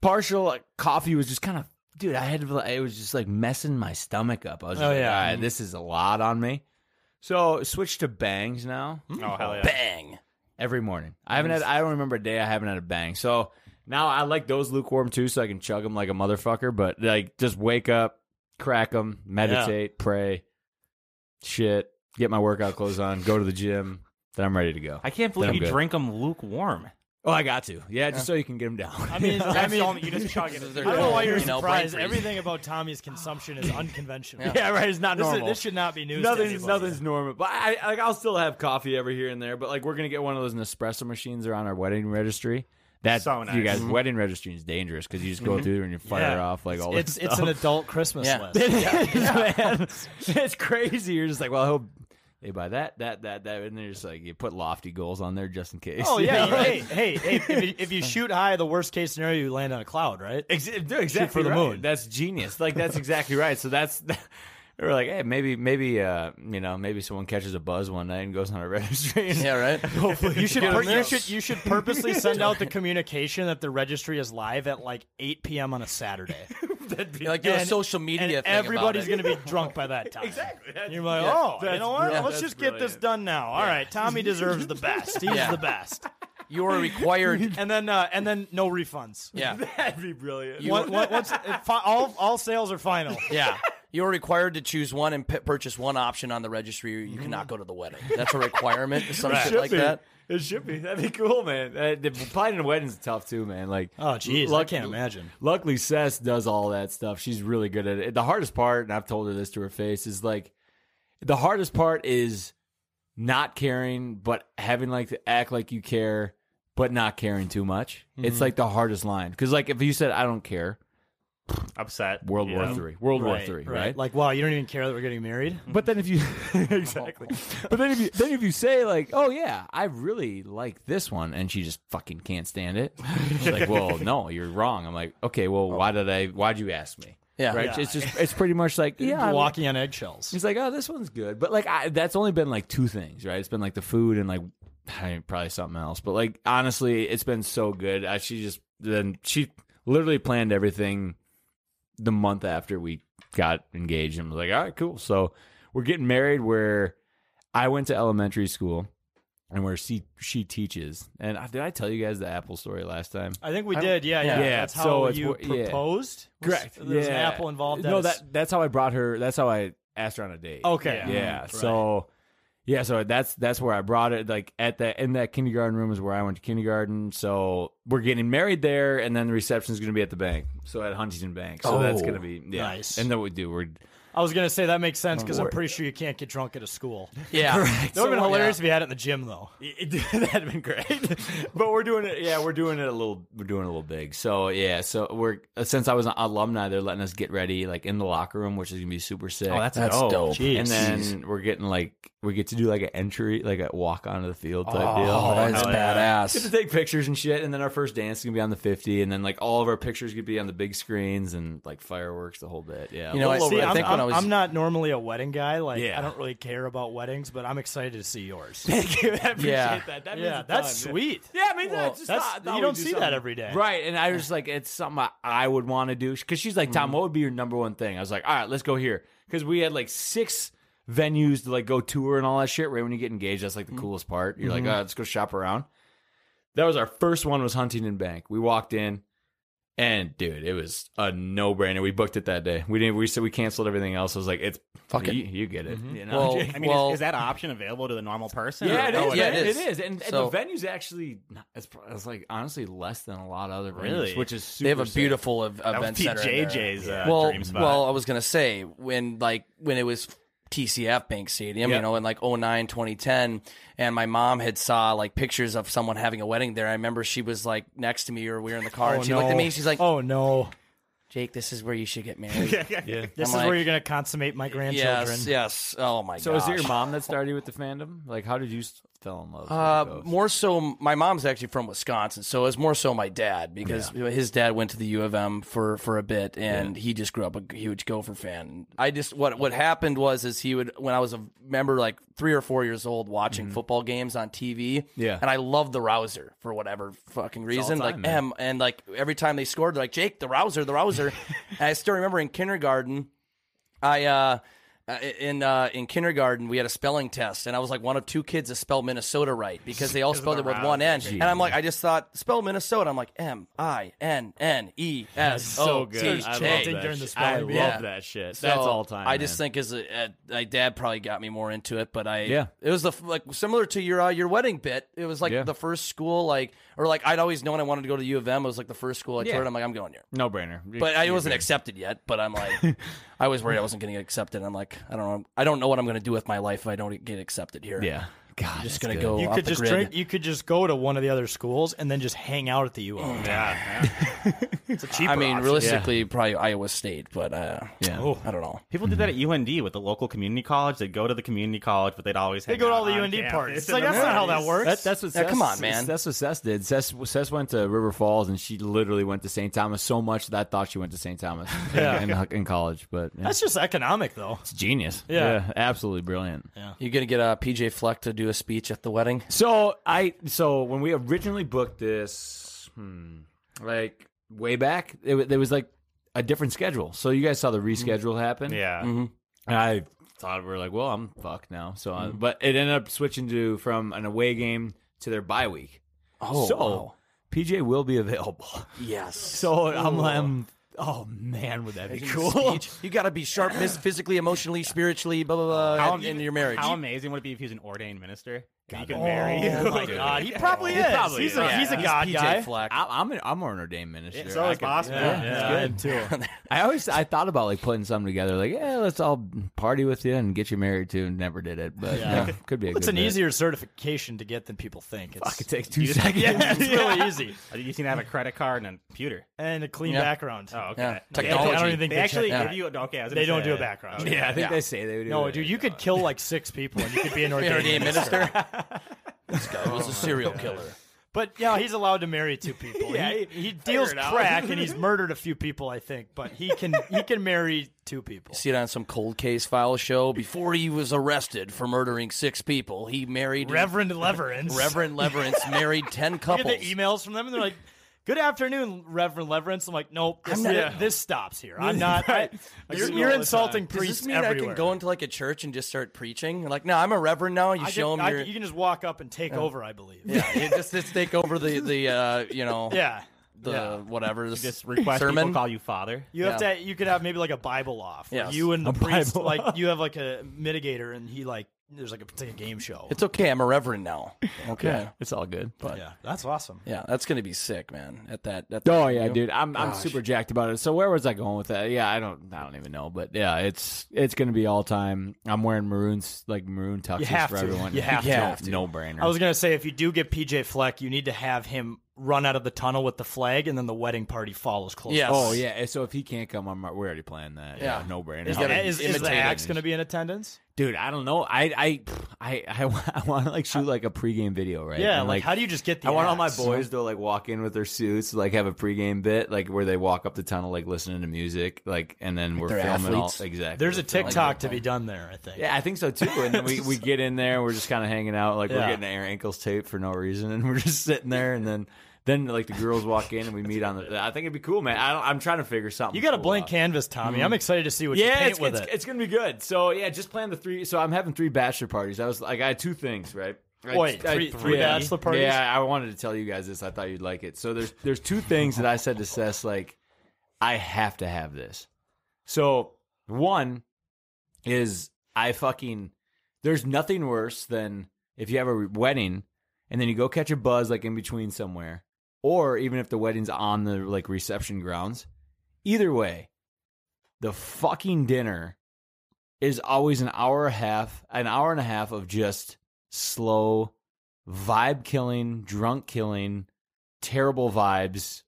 partial uh, coffee was just kind of. Dude, I had it was just like messing my stomach up. I was just
Oh,
like,
yeah.
all right, this is a lot on me. So switch to bangs
Hmm.
now.
Oh, hell yeah.
Bang every morning. I haven't had. I don't remember a day I haven't had a bang. So now I like those lukewarm too, so I can chug them like a motherfucker. But like, just wake up, crack them, meditate, pray, shit, get my workout clothes on, go to the gym, then I'm ready to go.
I can't believe you drink them lukewarm.
Oh, I got to. Yeah, just so [LAUGHS] you can get them down.
I [LAUGHS] mean, I
That's the
mean,
only- you just chug
[LAUGHS]
it.
I don't know why you're
You know, brain
surprised.
freeze.
Everything about Tommy's
[LAUGHS]
consumption is unconventional. [LAUGHS]
Yeah. right. It's not
This is-
normal.
this should not be news. to
Nothing's
anybody.
nothing's normal. But I, I like I'll still have coffee every here and there. But like we're gonna get one of those Nespresso machines that are on our wedding registry. That's
So nice.
you guys.
Mhm.
Wedding registry is dangerous because you just go
Mhm.
through and you fire
Yeah.
off like all
It's-
this.
it's an adult Christmas
yeah.
list.
It
[LAUGHS]
is,
Yeah.
man. [LAUGHS] It's crazy. You're just like, well, I hope they buy that, that, that, that, and they're just like, you put lofty goals on there just in case. [LAUGHS]
Oh
You
yeah,
know, right?
hey, hey, hey, if, you- [LAUGHS] if you shoot high, the worst case scenario, you land on a cloud, right?
exactly
shoot for the
right.
moon.
That's genius. Like that's exactly right. So that's [LAUGHS] we're like, hey, maybe maybe uh, you know, maybe someone catches a buzz one night and goes on a [LAUGHS] registry.
[LAUGHS]
And
Yeah,
[LAUGHS]
right.
Hopefully,
You should, pur- you should you should purposely send
[LAUGHS]
out the communication that the registry is live at like 8 p.m. on
[LAUGHS]
a Saturday.
You're like do a
And-
social media
and
thing. about
everybody's
it.
going to be drunk by that time. exactly. You're like,
yeah,
oh, you
that's
know what?
brilliant.
Let's
That's
just get this done now. All right, Tommy deserves the best. He's
Yeah.
the best.
You are
[LAUGHS]
required. [LAUGHS]
And then uh, and then no refunds.
Yeah.
That'd be brilliant.
What- what- what's- if fi- all all sales are final.
Yeah. You are required to choose one and p- purchase one option on the registry. or You
Mm-hmm.
cannot go to the wedding. That's a requirement. Some
It
shit
should
like
be.
that.
It should be. That'd be cool, man. That- the- Planning a wedding's tough too, man. Like,
Oh, jeez, I
luck-
can't imagine.
Luckily, Sess does all that stuff. She's really good at it. The hardest part, and I've told her this to her face, is like the hardest part is not caring, but having like to act like you care, but not caring too much. It's
Mm-hmm.
Mhm.
like the hardest line because, like, if you said I don't care,
Upset.
World War
Yeah.
Three, World War Three, right?
Like, wow, you don't even care that we're getting married.
[LAUGHS] But then if you exactly, but then if you then if you say like, oh yeah, I really like this one, and she just fucking can't stand it. She's like, [LAUGHS] well, no, you're wrong. I'm like, okay, well, why did I? Why'd you ask me?
Yeah.
right.
Yeah.
It's just it's pretty much
[LAUGHS]
like yeah, I-
walking on eggshells.
He's like, oh, this one's good, but like I, that's only been like two things, right? It's been like the food and like I mean, probably something else, but like honestly, it's been so good. I, she just then she literally planned everything the month after we got engaged and was like, all right, cool. So we're getting married where I went to elementary school and where she she teaches. And I, did I tell you guys the Apple story last time?
I think we did. Yeah, yeah. That's how
so it's
you
wh- yeah.
proposed. Was-
Correct.
There's an
Yeah.
apple involved.
No,
is-
that that's how I brought her. That's how I asked her on a date.
Okay.
Yeah.
Yeah. Right.
So yeah, so that's that's where I brought it. Like at that in that kindergarten room is where I went to kindergarten. So we're getting married there, and then the reception is going to be at the bank. So at Huntington Bank. So that's
Oh,
going to be yeah.
nice.
And then we do. We're
I was gonna say that makes sense because I'm
Lord.
pretty sure you can't get drunk at a school. [LAUGHS]
Yeah.
that would
Correct.
have been
So,
hilarious
yeah.
if you had it in the gym though.
That'd been [LAUGHS] great. but we're doing it. Yeah, we're doing it a little. We're doing it a little big. So yeah. So we're since I was an alumni, they're letting us get ready like in the locker room, which is gonna be super sick.
Oh, that's That's dope. dope.
And
Jeez.
then we're getting like we get to do like an entry, like a walk onto the field type
Oh,
deal.
that's
Hell yeah.
badass.
Get to take pictures and shit. And then our first dance is gonna be on the fifty, and then like all of our pictures could be on the big screens and like fireworks, the whole bit. Yeah.
You know, I
Little
see-
over-
I
I'm,
think when
I'm-
I was-
I'm not normally a wedding guy. Like
Yeah.
I don't really care about weddings, but I'm excited to see yours.
[LAUGHS] Thank you. I appreciate
yeah.
that. That means
yeah,
a
that's
ton.
sweet.
Yeah, I mean,
Well,
that's just
that's-
thought- thought
you
we'd
don't
do
see that
something.
every day,
right? And I was just like, it's something I, I would want to do because she's like,
Mm-hmm.
Tom, what would be your number one thing? I was like, all right, let's go here because we had like six venues to like go tour and all that shit. Right when you get engaged, that's like the coolest part. You're like,
Mhm.
oh, let's go shop around. That was our first one was Huntington Bank. We walked in. And dude, it was a no brainer. We booked it that day. We didn't. We said we canceled everything else. I was like, "It's
Fuck it.
you, you get it."
Mm-hmm.
You know?
Well, [LAUGHS] I mean, is, is that option available to the normal person?
Yeah, it
Or-
is.
Oh,
man. it is. And, and
So-
the venue's actually not- it's, pro- it's like honestly less than a lot of other venues,
Really?
which is super
They have a
sick.
beautiful ev- event center. in there.
uh,
uh,
well, well, I was gonna say when like when it was TCF Bank Stadium,
Yeah.
you know, in like 09, 2010, and my mom had saw like pictures of someone having a wedding there. I remember she was like next to me or we were in the car,
Oh,
and she
no.
looked at me. and She's like,
"Oh no,
Jake, this is where you should get married." I'm
This is
like,
where you're gonna consummate my grandchildren.
Yes, yes. Oh my
So is it your
gosh.
mom that started you with the fandom? Like, how did you s- fell in love?
Uh, more so, my mom's actually from Wisconsin, so it's more so my dad because his dad went to the U of M for, for a bit, and he just grew up a huge Gopher fan. I just what what happened was is he would when I was a member like three or four years old watching
Mhm.
football games on TV,
Yeah.
and I loved the Rouser for whatever fucking
all
reason,
time,
like
man.
M, and like every time they scored, they're like Jake the Rouser, the
[LAUGHS]
Rouser, and I still remember in kindergarten. I uh in uh in kindergarten we had a spelling test and I was like one of two kids that spelled Minnesota right because they all
Because of
spelled
the
it with
round.
one N. And I'm like
Jeez.
I just thought spell Minnesota. I'm like M I N N E S
so
O
good.
T
I love
K.
that During the shit. spelling I bee. love that shit. That's all time,
I just
man.
think as a, a, my dad probably got me more into it, but I
Yeah.
it was the f- like similar to your uh, your wedding bit. It was like
Yeah.
the first school like or like I'd always known I wanted to go to U of M. It was like the first school I
Yeah.
toured. I'm like I'm going here.
No brainer.
But I wasn't accepted yet. But I'm like, I was worried I wasn't going to get accepted. I'm like, I don't know. I don't know what I'm going to do with my life if I don't get accepted here.
Yeah.
God, just going to
good.
go.
You
off
could
the
just
grid.
drink. You could just go to one of the other schools and then just hang out at the U.
yeah.
it's a
I mean, realistically, probably Iowa State, but uh,
yeah,
I don't know.
People did that at UND with the local community college. They'd go to the community college, but they'd always
They
hang
go to
out
all the
on
UND
campus
parties. It's
in
like,
the
that's not how that
mornings.
works.
That, that's what.
Yeah,
Sess,
come on, man.
That's what Sess did. Sess, Sess went to River Falls, and she literally went to St. Thomas so much that I thought she went to St.
[LAUGHS]
Thomas
Yeah.
in, in college. But yeah.
That's just economic, though.
It's genius.
Yeah.
absolutely brilliant.
Yeah.
You gonna get uh, PJ Fleck to do a speech at the wedding?
So I so when we originally booked this, hmm, like way back, it, wa- there was like a different schedule. So you guys saw
Mm-hmm.
the reschedule happen.
Yeah.
Mm-hmm.
Mhm. And I thought we were like, well, I'm fucked now. So, I,
Mm-hmm.
Mhm.
but it ended up switching to from an away game to their bye week.
Oh,
so
wow.
PJ will be available. [LAUGHS]
Yes.
So I'm,
Ooh.
I'm oh man, would that be
Imagine
cool?
the speech. You got to be sharp, miss physically, emotionally, spiritually, blah blah blah,
How,
and, and your marriage.
How amazing would it be if he was an ordained minister? God, he could
oh
marry [LAUGHS] you.
my God, he probably is. He's a- he's a God
PJ
guy.
Fleck. [LAUGHS] I, I'm an, I'm an ordained minister.
Yeah, so is
I could-
Boss Man. Yeah,
it's
I
good
[LAUGHS]
too. I always I thought about like putting something together, like yeah, let's all party with you and get you married too. and Never did it, but yeah. could be. A
Well, it's
good
an
bit.
easier certification to get than people think. It's, Fuck,
it takes two
you just- [LAUGHS]
seconds.
Yeah,
[LAUGHS]
it's really easy.
You seem to have a credit card and a computer
And a clean
Yeah.
background.
Oh, okay.
Yeah.
They-
Eh, Technology. I don't even think
they
they
actually
check
give
that.
you. Okay, I was
They don't
gonna say-
do a background
Okay.
check. Yeah, I think they
say they do
No,
it.
dude, you could kill like six people and you could be an
Be an
ordained,
ordained minister. This guy was a
my
serial
God.
killer.
But yeah, he's allowed to marry two people.
Yeah,
he,
he-
he
figure
deals
it out.
crack and he's murdered a few people, I think. But he can he can marry two people.
See it on some cold case file show. Before he was arrested for murdering six people, he married
Reverend Leverance.
[LAUGHS] Reverend Leverance married
[LAUGHS]
ten
I
couples.
get the emails from them and they're like, "Good afternoon, Reverend Leverance." I'm like, "Nope, this,
I'm not-
yeah, this stops here.
[LAUGHS]
I'm not. I, you're you're insulting
Does
priests
this mean
everywhere."
I can go into like a church and just start preaching? You're like, no, I'm a reverend now. You
I
show
can-
them
I
your.
can- you can just walk up and take
Yeah.
over. I believe.
yeah, you just, just take over the the uh, you know.
[LAUGHS] Yeah.
The
Yeah.
whatever. The [LAUGHS]
just request people
sermon.
call you father.
You have to. You could have maybe like a Bible off. where
Yes.
You and the
A
priest,
Bible
like you have like a mitigator, and he like there's like a, it's like a game show.
It's okay. I'm a reverend [LAUGHS] now. Okay,
Yeah,
it's all good.
But
yeah, that's awesome.
yeah, that's gonna be sick, man. At that. At
Oh
that
yeah,
venue.
dude. I'm I'm
Gosh.
super jacked about it. So where was I going with that? Yeah, I don't I don't even know, but yeah, it's it's gonna be all time. I'm wearing maroons like maroon tuxes
You have
for
to.
everyone. [LAUGHS]
You have
No-
to.
No brainer.
I was gonna say if you do get PJ Fleck, you need to have him run out of the tunnel with the flag, and then the wedding party follows close.
Oh yeah. and So if he can't come, I'm we're already playing that. Yeah.
Yeah.
no brainer.
Is,
I'll
the-
be
is- is the
imitating.
axe gonna be in attendance?
Dude, I don't know. I I I I, wa- I want to like shoot like a pregame video, right?
Yeah,
And,
like, how do you just get the
I want all my
axe?
boys to like walk in with their suits, like have a pregame bit, like where they walk up the tunnel, like listening to music, like and then we're
They're
filming
athletes.
all exactly.
There's a
we're filming-
TikTok to be done there. I think.
Yeah, I think so too. And then we,
[LAUGHS]
we get in there, we're just kind of hanging out, like
Yeah.
we're getting our ankles taped for no reason, and we're just sitting there, and then then like the girls walk in and we meet on the. I think it'd be cool, man. I don't, I'm trying to figure something.
You got a
cool
blank
out.
canvas, Tommy.
Mhm.
I'm excited to see what you
yeah,
paint
it's,
with
it's,
it.
it's gonna be good. So yeah, just plan the three. So I'm having three bachelor parties. I was like, I had two things, right? I-
Wait,
I-
three- three
yeah.
bachelor parties?
Yeah, I wanted to tell you guys this. I thought you'd like it. So there's there's two things that I said to Sess like, I have to have this. So one is I fucking there's nothing worse than if you have a wedding and then you go catch a buzz like in between somewhere, or even if the wedding's on the like reception grounds. Either way, the fucking dinner is always an hour and a half, an hour and a half of just slow, vibe killing, drunk killing, terrible vibes.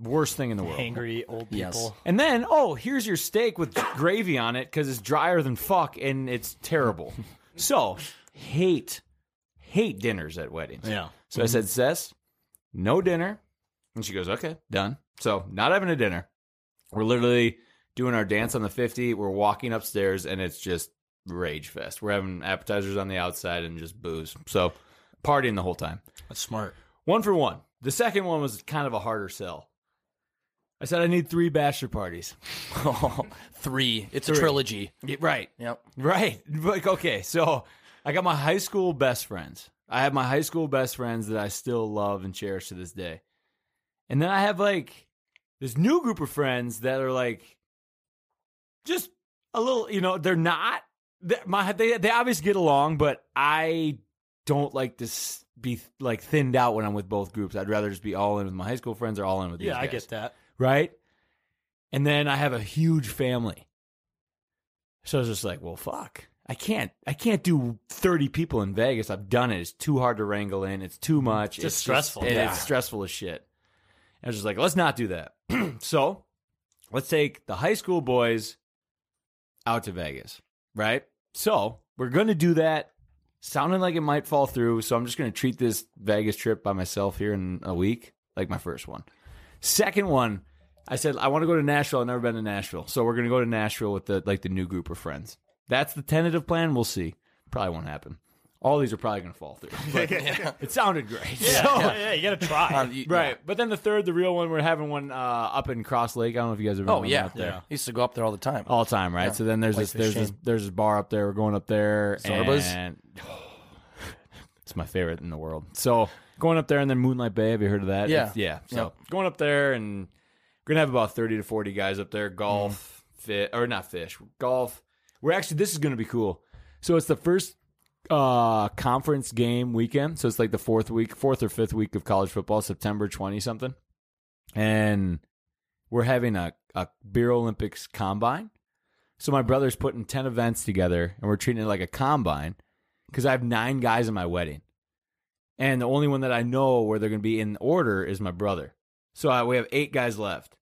Worst thing in the world.
Angry old
Yes.
people.
And then, oh, here's your steak with gravy on it because it's drier than fuck and it's terrible. So, hate, hate dinners at weddings.
Yeah.
So I said, Cess, no dinner. And she goes, okay, done. So not having a dinner. We're literally doing our dance on the 50. We're walking upstairs and it's just rage fest. We're having appetizers on the outside and just booze. So partying the whole time.
That's smart.
One for one. The second one was kind of a harder sell. I said I need three bachelor parties.
[LAUGHS] three. It's a trilogy.
Yeah, right.
Yep.
Right. [LAUGHS] Like okay, so I got my high school best friends. I have my high school best friends that I still love and cherish to this day. And then I have like this new group of friends that are like just a little, you know, they're not they, my they they obviously get along, but I don't like to s- be like thinned out when I'm with both groups. I'd rather just be all in with my high school friends or all in with these
Yeah, I
guys
get that.
right? And then I have a huge family. So I was just like, well, fuck. I can't I can't do 30 people in Vegas. I've done it. It's too hard to wrangle in. It's too much.
It's just stressful.
and
Yeah.
It's stressful as shit. And I was just like, let's not do that. [CLEARS THROAT] so let's take the high school boys out to Vegas, right? So we're going to do that. Sounding like it might fall through. So I'm just going to treat this Vegas trip by myself here in a week, like my first one. Second one, I said I want to go to Nashville. I've never been to Nashville, so we're gonna go to Nashville with the like the new group of friends. That's the tentative plan. We'll see. Probably won't happen. All these are probably gonna fall [LAUGHS] through. But It sounded great.
Yeah,
So-
Oh, yeah, yeah, you gotta try.
right. But then the third, the real one, we're having one uh, up in Cross Lake. I don't know if you guys have.
Oh yeah.
out there.
I used to go up there all the
Oh,
time.
All the time, right?
Yeah.
So then there's
Life
this,
is
there's this,
shame.
there's this bar up there. We're going up there.
Zorba's?
And, [SIGHS] it's my favorite in the world. So going up there and then Moonlight Bay. Have you heard of that?
Yeah.
It's- yeah. So
Yep.
going up there and we're gonna have about thirty to forty guys up
Mm-hmm.
there. Golf, fit or not fish, golf. We're actually this is gonna be cool. So it's the first uh conference game weekend. So it's like the fourth week, fourth or fifth week of college football, September twenty something, and we're having a a beer Olympics combine. So my brother's putting ten events together, and we're treating it like a combine because I have nine guys in my wedding, and the only one that I know where they're going to be in order is my brother. So uh, we have eight guys left,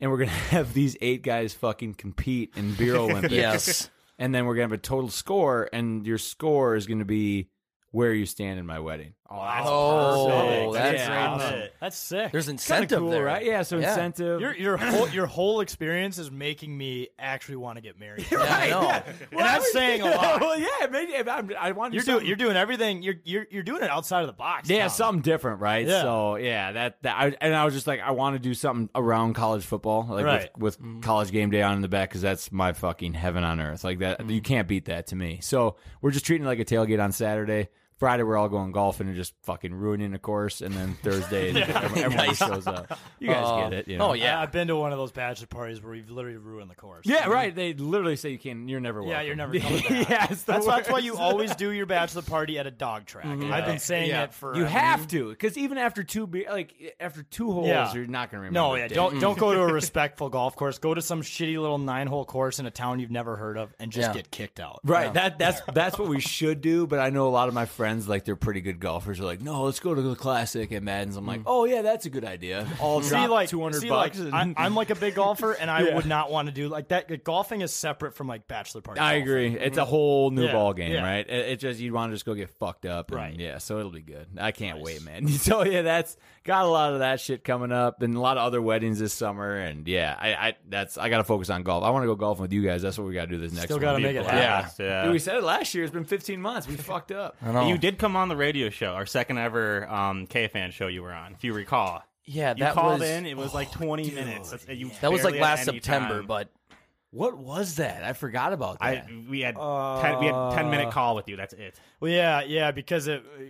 and we're going to [LAUGHS] have these eight guys fucking compete in beer
[LAUGHS]
Olympics.
Yes.
and then we're going to have a total score, and your score is going to be where you stand in my wedding.
Oh,
that's
[LAUGHS] oh, that's awesome.
That's sick.
There's
Kinda
incentive
cool,
there.
right?
Yeah, so Yeah. incentive. [LAUGHS]
Your your whole your whole experience is making me actually want to get [LAUGHS] married.
Right, know. yeah.
And
Well,
that's
I-
saying a
[LAUGHS]
lot. [LAUGHS]
Well, yeah, maybe if I'm, I want to
You're doing you're doing everything. You're you're you're doing it outside of the box.
Yeah,
Tom.
something different, right?
Yeah.
So yeah, that, that I, and I was just like, I want to do something around college football, like
Right.
with, with college game day on in the back, because that's my fucking heaven on earth. Like that, you can't beat that to me. So we're just treating it like a tailgate on Saturday. Friday, we're all going golfing and just fucking ruining the course, and then
[LAUGHS]
Thursday, everyone everyone
Nice.
shows up. You guys
Uh,
get it?
oh,
You know?
I, have been to one of those bachelor parties where we've literally ruined the course.
Yeah, right. They literally say you can. You're never. Welcome.
Yeah, you're never coming
[LAUGHS]
back.
yeah, it's
that's,
the
why- that's why
worst.
[LAUGHS] you always do your bachelor party at a dog track.
Mm-hmm.
Mhm.
I've been saying
Yeah.
it for
you
I
have
mean-
to because even after two be- like after two holes,
Yeah.
you're not gonna remember. Mm.
No,
a
yeah,
dick.
don't don't go to
[LAUGHS]
a respectful golf course. Go to some shitty little nine hole course in a town you've never heard of and just
Yeah.
get kicked out.
Right, that that's that's what we should do. But I know a lot of my friends, like they're pretty good golfers, are like, no, let's go to the classic at Madden's. I'm like, oh yeah, that's a good idea. All
See,
drop
like
two hundred
see,
bucks.
Like,
and-
I, am like a big golfer,
[LAUGHS]
and I
Yeah.
would not want to do like that. like, golfing is separate from like bachelor party.
I agree. It's a whole new
Yeah,
ball game,
yeah.
right? It, it just you want to just go get fucked up, and,
Right.
Yeah, so it'll be good. I can't wait, man. [LAUGHS] So yeah, that's got a lot of that shit coming up, and a lot of other weddings this summer, and yeah, I, I that's I got to focus on golf. I want to go golfing with you guys. That's what we got to do this next.
Still
one.
gotta make it
Yeah,
happen. Yeah.
Dude, we said it last year. It's been 15 months. We [LAUGHS] fucked up.
You did come on the radio show, our second ever um, K fan show you were on, if you recall.
Yeah,
you
that
called
was-
in. It was like twenty minutes. That's- you
That was like
barely had
last
any
September,
time.
but what was that? I forgot about
I
that.
we had ten, we had ten minute call with you. That's it.
Well, yeah, yeah, because it. uh,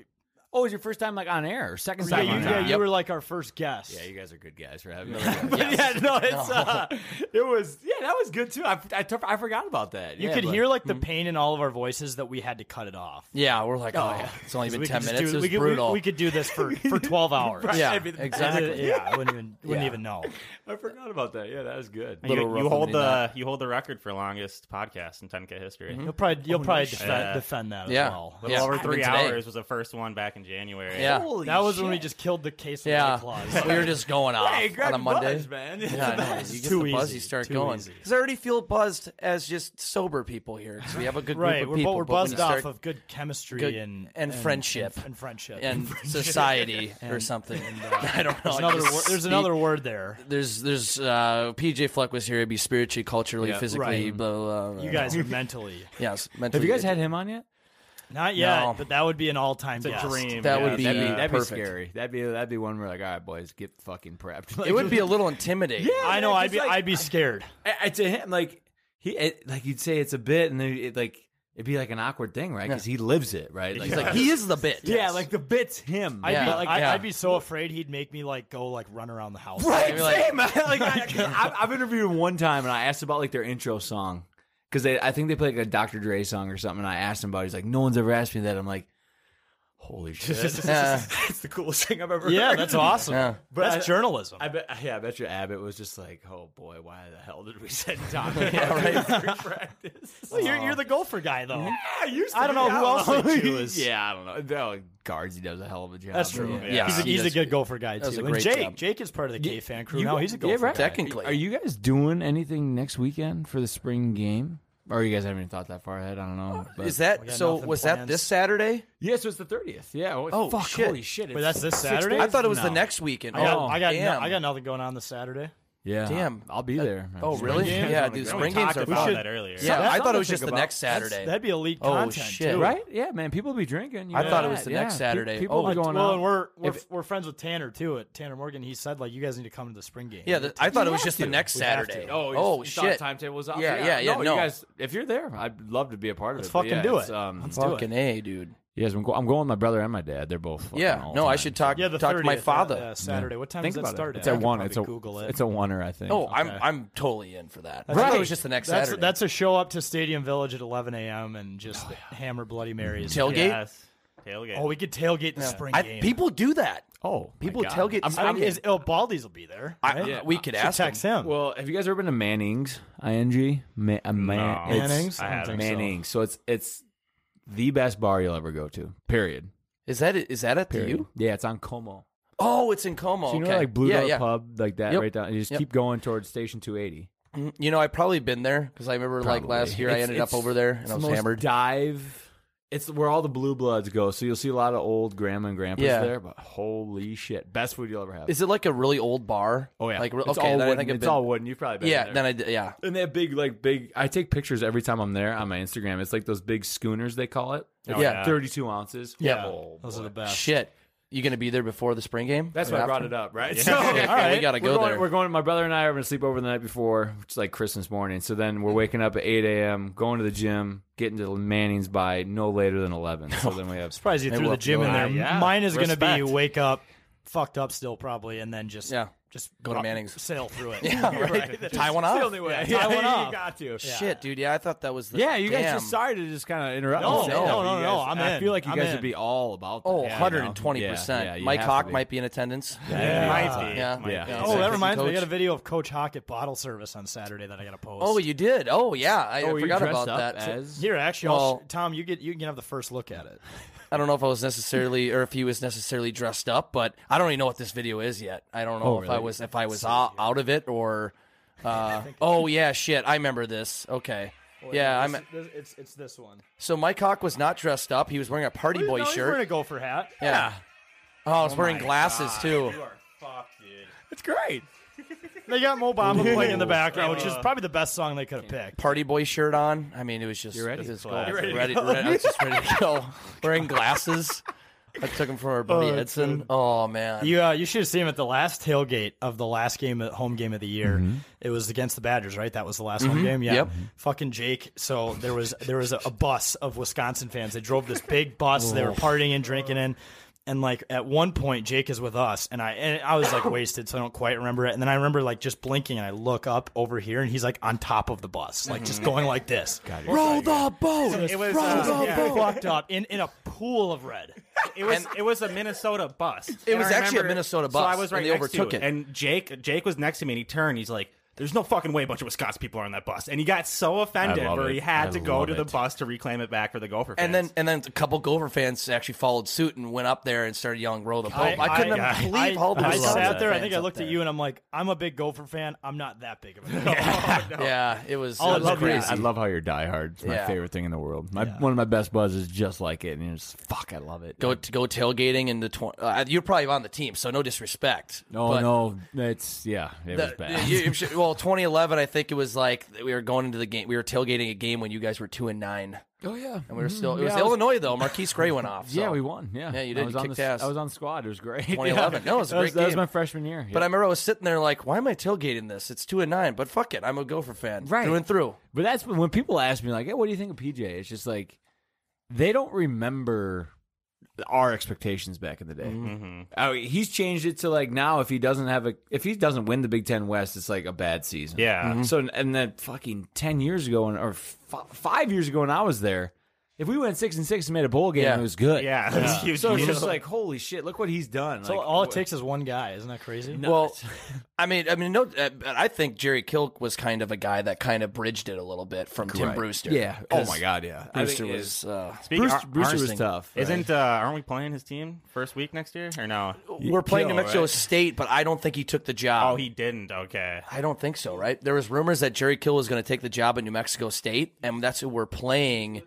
Oh, it was your first time like on air, or second
Yeah,
time?
you,
on
yeah,
air.
you were like our first guest.
Yeah, you guys are good guys for having me.
[LAUGHS] But
But yeah, no, it's uh, it was yeah, that was good too. I I, took- I forgot about that.
You
Yeah,
could
but- mm-hmm.
hear like the pain in all of our voices that we had to cut it off.
Yeah, we're like, oh, yeah, it's
[LAUGHS]
only
'Cause
been
we could
10
just
minutes.
Do,
It
we
was
could, we-
brutal.
We, could do this for, for 12 hours.
Right, Yeah, everything. exactly.
Yeah, I wouldn't even wouldn't
Yeah.
even know.
I forgot about that. Yeah, that was good.
You, you hold the you hold the record for longest podcast in 10k history.
Mm-hmm.
You'll probably- you'll Oh, no probably shit. defend- defend that as Yeah. well.
A little
Yeah.
over
I mean,
three
today.
hours was the first one back in January.
Yeah.
that was when we just killed the case with
Yeah.
White Claws.
[LAUGHS] We were just going off Hey, grab on a the Monday. buzz,
[LAUGHS]
man.
Yeah, I know. You get
too
the
easy.
buzz, you start
too
going.
easy.
Because I already feel buzzed as just sober people here. 'cause we have a good group
right,
of
we're,
people.
but we're
but when you
buzzed
start-
off of good chemistry
good-
and,
and friendship.
and, friendship [LAUGHS]
And society or something. [LAUGHS] I don't know.
uh, There's
I
another,
just
wor- there's
speak-
another word there.
There's there's uh, PJ Fleck was here. It'd be spiritually, culturally,
Yeah.
physically,
Right.
blah, blah, blah,
You
blah.
guys are mentally.
Yes,
[LAUGHS] Have
mentally.
you guys had
him on yet?
Not yet,
No.
but that would be an all-time
It's a
guest.
dream.
That would be
that'd be, that'd be
perfect.
scary. That'd be that'd be one where like, all right, boys, get fucking prepped. [LAUGHS]
It would be a little intimidating.
Yeah,
I know.
it's
I'd be,
like-
I'd be scared.
I, I, to him, like he, it, like you'd say it's a bit, and then it like it'd be like an awkward thing, right? Because he lives it, right?
He's like, he is the bit.
[LAUGHS] Yeah,
Yes.
like the bit's him.
I'd,
yeah.
be,
like,
I,
yeah.
I'd be so afraid he'd make me like go like run around the house.
Right,
I'd be like,
same. [LAUGHS] like
[LAUGHS]
I, I, I've interviewed him one time, and I asked about like their intro song because I think they play like a Dr. Dre song or something. And I asked him about. it. He's like, no one's ever asked me that. I'm like, [LAUGHS] holy shit,
Yeah.
that's the coolest thing I've ever.
Yeah,
heard.
that's awesome. Yeah. That's journalism.
I bet. Yeah, I bet your Abbott was just like, oh boy, why the hell did we
[LAUGHS]
send Tom?
Yeah,
right. practice?
Well, you're, you're the golfer guy though.
Yeah, you
I don't know who else they choose.
[LAUGHS] yeah, I don't know. No, guards, he does a hell of a job.
That's true.
Yeah.
Yeah. He's, a,
He
he's a
does-
good golfer guy
does a
too. And
great
Jake,
job.
Jake is part of the K fan crew
You-
now. He's a
yeah,
golfer.
right.
guy.
Are you guys doing anything next weekend for the spring game? Or you guys haven't even thought that far ahead? I don't know. but-
Is that so? Was that this Saturday?
Yes, it was the thirtieth. Yeah. Oh, fuck, holy shit,
But that's
it's
this
six
Saturday.
days I thought it was
the next weekend.
I got,
Oh,
I got, no-
damn.
I got nothing going on this Saturday.
Yeah.
Damn.
I'll be there.
Oh,
Spring
really?
games?
Yeah,
I'm
dude.
gonna
Spring
go.
games are
We
fun.
should-
Yeah, I thought it was
something
just the
about-
next
that's-
Saturday.
That'd be elite
Oh,
content,
shit.
too.
Right? Yeah, man. People be drinking. you
I
know
thought it was
that.
the
Yeah.
next
Pe-
Saturday.
People
Oh,
be going
well,
out.
and we're we're,
If-
we're friends with Tanner too. At Tanner Morgan, he said like you guys need to come to the spring game.
Yeah, the- I thought it was just the next
We have to.
Saturday.
Oh, you-
Oh,
you thought the
shit.
timetable was off.
Yeah, yeah, yeah,
No,
no.
you guys, if you're there, I'd love to be a part
Let's
of it.
fucking
yeah,
do
it's,
it.
Um,
Let's do it.
Fucking a, dude.
Yes, I'm, go- I'm going with my brother and my dad. They're both. fucking
Yeah.
all
No, I
time.
should talk
Yeah, the
talk to my
30th, uh,
father.
uh, Saturday. What time
Think
does that
about it.
start?
It's at
I
one.
could
It's a
probably Google it.
it's a oneer, I think.
Oh, I'm
Okay.
I'm totally in for that. I
That's-
thought it was just the next
that's,
Saturday.
That's a show up to Stadium Village at 11 a.m. and just
Oh,
hammer Bloody Marys.
Tailgate?
Yes. Tailgate.
Oh, we could tailgate the
Yeah.
spring
I-
game.
People do that.
Oh,
people tailgate.
I'm,
spring
I'm,
game.
is, oh, Baldy's will be there.
I-
right?
Yeah. we could
Should
ask
text him.
Well, have you guys ever been to Manning's? Ing, Ma- uh, Man-
No.
it's-
Manning's? I I don't haven't. think so.
Manning's. So. it's it's the best bar you'll ever go to. Period.
Is that is that at the
Period.
U?
Yeah, it's on Como.
Oh, it's in Como.
So you know,
okay.
like Blue
yeah,
Dog
yeah.
Pub, like that,
Yep.
right down. You just
Yep.
keep going towards Station 280.
Mm, You know, I've probably been there because I remember like
Probably.
last year I
It's-
ended up
it's-
over there and
it's
I
the
was
most
hammered.
Dive. It's where all the blue bloods go, so you'll see a lot of old grandma and grandpas
Yeah.
there. But holy shit, best food you'll ever have.
Is it like a really old bar?
Oh yeah,
Like re-
it's
okay,
all
then I
wooden.
think I've
it's
been-
all wooden. You've probably been
Yeah,
there.
then I did- yeah.
And they have big, like big. I take pictures every time I'm there on my Instagram. It's like those big schooners they call it. It's
Oh, Yeah.
like 32 ounces.
Yeah.
Oh,
Those are
boy.
the best. [LAUGHS]
Shit, you gonna be there before the spring game?
That's
Or
why I
after?
brought it up, right?
Yeah. [LAUGHS] Okay, we gotta
are
go
going,
there.
We're going. My brother and I are going to sleep over the night before, which is like Christmas morning. So then we're waking up at 8 a.m., going to the gym, getting to Manning's by no later than 11. So then we
[LAUGHS]
have.
surprised you
Maybe
threw
we'll
the
have to
gym
go
in
to-
there.
Yeah.
Mine is going to be
Respect.
wake up, fucked up still probably, and then just
Yeah.
just
Go to
rock-
Manning's.
sail through it.
[LAUGHS]
[LAUGHS]
Yeah, right. Tie one
It's
off.
the only way.
Yeah,
[LAUGHS]
Tie one
you
off.
got to.
Shit, dude. Yeah, I thought that was the
Yeah, you guys
damn.
are sorry to just kind of interrupt.
No,
us.
no, no, no,
You
no,
guys-
I'm
I
in.
feel like you
I'm
guys
in.
would be all about. That.
Oh,
Yeah, you know?
120
Yeah, yeah,
percent.
you
Mike
have to
Hawk
be.
might be in attendance.
Yeah.
Might be.
Yeah.
Might
Yeah.
be.
Yeah.
Oh, that reminds me. I
Coach.
got a video of Coach Hawk at Bottle Service on Saturday that I got to post.
Oh, you did. Oh, yeah. I
Oh,
I
were you
forgot
dressed
about
up
that.
as-
Here, actually,
Well-
I'll, Tom, you get you can have the first look at it.
I don't know if I was necessarily or if he was necessarily dressed up, but I don't even know what this video is yet. I don't know
Oh,
if I
really?
was if I was out, out of it
[LAUGHS]
or. Uh, oh yeah, shit! I remember this. Okay, yeah. I'm
it's it's this one.
so Mike Hawk was not dressed up. He was wearing a party boy
He's
shirt.
wearing a gopher hat.
yeah. Oh, I was wearing
my
glasses
God.
too.
It's great.
They got Mo Bamba playing in the background, which is
Uh,
probably the best song they could have picked.
Party boy shirt on. I mean, it was just
You're ready.
it was
You're
gold.
ready to
ready,
go.
ready- I was just ready to go. wearing glasses. I took him from our buddy
Oh, that's
Edson.
good.
Oh man.
You uh, you should have seen him at the last tailgate of the last game, home game of the year. It was against the Badgers, right? That was the last home
Mhm.
game. Yeah.
Yep.
Fucking Jake. So there was there was a, a bus of Wisconsin fans. They drove this big bus. they were partying and drinking in. And like at one point, Jake is with us, and I and I [COUGHS] was like wasted, so I don't quite remember it. And then I remember like just blinking, and I look up over here, and he's like on top of the bus, like just going like this.
Roll the boat.
It was
Roll
uh,
Oh,
the
yeah,
boat.
fucked up in in a pool of red.
It was it was a Minnesota bus.
It was actually a Minnesota
So
bus,
I was
and
right
they
next to
overtook
you.
it.
And Jake Jake was next to me and he turned. He's like, There's no fucking way a bunch of Wisconsin people are on that bus. And he got so offended
I love
where he
it.
had
I
to go
love
to the
it.
bus to reclaim it back for the Gopher fans.
And
[LAUGHS]
then, and then a couple Gopher fans actually followed suit and went up there and started yelling "Roll the Pope." Oh, I, couldn't believe all the
I sat
Wisconsin
there. I
fans
think I
up
looked
there.
at you and I'm like, I'm a big Gopher fan. I'm not that big of a fan.
Oh,
Yeah, it was. it
Oh, I
was
love
crazy.
that.
I love how you're diehard. It's my
Yeah.
favorite thing in the world. My one of my best buzz is just like it, and you're just fuck. I love it.
Go to go tailgating in the twenty. Uh, you're probably on the team, so no disrespect.
No,
but
Oh, no, it's yeah, it was
the-
bad.
you- you should- well, 2011, I think it was like we were going into the game. We were tailgating a game when you guys were two and nine.
[LAUGHS] Oh yeah,
and we were still. It
Mhm.
was
Yeah, I was-
Illinois though. Marquise Gray went off.
[LAUGHS] Yeah,
so.
we won. Yeah,
yeah, you
I
did.
was
You
on
kicked
the,
ass.
I was on the squad. It was great. [LAUGHS]
2011. No, it was a
That
great
That was
game.
my freshman year.
But I
yeah.
remember I was sitting there like, why am I tailgating this? It's two and nine, but fuck it, I'm a Gopher fan.
right
through and through.
But that's when, when people ask me like, "Hey, what do you think of PJ?" It's just like they don't remember our expectations back in the day.
Mm-hmm.
Mhm.
Oh, he's changed it to like now if he doesn't have a if he doesn't win the Big Ten West, it's like a bad season.
Yeah.
Mm-hmm.
Mm-hmm.
Mhm.
So and then fucking ten years ago and or f- five years ago when I was there. If we went six and six and made a bowl game,
Yeah.
it was good.
Yeah. Yeah. Huge
So it's
deal.
just like, holy shit, look what he's done.
So
Like,
all it takes is one guy. Isn't that crazy?
Well, I mean, I mean, no, uh, but I think Jerry Kilk was kind of a guy that kind of bridged it a little bit from Tim
Correct.
Brewster.
Yeah. Oh
'Cause
my God, yeah. I
Brewster
think it-
was. Uh,
Speaking
Brewster-
of-
Brewster was
Arnstein,
tough, right?
Isn't uh, aren't we playing his team first week next year or no?
we're playing New
No,
Mexico
right?
State, but I don't think he took the job.
Oh, he didn't. Okay.
I don't think so, right? There was rumors that Jerry Kill was going to take the job at New Mexico State, and that's who we're playing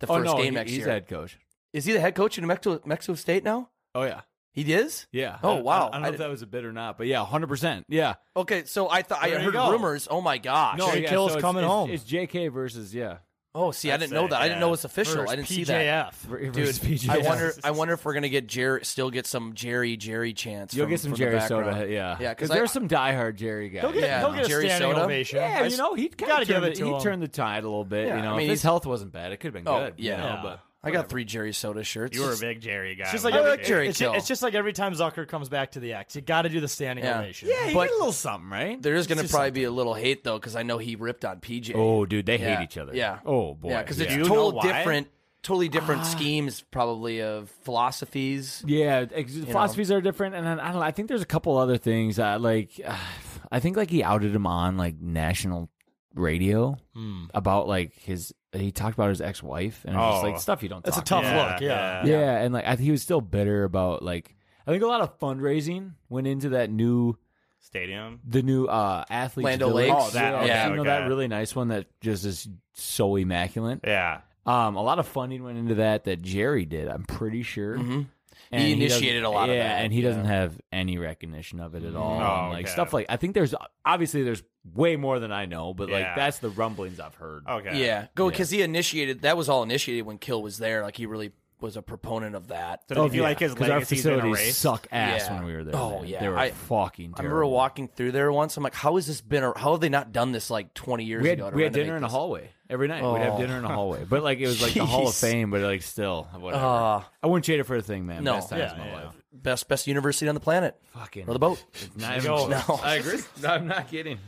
the
Oh,
first
no,
game
he-
next
he's
year.
head coach.
Is he the head coach at New Mexico, Mexico State now?
Oh yeah,
he is.
Yeah.
Oh
I- I-
wow.
I don't know if that was a bit or not, but yeah, hundred percent. Yeah.
Okay, so I thought I
There you
heard
go.
rumors. Oh my gosh.
yeah, so it's- it's- It's JK versus yeah.
Oh, see, I didn't know that. I didn't know it was official. I didn't see that.
Ver-
Dude,
versus PJF.
I wonder. I wonder if we're gonna get Jerry. Still get some Jerry Jerry chance.
You'll
from-
get some
from the
Jerry
background.
Soda, yeah,
yeah.
Because
I-
there's some diehard Jerry guys.
He'll get- Yeah. he'll get a Jerry standing Soda? ovation. I
Yeah, you
s-
know he
gotta
kind
give
of
it to
he
him.
turned the tide a little bit.
Yeah,
you know,
I mean,
if his
he's-
health wasn't bad, it could have been
Oh,
good.
yeah.
you know, but
I got three Jerry Soda shirts.
You were a big Jerry guy.
It's just like,
I
every,
like Jerry
it's,
Kill.
it's just like every time Zucker comes back to the X, you got to do the standing
Yeah.
ovation.
Yeah, you But- get a little
something, right?
There is going to probably be a little hate though, because I know he ripped on PJ.
Oh, dude, they hate
Yeah.
each other.
Yeah.
Oh, boy.
Yeah, because it's
Yeah. Do you know
total
why?
different, totally different
Ah.
schemes, probably of philosophies.
Yeah, ex-
You know.
philosophies are different, and I, I don't know. I think there's a couple other things that like, [SIGHS] I think like he outed him on like national radio
Hmm.
about like his. He talked about his ex-wife and it was just,
Oh.
like stuff you don't.
That's a
talk
tough
about.
look, yeah.
yeah,
Yeah.
and like I think he was still bitter about like I think a lot of fundraising went into that new
Stadium.
the new uh athlete
Land O'Lakes. Oh, that- okay,
yeah, you know that
okay.
really nice one that just is so immaculate.
Yeah.
Um, a lot of funding went into that that Jerry did. I'm pretty sure.
Mhm.
And
He
doesn't-
initiated a lot
yeah,
of that,
and he
yeah.
doesn't have any recognition of it at all.
Oh,
And, like
okay.
stuff like I think there's obviously there's way more than I know, but
Yeah.
like that's the rumblings I've heard.
Okay.
Yeah, go because he initiated. That was all initiated when Kill was there. Like he really was a proponent of that.
So did you Oh, feel yeah, like his 'cause our legacy's been facilities erased? suck ass when we were there,
Oh
man.
yeah,
They were
I,
fucking
I remember
terrible.
walking through there once. I'm like, how has this been? How have they not done this like 20 years
we had,
ago? to
we had dinner
renovate
in a
this?
hallway every night. We'd have
Oh.
dinner in a hallway, but like it was like the Hall
[LAUGHS]
of
Jeez.
Fame, but like still, whatever.
Ah.
I wouldn't trade it for a thing, man.
No,
Best times of my life.
best best university on the planet.
Fucking
or the
[LAUGHS]
boat.
not even close. I agree. No, I'm not [SIGHS] kidding.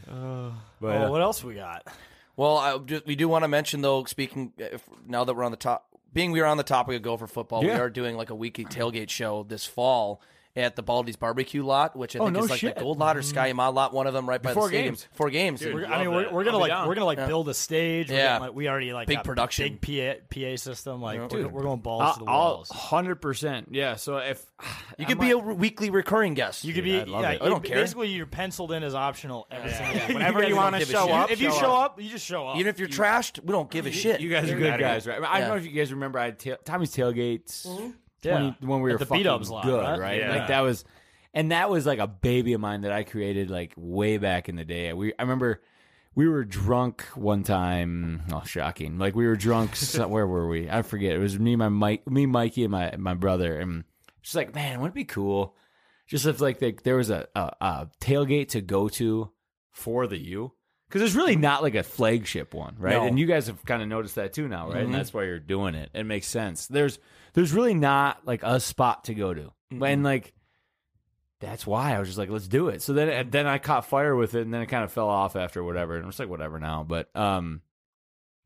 But, uh,
what else we got?
Well, I, do- we do want to mention though. Speaking eh, if, now that we're on the top, being we are on the topic of Gopher football, we
Yeah.
are doing like a weekly tailgate show this fall at the Baldy's Barbecue Lot, which I
Oh,
think
no
is like
shit. Mm-hmm.
the Gold Lot or Sky Mod Lot, one of them right by the
Four
stadium.
games.
Four games.
Dude, I mean, we're, we're gonna like we're gonna like build a stage. We're
Yeah.
gonna, like, we already like
Big
got
production.
big PA, PA system. Like,
Dude.
we're, we're going balls to the
I'll- I'll-
walls.
100%. Yeah, so if
You could be a re- weekly recurring guest.
You could
Dude,
be.
I'd love
yeah,
it.
you-
I don't care.
Basically, you're penciled in as optional every single
Yeah.
week.
Whenever
guys
you
don't
wanna
give a
show
shit.
up,
if you
show
show
up.
up, you just show up.
Even if you're trashed, we don't give a shit.
You guys are good guys, right? I, mean, I don't know if you guys remember. I had ta- Tommy's tailgates
Mhm.
20
Yeah.
when we
At
were
the
fucking
B-dubs lot,
good,
right?
right?
Yeah.
Like that was, and that was like a baby of mine that I created like way back in the day. We I remember we were drunk one time. Oh, shocking! Like we were drunk. so, [LAUGHS] where were we? I forget. It was me, my Mike, me, Mikey, and my my brother, and just like, man, wouldn't it be cool? Just if like they, there was a, a, a tailgate to go to for the U. Because there's really not like a flagship one, right?
No.
And you guys have kind of noticed that too now, right?
Mhm.
And that's why you're doing it. It makes sense. There's there's really not like a spot to go to, and like that's why I was just like, let's do it. So then and then I caught fire with it, and then it kind of fell off after whatever, and I'm just like, whatever now. But um,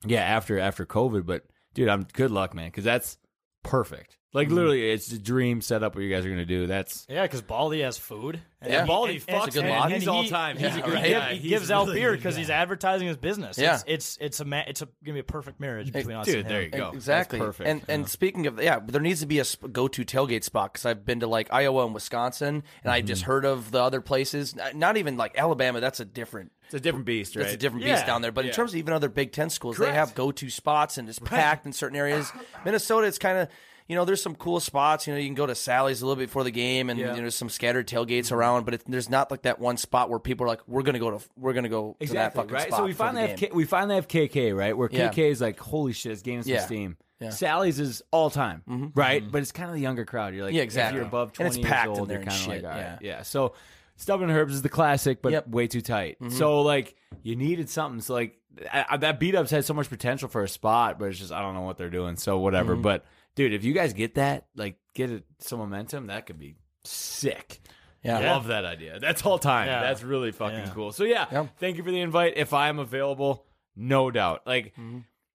yeah, after after COVID, but dude, I'm good luck, man, because that's perfect. Like literally, it's the dream setup. What you guys are gonna do? That's
Yeah, because Baldy has food.
Yeah. Baldy
and-
fucks it. He's
he-
all time. Yeah,
He's a good
right.
guy.
Yeah,
He
he's
gives
a
out
really
beer
good
because
guy.
he's advertising his business.
Yeah.
It's, it's it's a ma- it's a, gonna be a perfect marriage between us. and him.
Exactly. And and speaking of yeah, there needs to be a sp- go-to tailgate spot because I've been to like Iowa and Wisconsin, and I've
Mm-hmm.
just heard of the other places. N- Not even like Alabama. That's a different.
It's a different beast,
It's a
right?
different
Yeah.
beast down there. But in
Yeah.
terms of even other Big Ten schools, they
Correct.
have go-to spots, and it's packed in certain
[LAUGHS]
areas. Minnesota, it's kind of. You know, there's some cool spots. You know, you can go to Sally's a little bit before the game, and
Yeah. Mm-hmm.
you know, there's some scattered tailgates around. But it, there's not like that one spot where people are like, "We're gonna go to, we're gonna go to that
exactly
fucking
right.
spot."
So we
before the
finally have
game.
K- we finally have KK right, where
Yeah.
KK is like, holy shit, it's gaining some
Yeah.
steam.
Yeah. Mm-hmm.
Sally's is all time, right? But it's kind of the younger crowd. You're like,
Yeah,
If
exactly.
you're above
And
twenty
it's
years
packed in
old,
there
you're
and
kind of
shit,
like, all right,
yeah.
yeah. So Stubborn Herbs is the classic, but
Yep.
way too tight.
Mhm.
So like, you needed something. So like, I, I- that beat ups had so much potential for a spot, but it's just I don't know what they're doing. So whatever.
Mhm.
But dude, if you guys get that, like, get it, some momentum, that could be sick.
Yeah.
love that idea. That's all time.
Yeah.
That's really fucking cool. So yeah, thank you for the invite. If I am available, no doubt. Like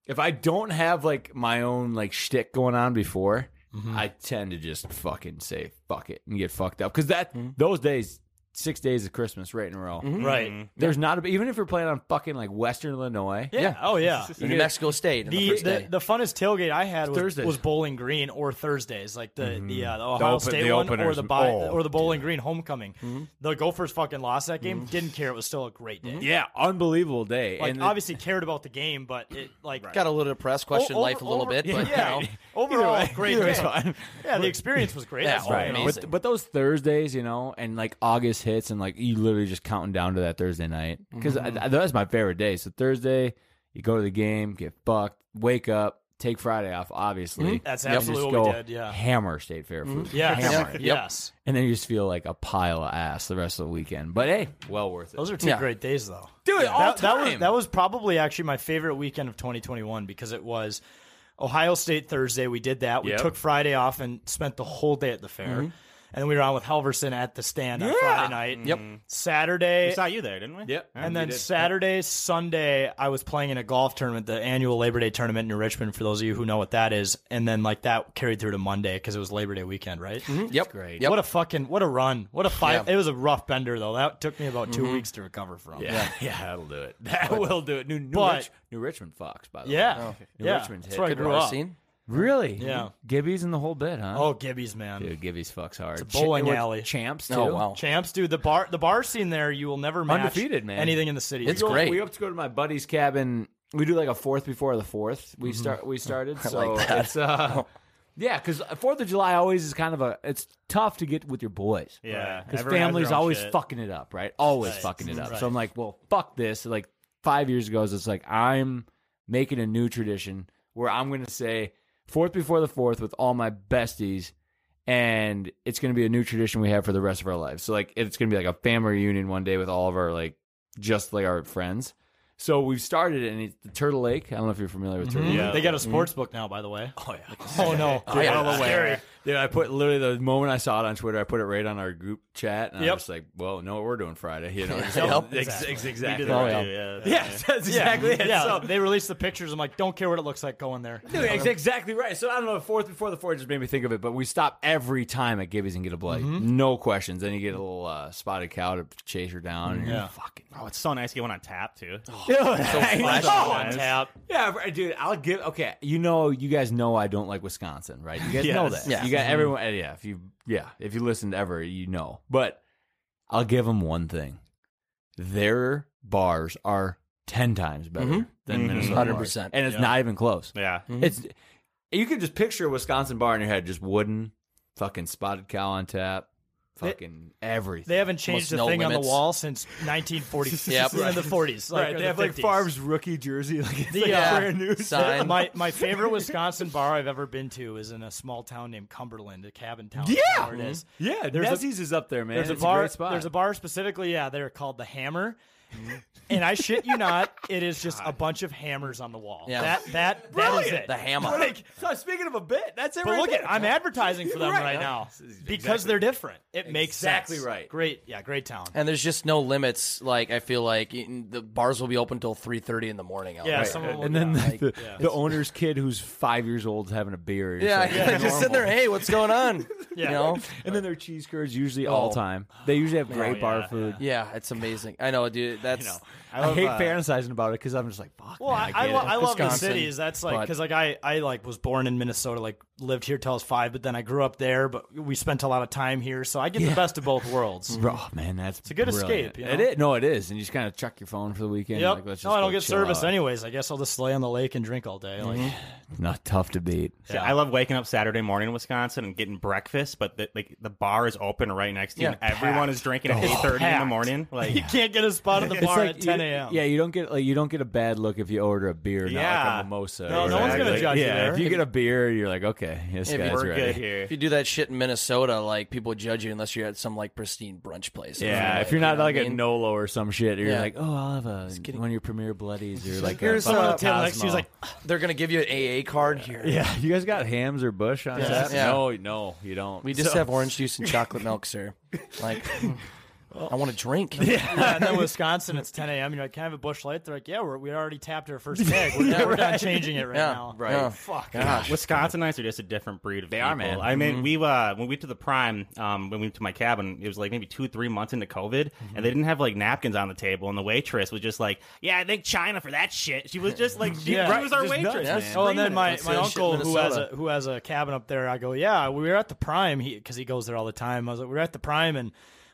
if I don't have like my own like shtick going on before, I tend to just fucking say fuck it and get fucked up because that those days. Six days of Christmas right in a row.
Mhm. Right.
There's not a, even if you're playing on fucking like Western Illinois.
Yeah. Oh yeah.
You
New
get-
Mexico State on the,
The,
first day.
the, the funnest tailgate I had was,
Thursdays.
was Bowling Green or Thursdays, like the the, uh, the Ohio
open-
State
the
one or
openers.
the bi-
Oh,
or the Bowling Green homecoming. The Gophers fucking lost that game. Didn't care. It was still a great day.
Yeah, unbelievable day.
Like
and the-
obviously cared about the game, but it like
Got a little depressed, questioned
O-
life a little
over- [LAUGHS]
bit, but
yeah,
you know.
[LAUGHS]
overall
Either way-
great.
either
day.
way's fine.
Yeah, the experience was great.
Yeah,
That's all, you know.
But, but those Thursdays, you know, and like August hits, and like you literally just counting down to that Thursday night because
Mm-hmm.
Mhm.
that's my favorite day. So Thursday, you go to the game, get fucked, wake up, take Friday off, obviously.
Mhm. That's
and
absolutely
just
what we
go
did, yeah.
hammer State Fair
Mhm.
food.
Yes.
hammer
Yeah.
it.
Yes.
And then you just feel like a pile of ass the rest of the weekend. But hey, well worth it.
Those are two great days, though.
Dude, all
that, that was
time.
that was probably actually my favorite weekend of 2021 because it was Ohio State Thursday. We did that. We
Yep.
took Friday off and spent the whole day at the fair.
Mhm.
And then we were on with Halverson at the stand on
Yeah. Mm-hmm.
Friday night.
Yep.
Saturday.
We saw you there, didn't we? Yep.
And then Saturday, Sunday, I was playing in a golf tournament, the annual Labor Day tournament in New Richmond. For those of you who know what that is, and then like that carried through to Monday because it was Labor Day weekend, right?
Mm-hmm.
Yep.
Great.
Yep.
What a fucking what a run. What a five.
Yeah.
It was a rough bender though. That took me about 2
Mhm.
weeks to recover from.
Yeah, [LAUGHS] yeah, that'll do it. That
But-
will do it. New, New,
but-
Rich- New Richmond Fox, by the
Yeah.
way.
Oh.
New
Yeah.
Richmond's
That's
hit.
where I Good grew up. scene.
Really?
Yeah.
Gibby's in the whole bit, huh?
Oh, Gibby's man.
Dude, Gibby's fucks hard.
It's a bowling
Ch-
alley.
Champs, too.
Champs, dude. The bar the bar scene there, you will never match
Undefeated, man.
anything in the city.
We go- We hope to go to my buddy's cabin. We do like a fourth before the fourth. We
Mm-hmm.
start. We
[LAUGHS]
started.
I
So
like that.
it's uh, [LAUGHS] yeah, because Fourth of July always is kind of a. It's tough to get with your boys.
Yeah.
because
Everyone has
family's
their own
always
shit.
fucking it up, right? Always
Right.
fucking it up.
Right.
So I'm like, well, fuck this. Like five years ago, it's like I'm making a new tradition where I'm going to say fourth before the fourth with all my besties. And it's going to be a new tradition we have for the rest of our lives. So like, it's going to be like a family reunion one day with all of our like, just like our friends. So we've started it, and it's the Turtle Lake. I don't know if you're familiar with Turtle
Mhm.
Lake.
They got a sports book now, by the way.
Mm-hmm. Oh yeah.
[LAUGHS] Oh no.
Dude,
Dude,
I
that's
was [LAUGHS]
scary.
scary. Dude, I put literally the moment I saw it on Twitter, I put it right on our group chat, and I
Yep.
was like, "Well, know what we're doing Friday?" You know,
[LAUGHS] Yep.
just- ex-
Yep. Exactly.
ex-
We
exactly.
did that
right.
too, yeah.
Yes, that's exactly
yeah.
it.
Yeah,
So-
they released the pictures. I'm like, don't care what it looks like going there.
Dude, it's exactly right. So I don't know. the Fourth before the fourth just made me think of it, but we stop every time at Gibby's and get a bloody,
Mhm.
no questions. Then you get a little uh, spotted cow to chase her down. And you're
Yeah.
like, fucking.
Oh, it's so nice to get one on tap too.
Oh,
Dude, I
flashy.
know.
On tap.
Yeah, br- dude, I'll give. Okay, you know, you guys know I don't like Wisconsin, right? [LAUGHS] You guys
Yes.
know that.
Yeah.
You got
Mhm.
everyone. uh, Yeah, if you yeah, if you listened ever, you know. But I'll give them one thing: their bars are ten times better
Mhm.
than
Mhm.
Minnesota.
100%.
bars. and it's
Yeah.
not even close.
Yeah,
it's you could just picture a Wisconsin bar in your head, just wooden, fucking spotted cow on tap,
They-
fucking everything.
They haven't changed a
Almost no
thing on the
limits.
wall since
[LAUGHS]
1940s.
Yep.
in the 40s. Like,
Right,
or
they
the
have, like,
50s.
Favre's rookie jersey. Like, it's, like, brand new sign.
My my favorite Wisconsin bar I've ever been to is in a small town named Cumberland, a cabin town.
Yeah.
where it is.
Mm-hmm. Yeah,
There's a-
Nessie's is up there, man.
There's a
It's a
bar.
great spot.
There's a bar specifically. Yeah, they're called the Hammer,
Mm-hmm.
and I shit
[LAUGHS]
you not, it is just a bunch of hammers on the wall.
Yeah.
That that that is
Brilliant.
it.
The hammer.
Like,
So speaking of a bit, that's it.
but
right
look
there.
at I'm advertising for them
Right.
right, now
This is
because
exactly-
they're different. It makes
Exactly
sense.
right.
Great, yeah, great town.
And there's just no limits. Like I feel like you- the bars will be open till three thirty in the morning. out
Yeah,
there.
someone will-
Like,
And then the, the,
yeah.
the owner's kid, who's five years old, is having a beer. It's
yeah, [LAUGHS]
like,
yeah, just sitting there. Hey, what's going
[LAUGHS]
on?
Yeah.
You know,
and then their cheese curds usually all time. They usually have
Oh,
great
yeah,
bar food.
Yeah, it's amazing. I know, dude. That's
[LAUGHS] I, uh, hate fantasizing about it because I'm just like, fuck.
uh, Well, I,
man,
I,
get
lo-
it.
I love the
Wisconsin,
cities. That's like
but-
because like I I like was born in Minnesota, like lived here till I was five, but then I grew up there. But we spent a lot of time here, so I get the
Yeah.
best of both
[LAUGHS]
worlds.
Bro, oh, man, that's it's
a good escape, you know?
It is. No, it is, and you just kind of chuck your phone for the weekend.
Yep.
Like, let's
no,
just
I don't
go
get
chill
service
out.
anyways. I guess I'll just lay on the lake and drink all day. Like,
Not tough to beat.
See, I love waking up Saturday morning in Wisconsin and getting breakfast, but the, like the bar is open right next to you.
Yeah,
and everyone is
packed.
drinking at
Oh,
eight thirty in the
packed.
morning. Like
[LAUGHS] you can't get a spot at the
It's
bar
like
at
you-
10 a.m.
Yeah, you don't get like you don't get a bad look if you order a beer, not
Yeah.
like a mimosa.
No, no one's gonna
Exactly.
judge you
yeah,
there.
if you get a beer, you're like, okay, this
If you-
guy's ready.
If you do that shit in Minnesota, like people judge you unless you're at some like pristine brunch place.
Yeah,
Like,
if you're
you
not
know what
like
I
at
mean?
Nolo or some shit, you're
Yeah.
like, oh, I'll have a one of your premier bloodies or like
here's
a,
uh,
Cosmo.
they're gonna give you an AA card here.
[LAUGHS] yeah, you guys got hams or bush on
Yeah.
that?
Yeah.
No, no, you don't.
[LAUGHS]
We just
So-
have orange juice and chocolate milk, sir. Like, I want to drink.
Yeah, and then "Ah, Wisconsin, it's 10 a.m. You're like, can I have a bush light? They're like, yeah, we're, we already tapped
[LAUGHS]
our first keg. We're,
Yeah,
we're not
right.
changing it right
Yeah,
now.
right.
Oh, Fuck.
Wisconsinites are just a different breed of they
are,
people.
man.
I mean,
Mhm.
we uh, when we went to the prime, um, when we went to my cabin, it was like maybe two, three months into COVID, and they didn't have like napkins on the table, and the waitress was just like, "Yeah, I thank China for that shit." She was just like, "She, she was our waitress." man.
Oh, and then my,
That's
my
the
uncle
shit in
who has a
Minnesota.
who has a cabin up there, I go, yeah, we were at the Prime because he, goes there all the time. I was like, we were at the Prime and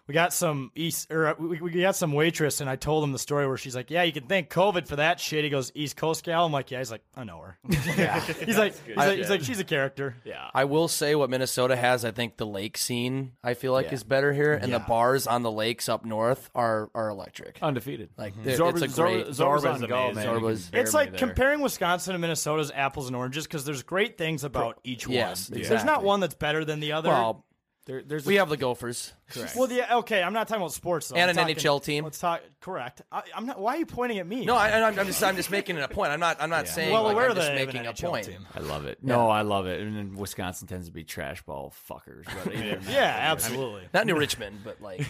we got some East or uh, we, we got some waitress, and I told him the story where she's like, yeah, you can thank COVID for that shit. He goes, East Coast gal. I'm like, yeah. He's like, I know her. [LAUGHS] he's like, he's like, he's like, she's a character.
Yeah.
I will say what Minnesota has. I think the lake scene I feel like
Yeah.
is better here, and the
Yeah.
bars on the lakes up north are are electric,
undefeated.
Like
Mhm.
they're-
Zorba's-
it's a great
Zorba- Zorba's on go, man. You
Zorba's-
can
It's like comparing Wisconsin and Minnesota's apples and oranges because there's great things about each
Yes,
one. There's not
exactly.
one that's better than the other.
Well,
there's
we have the Gophers.
Well, yeah, okay. I'm not talking about sports though.
And
I'm
an
talking-
NHL team.
Let's talk. Correct. I, I'm not. Why are you pointing at me?
No, I, I'm, I'm just I'm just making it a point. I'm not I'm not saying
Well,
like,
where
I'm
they
just
have an
making a
NHL
point.
team.
I love it. No, I love it. And then Wisconsin tends to be trash ball fuckers. but
Yeah.
even that-
Yeah, absolutely.
Not New Richmond, but like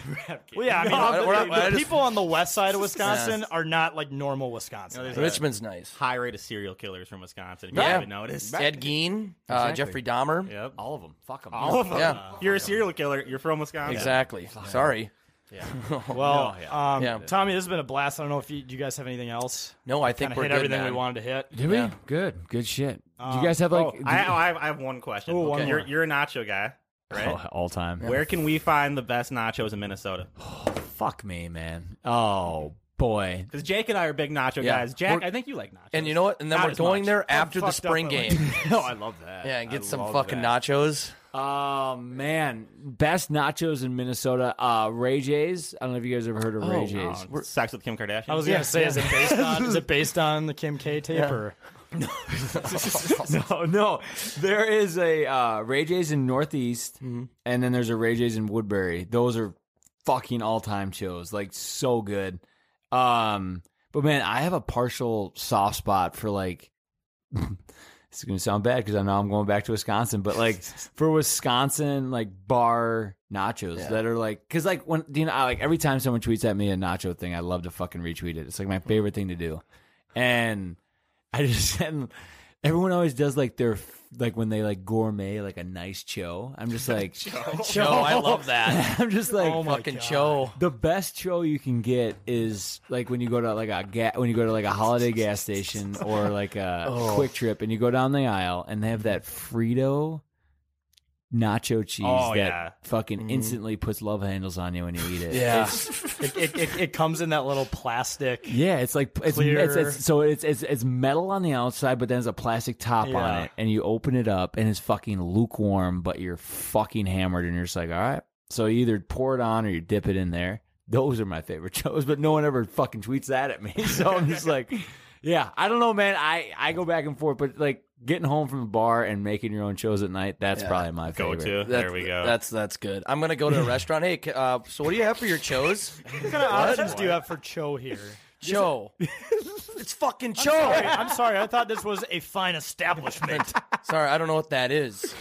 Well, yeah. I mean,
No,
the,
we're not-
the
I just-
people on the west side of Wisconsin are not like normal Wisconsin.
there's
Richmond's nice.
High rate of serial killers from Wisconsin. If you
Yeah.
haven't noticed.
Ed Gein, uh, Jeffrey Dahmer,
Yep.
all of them. Fuck them.
All of them.
Yeah.
You're a serial killer. You're from Wisconsin.
Exactly. Sorry.
Yeah.
No,
Well,
yeah.
um,
Yeah.
Tommy, this has been a blast. I don't know if you, do you guys have anything else.
No, I think
Kinda
we're
hit
good,
everything
man.
we wanted to hit.
Did
Yeah.
we? Good. Good shit. Do
Um,
you guys have like
Oh, I, I, have, I have one question.
Ooh, one Okay. more.
you're, you're a nacho guy, right?
Oh, [LAUGHS] all time?
Where can we find the best nachos in Minnesota?
Fuck me, man. Oh boy.
Because Jake and I are big nacho
Yeah.
guys. Jack,
We're-
I think you like nachos.
And you know what? And then
Not
we're
as
going
much.
there
I'm
after the
fucked up,
spring
but like-
game.
[LAUGHS]
oh, I love that.
Yeah, and get
I
some
love
fucking
that.
nachos.
Oh man, best nachos in Minnesota. Uh, Ray J's. I don't know if you guys ever heard of Ray J's.
Oh, sex with Kim Kardashian.
I was
Yeah.
gonna say, is it
[LAUGHS]
Yeah.
based on is it based on the Kim K tape
Yeah.
or? [LAUGHS]
no, no. There is a uh, Ray J's in Northeast, and then there's a Ray J's in Woodbury. Those are fucking all time shows. Like so good. Um, but man, I have a partial soft spot for like. [LAUGHS] it's gonna sound bad because I know I'm going back to Wisconsin, but like for Wisconsin, like bar nachos
Yeah.
that are like, because like when you know, I like every time someone tweets at me a nacho thing, I love to fucking retweet it. It's like my favorite thing to do, and I just [LAUGHS] and everyone always does like their like when they like gourmet like a nice cho. I'm just
[LAUGHS]
like [LAUGHS]
Cho. Cho, I love that.
I'm just like
Oh my Fucking God. cho.
The best cho you can get is like when you go to like a ga- when you go to like
[LAUGHS]
a holiday gas station or like a
Oh.
quick trip and you go down the aisle and they have that Frito nacho cheese
Oh,
that
yeah.
fucking
Mm-hmm.
Mhm.
instantly puts love handles on you when you eat it. It's-
it, it, it, it comes in that little plastic.
yeah, it's like it's,
Clear.
it's, it's so it's, it's it's metal on the outside, but then there's a plastic top
Yeah.
on it, and you open it up, and it's fucking lukewarm, but you're fucking hammered, and you're just like, all right. So you either pour it on or you dip [LAUGHS] it in there. Those are my favorite shows, but no one ever fucking tweets that at me, so I'm just like, Yeah, I don't know, man. I I go back and forth, but like getting home from the bar and making your own shows at night, that's
Yeah.
probably my
Go-to.
favorite.
That- There we go. that's- that's good. I'm gonna
[LAUGHS]
go to a restaurant. Hey, ca- uh, so what do you have for your chos?
What kind of options do you have for Cho here?
[LAUGHS]
Cho. it's fucking
Cho. I'm sorry. I'm sorry. I thought this was a fine
[LAUGHS]
establishment.
Sorry, I don't know what that is.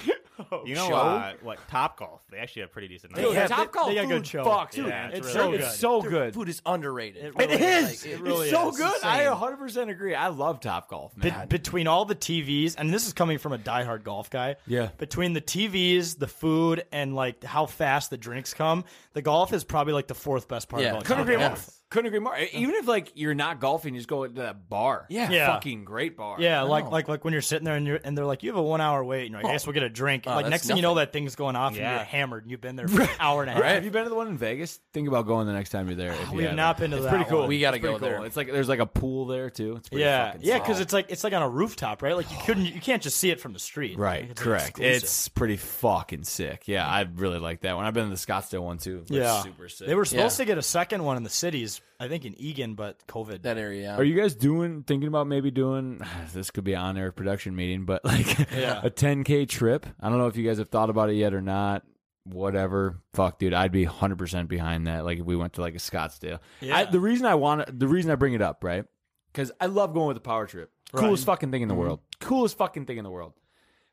You know
Show?
uh, what? Top golf. They actually have pretty decent.
Dude,
numbers.
Topgolf
They got
food
good show.
fucks,
Yeah,
dude.
it's
it's, so,
really good.
it's so good.
Food is underrated.
It
really
is.
Like, it
It's
really
so
is.
good.
It's
I
insane.
100 percent agree. I love Top Golf,
Be-
man.
between all the TVs, and this is coming from a diehard golf guy.
Yeah.
Between the TVs, the food, and like how fast the drinks come, the golf is probably like the fourth best part of all
couldn't
golf.
agree more. Couldn't agree more. Even if like you're not golfing, you just go to that bar.
Yeah. Yeah.
fucking great bar.
Yeah, like like like when you're sitting there and you're and they're like, you have a one hour wait, and you're like, I guess we'll get a drink.
Oh,
like
that's
next thing you know, that thing's going off, and
Yeah.
you're hammered, and you've been
[LAUGHS]
there for an hour and a half.
Right. Have you been to the one in Vegas? Think about going the next time you're there. if you
Ah, We have
haven't.
not been to
it's
that
Pretty cool.
one. We
It's
gotta
pretty
go there.
cool. It's like there's like a pool there too. It's pretty
Yeah,
fucking
yeah,
solid.
because it's like it's like on a rooftop, right? Like you couldn't, you can't just see it from the street.
Right,
Like, it's, like,
correct.
exclusive.
It's pretty fucking sick. Yeah, I really like that one. I've been to the Scottsdale one too. It's
yeah,
super sick.
They were supposed to get a second one in the cities, I think in Egan, but COVID. That
area.
Are you guys doing thinking about maybe doing [SIGHS] this could be on air production meeting, but like [LAUGHS]
Yeah.
a 10k trip? I don't know if you guys have thought about it yet or not. Whatever, fuck, dude, I'd be 100 percent behind that. Like if we went to like a Scottsdale.
Yeah.
I, the reason I want the reason I bring it up, right? Because I love going with the power trip. Coolest
Right.
fucking thing in the
Mhm.
world. Coolest fucking thing in the world.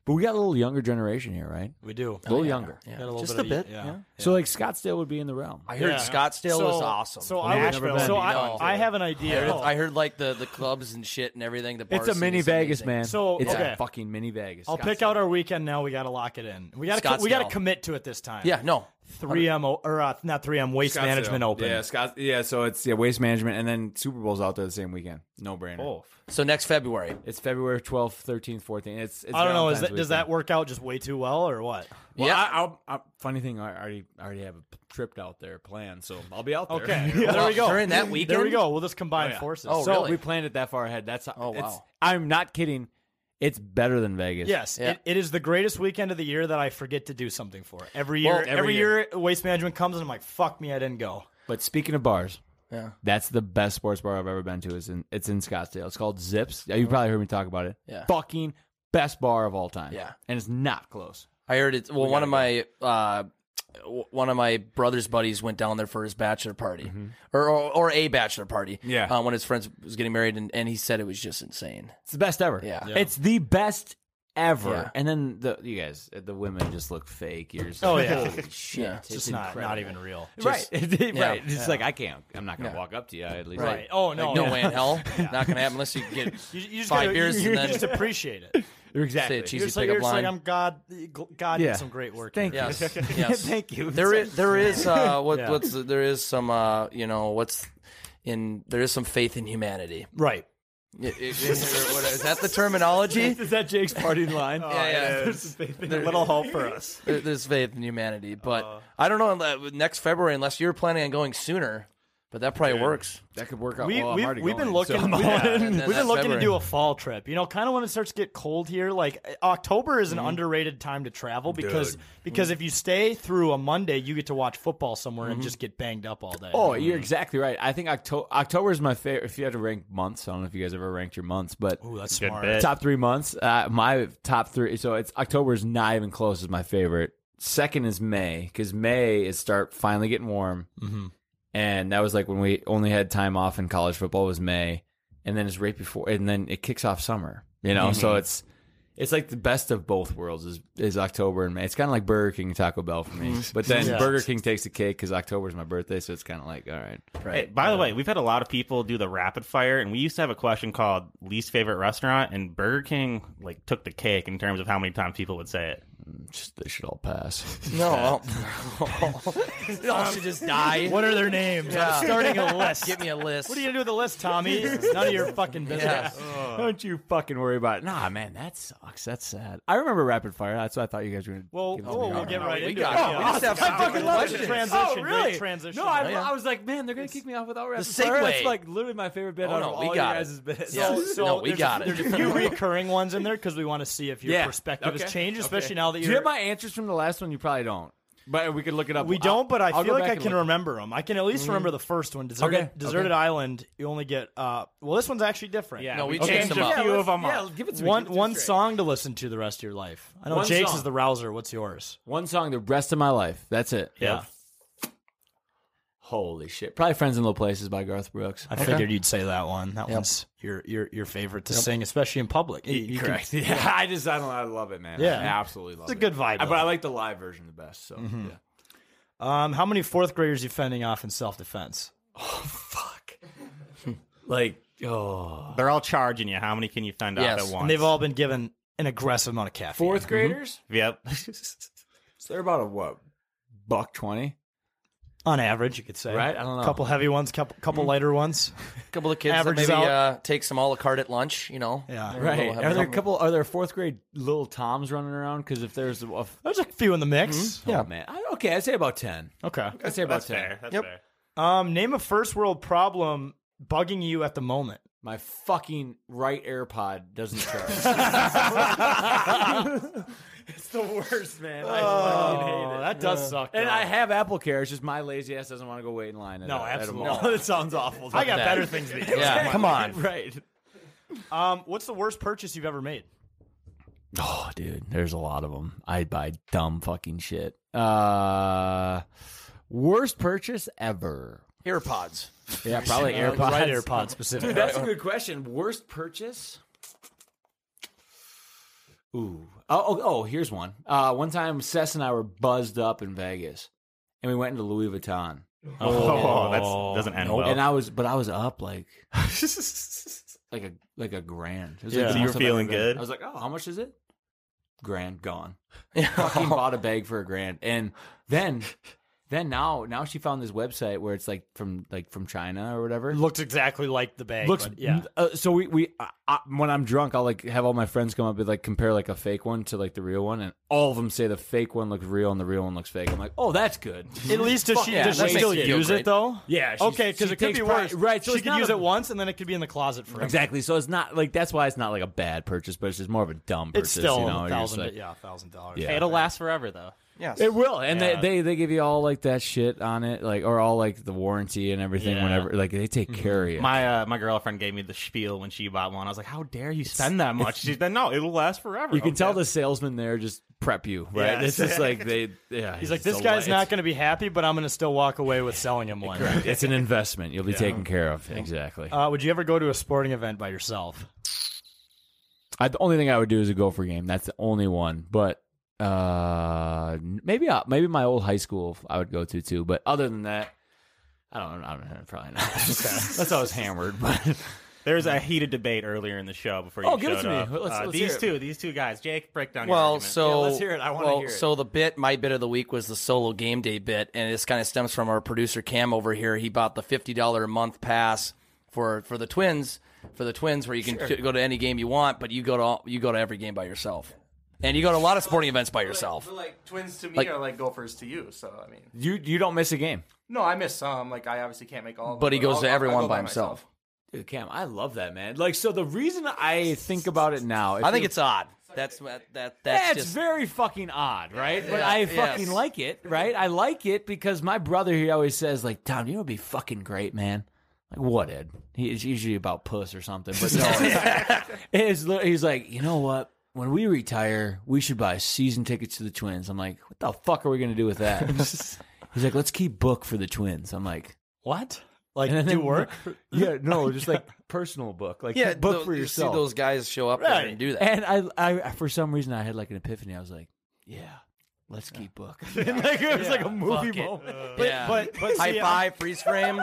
But we got a little younger generation here, right?
We do.
A little
Oh, yeah.
younger.
Yeah. Got a little Just bit a of- bit, yeah. yeah.
So like Scottsdale would be in the realm.
I heard Scottsdale
So-
was awesome.
so I would-
Nashville,
so
no.
I- I have an idea.
I heard, I heard, like the, the clubs and shit and everything. The bar
It's a
scene
mini
is
Vegas,
amazing.
man.
So
it's
okay.
a fucking mini Vegas.
I'll pick out our weekend now. We got to lock it in. We got to we got to
Scottsdale.
commit to it this time.
Yeah, no.
3M o- or uh, not 3M Waste
Scottsdale.
Management Open.
Yeah, Scott. Yeah, so it's yeah waste management, and then Super Bowl's out there the same weekend. No brainer.
Oh.
So next February,
it's February twelfth, thirteenth, fourteenth. It's, it's
I don't know.
Valentine's
Is that, does
weekend.
that work out just way too well or what?
Well, yeah. I, I'll, i funny thing, I already I already have a trip out there planned, so I'll be out there.
Okay,
[LAUGHS]
well, [LAUGHS] there we go. There we go. We'll just combine
yeah.
forces.
Oh,
so
really? we planned it that far ahead. That's oh
wow.
I'm not kidding. It's better than Vegas.
Yes, it, it is the greatest weekend of the year that I forget to do something for. Every year,
Well,
every,
every
year, Waste Management comes and I'm like, fuck me, I didn't go.
But speaking of bars,
Yeah.
that's the best sports bar I've ever been to. Is in it's in Scottsdale. It's called Zips. Yeah, You probably heard me talk about it.
Yeah.
fucking best bar of all time.
Yeah.
and it's not close.
I heard it's well.
We
one of my uh, w- one of my brother's buddies went down there for his bachelor party,
Mm-hmm.
or, or or a bachelor party.
Yeah.
uh, when his friends was getting married, and, and he said it was just insane.
It's the best ever.
Yeah. Yeah.
it's the best ever.
Yeah.
And then the you guys, the women just look fake. You're just
Oh,
like,
[LAUGHS] yeah.
holy shit,
Yeah.
it's
Just not-
incredible.
not even real.
[LAUGHS] Right,
Just-
right.
Yeah.
It's just
Yeah.
like I can't. I'm not gonna
Yeah.
walk up to you at least.
Right. Oh, no.
Like, no
Yeah.
way in hell,
[LAUGHS] Yeah.
not gonna happen unless you get
[LAUGHS] You, you just
5
gotta-
beers and
you, you
then
just appreciate it.
Say a
Exactly.
cheesy
You're just like,
pickup
you're just
line.
like I'm God. God did some great work.
Thank
[LAUGHS] here.
Yes. yes. [LAUGHS] There
[LAUGHS]
is there is uh, what what's there is some uh, you know what's in there is some faith in humanity.
Right.
I- I- or what- is
[LAUGHS]
that the terminology?
Is that Jake's partying line?
Oh,
yeah, yeah.
There's a
There-
little hope for us.
There- There's faith in humanity, but
Uh.
I don't know unle- next February unless you're planning on going sooner. But that probably works.
That could work
we, we, have been looking. [LAUGHS]
Yeah,
we,
and then
have been
that's
looking to
February.
do a fall trip. You know, kind of when it starts to get cold here. Like uh, October is an underrated time to travel because
Mm-hmm. Dude.
because
Mhm.
if you stay through a Monday, you get to watch football somewhere and
Mhm.
just get banged up all day.
[LAUGHS] Oh, you're exactly right. I think October October is my favorite. If you had to rank months, I don't know if you guys ever ranked your months, but
Ooh, that's Good smart. bet.
Top three months. Uh, my top three. So it's October is not even close. Is my favorite. Second is May because May is start finally getting warm,
Mhm.
and that was like when we only had time off in college football was May, and then it's right before, and then it kicks off summer. You know, so
Mhm.
it's. It's like the best of both worlds is, is October and May. It's kind of like Burger King and Taco Bell for me.
Mhm.
But then
Yeah.
Burger King takes the cake because October's my birthday, so it's kind of like, all right.
Hey, by the way, we've had a lot of people do the rapid fire, and we used to have a question called least favorite restaurant, and Burger King like took the cake in terms of how many times people would say it.
Just, they should all pass.
No, [LAUGHS] They all should just die.
What are their names?
Yeah.
I'm starting
[LAUGHS]
a list.
Give me a list.
What are you gonna do with the list, Tommy? It's none of your fucking business.
Don't you fucking worry about it. Nah, man, that sucks. That's sad. I remember rapid fire. That's what I thought you guys were going to.
Well,
give it to
oh,
me.
we'll get
No,
right
we
into
got
it.
it.
Yeah.
Awesome. I fucking love
Great
it.
Transition.
Oh,
great
really?
transition.
No, I,
Oh, yeah.
I was like, man, they're going to kick me off without rapid
The
fire.
segue.
That's like literally my favorite bit
Oh,
out
no,
of
we
all
got
you
it.
guys' bits.
So, so there's a, There's
[LAUGHS]
a few recurring ones in there because we want to see if your
Yeah.
perspective has
Okay.
changed,
Okay.
especially now that
Do
you're.
you have my answers from the last one? You probably don't. But we could look it up.
We don't, but I
I'll go
feel like
back
I
and
can
look.
remember them. I can at least
Mhm.
remember the first one, Deserted,
Okay,
Deserted
okay.
Island. You only get uh, well, this one's actually different.
Yeah, No, we we changed changed them a
a
up. few
few
Yeah,
of
of
them.
them yeah, up. give it to me,
one
give it to me
one
straight.
song to listen to the rest of your life. I know
One
Jake's
song.
is the rouser. What's yours?
One song the rest of my life. That's it.
Yeah.
Holy shit! Probably "Friends in Low Places" by Garth Brooks.
I figured you'd say that one. That
Yep.
one's your your your favorite to
Yep.
sing, especially in public. You- you can-
Correct. [LAUGHS] yeah. I just I don't I love it, man.
Yeah.
I absolutely love
It's a
it.
good vibe,
I-
though.
but I like the live version the best. So
Mhm.
yeah.
Um, how many fourth graders you fending off in self defense?
[LAUGHS] Like, oh,
they're all charging you. How many can you fend off at once?
and they've all been given an aggressive amount of caffeine.
Fourth graders?
Yep.
so they're about a what? Buck twenty.
on average, you could say.
Right? I don't know. Mm-hmm.
Couple heavy ones, couple couple lighter ones.
couple of kids
Averages
that maybe
out.
uh, take some a la carte at lunch, you know?
Yeah.
They're a
Right.
little
Are there a
heavy.
couple? Are there fourth grade little toms running around? Because if there's a,
there's a few in the mix.
Yeah, man. I, okay, I'd say about ten.
Mm-hmm. Oh, Okay,
I'd say about
That's
ten.
fair. That's fair.
Um, name a first world problem bugging you at the moment.
My fucking right AirPod [LAUGHS] doesn't charge. it's the worst, man. I fucking hate it.
that does suck,
And
though.
I have Apple Care. It's just my lazy ass doesn't want to go wait in line. At
No,
a,
absolutely.
At a
No,
mall. [LAUGHS]
[LAUGHS] that sounds awful. I got better things to [LAUGHS] do.
Yeah,
Come on.
right.
Um, what's the worst purchase you've ever made?
Oh, dude, there's a lot of them. I buy dumb fucking shit. Uh, worst purchase ever.
AirPods.
Yeah, probably
Uh,
AirPods.
[LAUGHS] right AirPods specifically.
Dude, that's a good question. Worst purchase? Ooh. Oh, oh, oh, here's one. Uh, one time, Sess and I were buzzed up in Vegas, and we went into Louis Vuitton.
Oh, that's- doesn't end well.
And I was, but I was up
[LAUGHS]
like, like a like a grand. It was like
Yeah.
the
So you
most I've
were
ever
feeling
been.
good?
I was like, oh, how much is it? Grand [LAUGHS] gone. Fucking bought a bag for a grand, and then. Then now, now she found this website where it's like from like from China or whatever.
[LAUGHS] Looks exactly like the bag.
Looks
but yeah.
Uh, so we we I, I, when I'm drunk, I'll like have all my friends come up and like compare like a fake one to like the real one, and all of them say the fake one looks real and the real one looks fake. I'm like, oh, that's good.
At least does
Fuck
she,
yeah,
does
that
she
makes
still
me feel
use
great.
it though?
Yeah, she-
okay, because
she
it could
takes
be
pride-
worse.
right, so
she
it's
could
not
use
a-
it once and then it could be in the closet forever.
Exactly. So it's not like that's why it's not like a bad purchase, but it's just more of a dumb
It's
purchase.
still
you know,
a
you're just
thousand,
like-
yeah, a thousand dollars.
Yeah.
It'll last forever, though. Yes.
It will, and
Yeah.
they, they they give you all like that shit on it, like or all like the warranty and everything.
Yeah.
Whenever like they take
Mm-hmm.
care of you.
My uh, my girlfriend gave me the spiel when she bought one. I was like, "How dare you spend that much?" She said, "No, it'll last forever."
you can
Okay.
tell the salesman there just prep you, right?
Yes.
It's just like they, yeah.
He's like,
it's
this
a
guy's
li-
not going to be happy, but I'm going to still walk away with selling him one.
Correct. [LAUGHS] It's an investment. You'll be
Yeah.
taken care of. Exactly.
Uh, would you ever go to a sporting event by yourself?
I, the only thing I would do is a gopher game. That's the only one. But uh, maybe I, maybe my old high school I would go to too. But other than that, I don't. I don't know. Probably not. [LAUGHS] That's always hammered. [LAUGHS] But
There's a heated debate earlier in the show before you
Oh, give it
showed
to me.
up.
Let's-
Uh,
let's
these
hear it.
two, these two guys, Jake, break down. your
Well,
argument.
so well,
hear it.
so the bit, my bit of the week was the solo game day bit, and this kind of stems from our producer Cam over here. He bought the fifty dollar a month pass for for the Twins, for the Twins, where you can
Sure.
c- go to any game you want, but you go to all, you go to every game by yourself, and you go to a lot of sporting events by yourself.
But like twins to me
Like-
are like gophers to you. So I mean,
you you don't miss a game.
no, I miss some. Like I obviously can't make all. of them,
But he goes
I'll-
to
I'll-
everyone
I'll go
by
myself.
himself.
Dude, Cam, I love that man. Like, so the reason I think about it now, if
I think
you-
it's odd. That's what that that's
That's
just
very fucking odd, right? But
Yeah,
I
yes.
fucking like it, right? I like it because my brother he always says like, "Tom, you know, would be fucking great, man." Like what, Ed? He, it's usually about puss or something, but no, [LAUGHS] it's- it's li- he's like, you know what? When we retire, we should buy season tickets to the Twins. I'm like, what the fuck are we gonna do with [LAUGHS] that? he's like, let's keep book for the Twins. I'm like,
what? Like
And then-
do
[LAUGHS]
work?
Yeah, no, just
[LAUGHS]
like personal book, like [LAUGHS]
yeah.
book
tho-
for
you see
yourself.
those guys show up there and do that.
And I, I, for some reason, I had like an epiphany. I was like, yeah, let's keep book. like it was like a movie moment.
But,
Yeah.
but, but
High
see, uh, I-
five, freeze
[LAUGHS]
frame.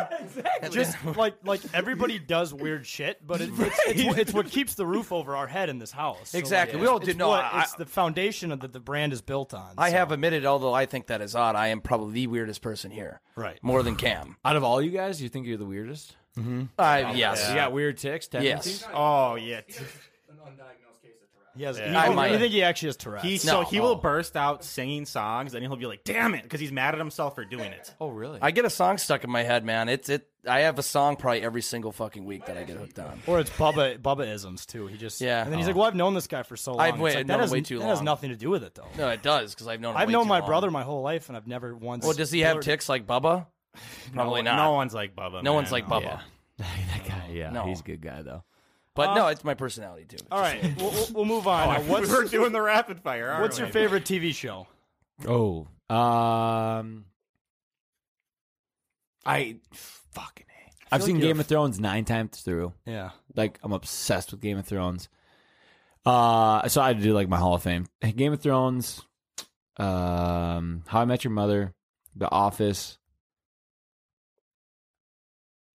Just like like everybody does weird shit, but it, it's, it's, what- it's what keeps the roof over our head in this house. So, like,
Exactly. We
it's-
all did-
it's
no,
what-
I-
it's the foundation that the brand is built on.
I have admitted, although I think that is odd, I am probably the weirdest person here.
Right.
More than
[LAUGHS]
Cam.
Out of all you guys, you think you're the weirdest? Mm-hmm.
Uh, yes.
You got weird ticks.
Yes.
Tendencies?
Oh,
yeah.
undiagnosed case of Tourette's.
He has- Yeah. you- you think he actually has Tourette's?
He, so
No.
he will burst out singing songs, and he'll be like, "Damn it!" because he's mad at himself for doing it.
Oh, really?
I,
I get a song stuck in my head, man. It's it. I have a song probably every single fucking week that I get hooked on.
[LAUGHS] Or it's Bubba Bubbaisms too. He just
Yeah.
And then he's
Oh.
like, "Well, I've known this guy for so long.
I've
It's
waited-
like, that
known
has-
way too
That has
long.
nothing to do with it, though.
No, it does because I've known. him
I've
way
known
too
my
long.
brother my whole life, and I've never once.
Well, does he have ticks like
[LAUGHS]
Bubba? Probably
No-
not.
no one's like
No
Bubba, man.
one's like Bubba.
that guy, yeah,
No.
he's a good guy though.
But
Uh,
no, it's my personality too.
All right, we'll, we'll- we'll move on.
Oh,
Now,
I-
what's,
we're doing the rapid fire, aren't
What's your
we?
favorite TV show?
Oh, um, I fucking. hate- I've
feel
seen
like
Game
you're-
of Thrones nine times through.
Yeah.
like I'm obsessed with Game of Thrones. Uh, so I had to do like my Hall of Fame. Game of Thrones, um, How I Met Your Mother, The Office.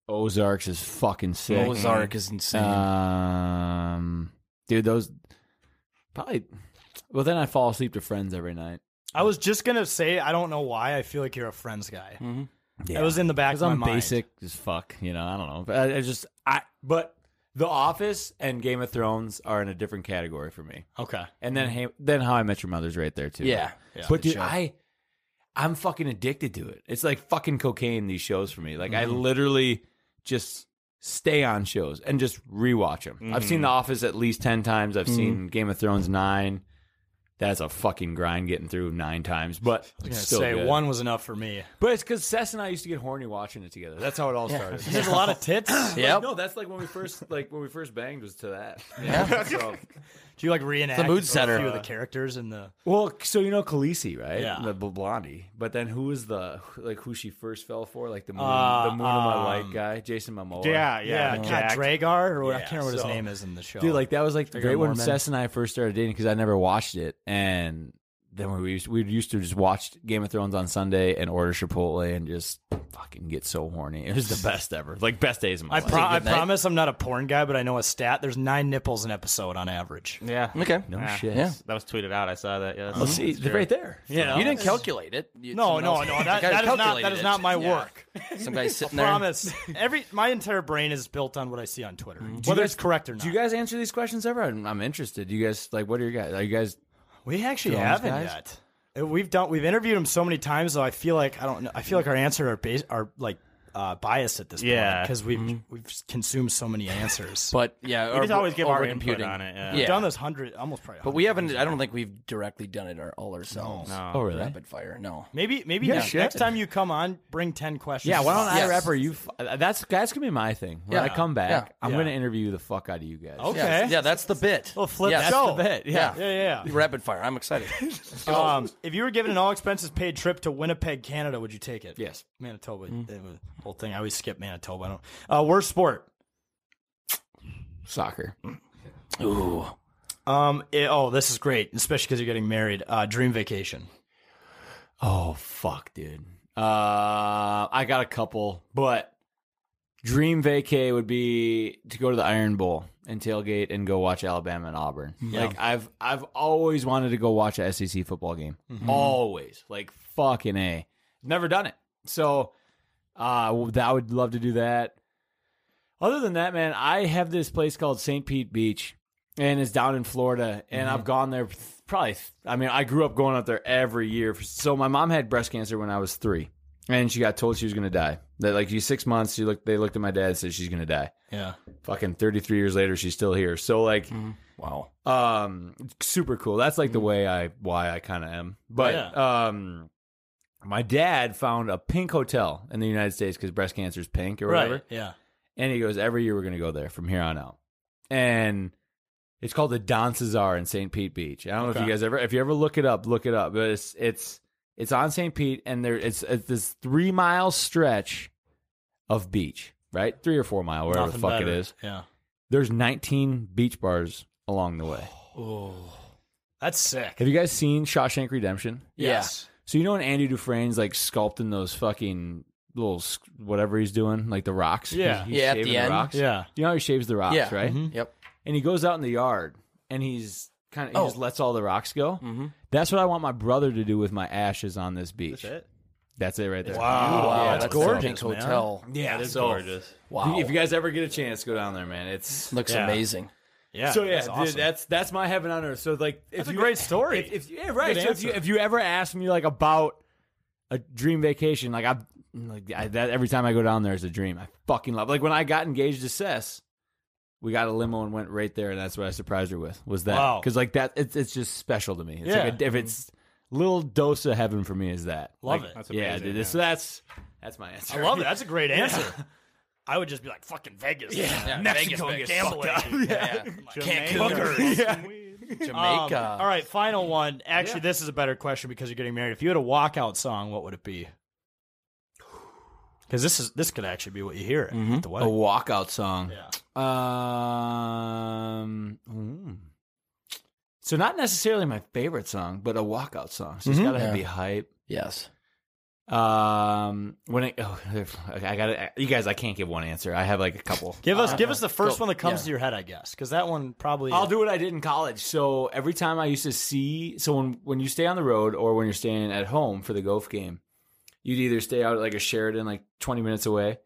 Ozarks is fucking sick.
Ozark is insane.
Uh,
Um, dude, those probably. Well, then I fall asleep to Friends every night.
I was just gonna say I don't know why I feel like you're a Friends guy.
Mm-hmm.
That was in the back of
'Cause
my
I'm
mind.
basic as fuck. You know, I don't know. But I, I just I but The Office and Game of Thrones are in a different category for me.
Okay.
and then hey, then How I Met Your Mother's right there too.
Yeah. Yeah. Good
but dude,
show.
I I'm fucking addicted to it. It's like fucking cocaine. These shows for me, like I
Mm-hmm.
Mhm.
literally just stay on shows and just rewatch them. I've seen
Mhm.
Mm-hmm.
The Office at least ten times. I've seen Game of Thrones nine. That's a fucking grind getting through nine times, but
I was
it's
gonna
still
say
good.
one was enough
[LAUGHS]
for me.
But it's because Sess and I used to get horny watching it together. That's how it all
Yeah.
started.
There's a lot of tits?
Like,
[LAUGHS] Yep.
no, that's like when we first like when we first banged was to that. [LAUGHS]
Yeah. Do you like reenact
mood
a
setter.
few of the characters in the?
Well, so you know Khaleesi, right?
Yeah.
The bl- blondie. But then who was the like who she first fell for? Like the moon,
Uh,
the moon of my
um,
light guy, Jason Momoa.
yeah. God, Dragar, or I can't remember what his
so-
name is in the show.
Dude, like that was like the
Dragar
great when
Mormon.
Sess and I first started dating because I never watched it, and then we used, we used to just watch Game of Thrones on Sunday and order Chipotle and just fucking get so horny. It was
[LAUGHS]
the best ever, like best days of my
I,
life.
pro- I promise I'm not a porn guy, but I know a stat. There's nine nipples an episode on average.
Yeah.
Okay.
No
Ah,
shit.
Yeah. [LAUGHS] That was tweeted out. I saw that. Yeah.
Well, Oh, see,
It's
they're
true.
right there.
You,
You know?
didn't calculate it. [LAUGHS] You-
No,
someone
no,
else-
no.
the
That,
guy
that is not
calculated
that is
it.
not my
Yeah.
work.
Some guy's sitting
[LAUGHS] I
there.
promise. Every my entire brain is built on what I see on Twitter,
Do you
whether
guys-
it's correct or not.
Do you guys answer these questions ever? I'm, I'm interested. Do you guys like what are your guys? Are you guys?
We actually
Thrones
haven't
guys?
yet. Uh, We've done. We've interviewed him so many times, though. I feel like I don't. know. I feel like our answer are bas- are like uh, biased at this point
Yeah.
because we've we've consumed so many answers.
But yeah,
We just
or-
always give our
over
input
computing.
on it, yeah.
We've done this hundred almost probably.
But we haven't. I don't think we've directly done it our, all ourselves.
No.
Oh, really?
Rapid fire. No.
Maybe maybe
Yeah,
next,
shit.
next time you come on, bring ten questions.
Yeah, why don't I
Yes.
rapper you? F- uh, that's that's gonna be my thing. When
Yeah.
I come back,
Yeah.
I'm
Yeah.
gonna interview the fuck out of you guys.
Okay.
Yeah, yeah, that's the bit.
Well, flip
yeah,
show.
That's the bit.
Yeah, yeah, yeah.
Rapid fire. I'm
[LAUGHS]
excited.
Um, if you were given an all expenses paid trip to Winnipeg, Canada, would you take it?
Yes. Mm-hmm.
Manitoba. The whole thing. I always skip Manitoba. I don't. Uh, worst sport.
Soccer.
Ooh.
Um. eh, oh, this is great, especially because you're getting married. Uh, dream vacation.
Oh fuck, dude. Uh, I got a couple, but dream vacay would be to go to the Iron Bowl and tailgate and go watch Alabama and Auburn.
Yeah.
Like I've I've always wanted to go watch a SEC football game.
Mhm.
Always, like fucking a. Never done it, so uh, w- that I would love to do that. Other than that, man, I have this place called St. Pete Beach, and it's down in Florida, and
Mhm.
I've gone there th- probably. th- I mean, I grew up going out there every year. So my mom had breast cancer when I was three, and she got told she was going to die. That like she's six months. She looked. They looked at my dad and said she's going to die.
Yeah.
Fucking thirty three years later, she's still here. So like,
wow,
um, super cool. That's like the way I why I kind of am. But um, my dad found a pink hotel in the United States because breast cancer is pink or whatever.
Right. Yeah.
And he goes, every year we're going to go there from here on out. And it's called the Don Cesar in St. Pete Beach. I don't know if
Okay.
you guys ever, if you ever look it up, look it up. But it's, it's, it's on St. Pete and there, it's, it's this three mile stretch of beach, right? Three or four mile, wherever
Nothing
the fuck
better.
it is.
Yeah.
There's 19 beach bars along the way.
Oh, that's sick.
Have you guys seen Shawshank Redemption?
Yes.
So you know when Andy Dufresne's like sculpting those fucking little s- whatever he's doing, like the rocks.
Yeah.
He's- he's
Yeah, at
shaving
the end.
Rocks?
Yeah.
You know how he shaves the rocks,
Yeah.
right?
Mhm. Yep.
And he goes out in the yard and he's kind of he
Oh.
just lets all the rocks go. Mm-hmm. That's what I want my brother to do with my ashes on this beach. That's it. That's it right there.
Oh,
Wow. beautiful. Wow,
Yeah,
that's
it's
so
gorgeous.
pink
man.
hotel.
Yeah,
That
that's
is gorgeous. Wow.
If you guys ever get a chance, go down there, man. It's
Looks amazing.
Yeah, so yeah, that's that's, that's my heaven on earth. So like, if
That's a
you,
great story.
If, if- yeah, right.
Good
So if you
answer.
if you ever ask me like about a dream vacation, like I like I, that every time I go down there is a dream. I fucking love. Like when I got engaged to Sess, we got a limo and went right there, and that's what I surprised her with. Was that
Wow.
because like that it's it's just special to me. It's like a,
Yeah.
if it's little dose of heaven for me is that
Love
Like,
it. That's
yeah,
amazing,
dude.
yeah.
So that's that's my answer.
I love it. That's a great answer. I would just be like, fucking Vegas.
Yeah,
Mexico
Vegas gets
gambling. [LAUGHS]
fucked up. Yeah.
Can't
Jamaica.
cook [LAUGHS] her.
Yeah.
Um,
uh,
all right, final one. Actually, this is a better question because you're getting married. If you had a walkout song, what would it be? Because this is this could actually be what you hear at the
Mm-hmm. a
wedding.
walkout song. Um. mm. So not necessarily my favorite song, but a walkout song. So it's
Mhm.
gotta
Yeah.
be hype.
Yes.
Um. When it, oh, I gotta. You guys, I can't give one answer. I have like a couple.
Give us
Uh,
give us the first
go.
one that comes
Yeah.
to your head, I guess, because that one probably.
I'll do what I did in college. So every time I used to see, so when when you stay on the road or when you're staying at home for the golf game, you'd either stay out at like a Sheridan, like 20 minutes away,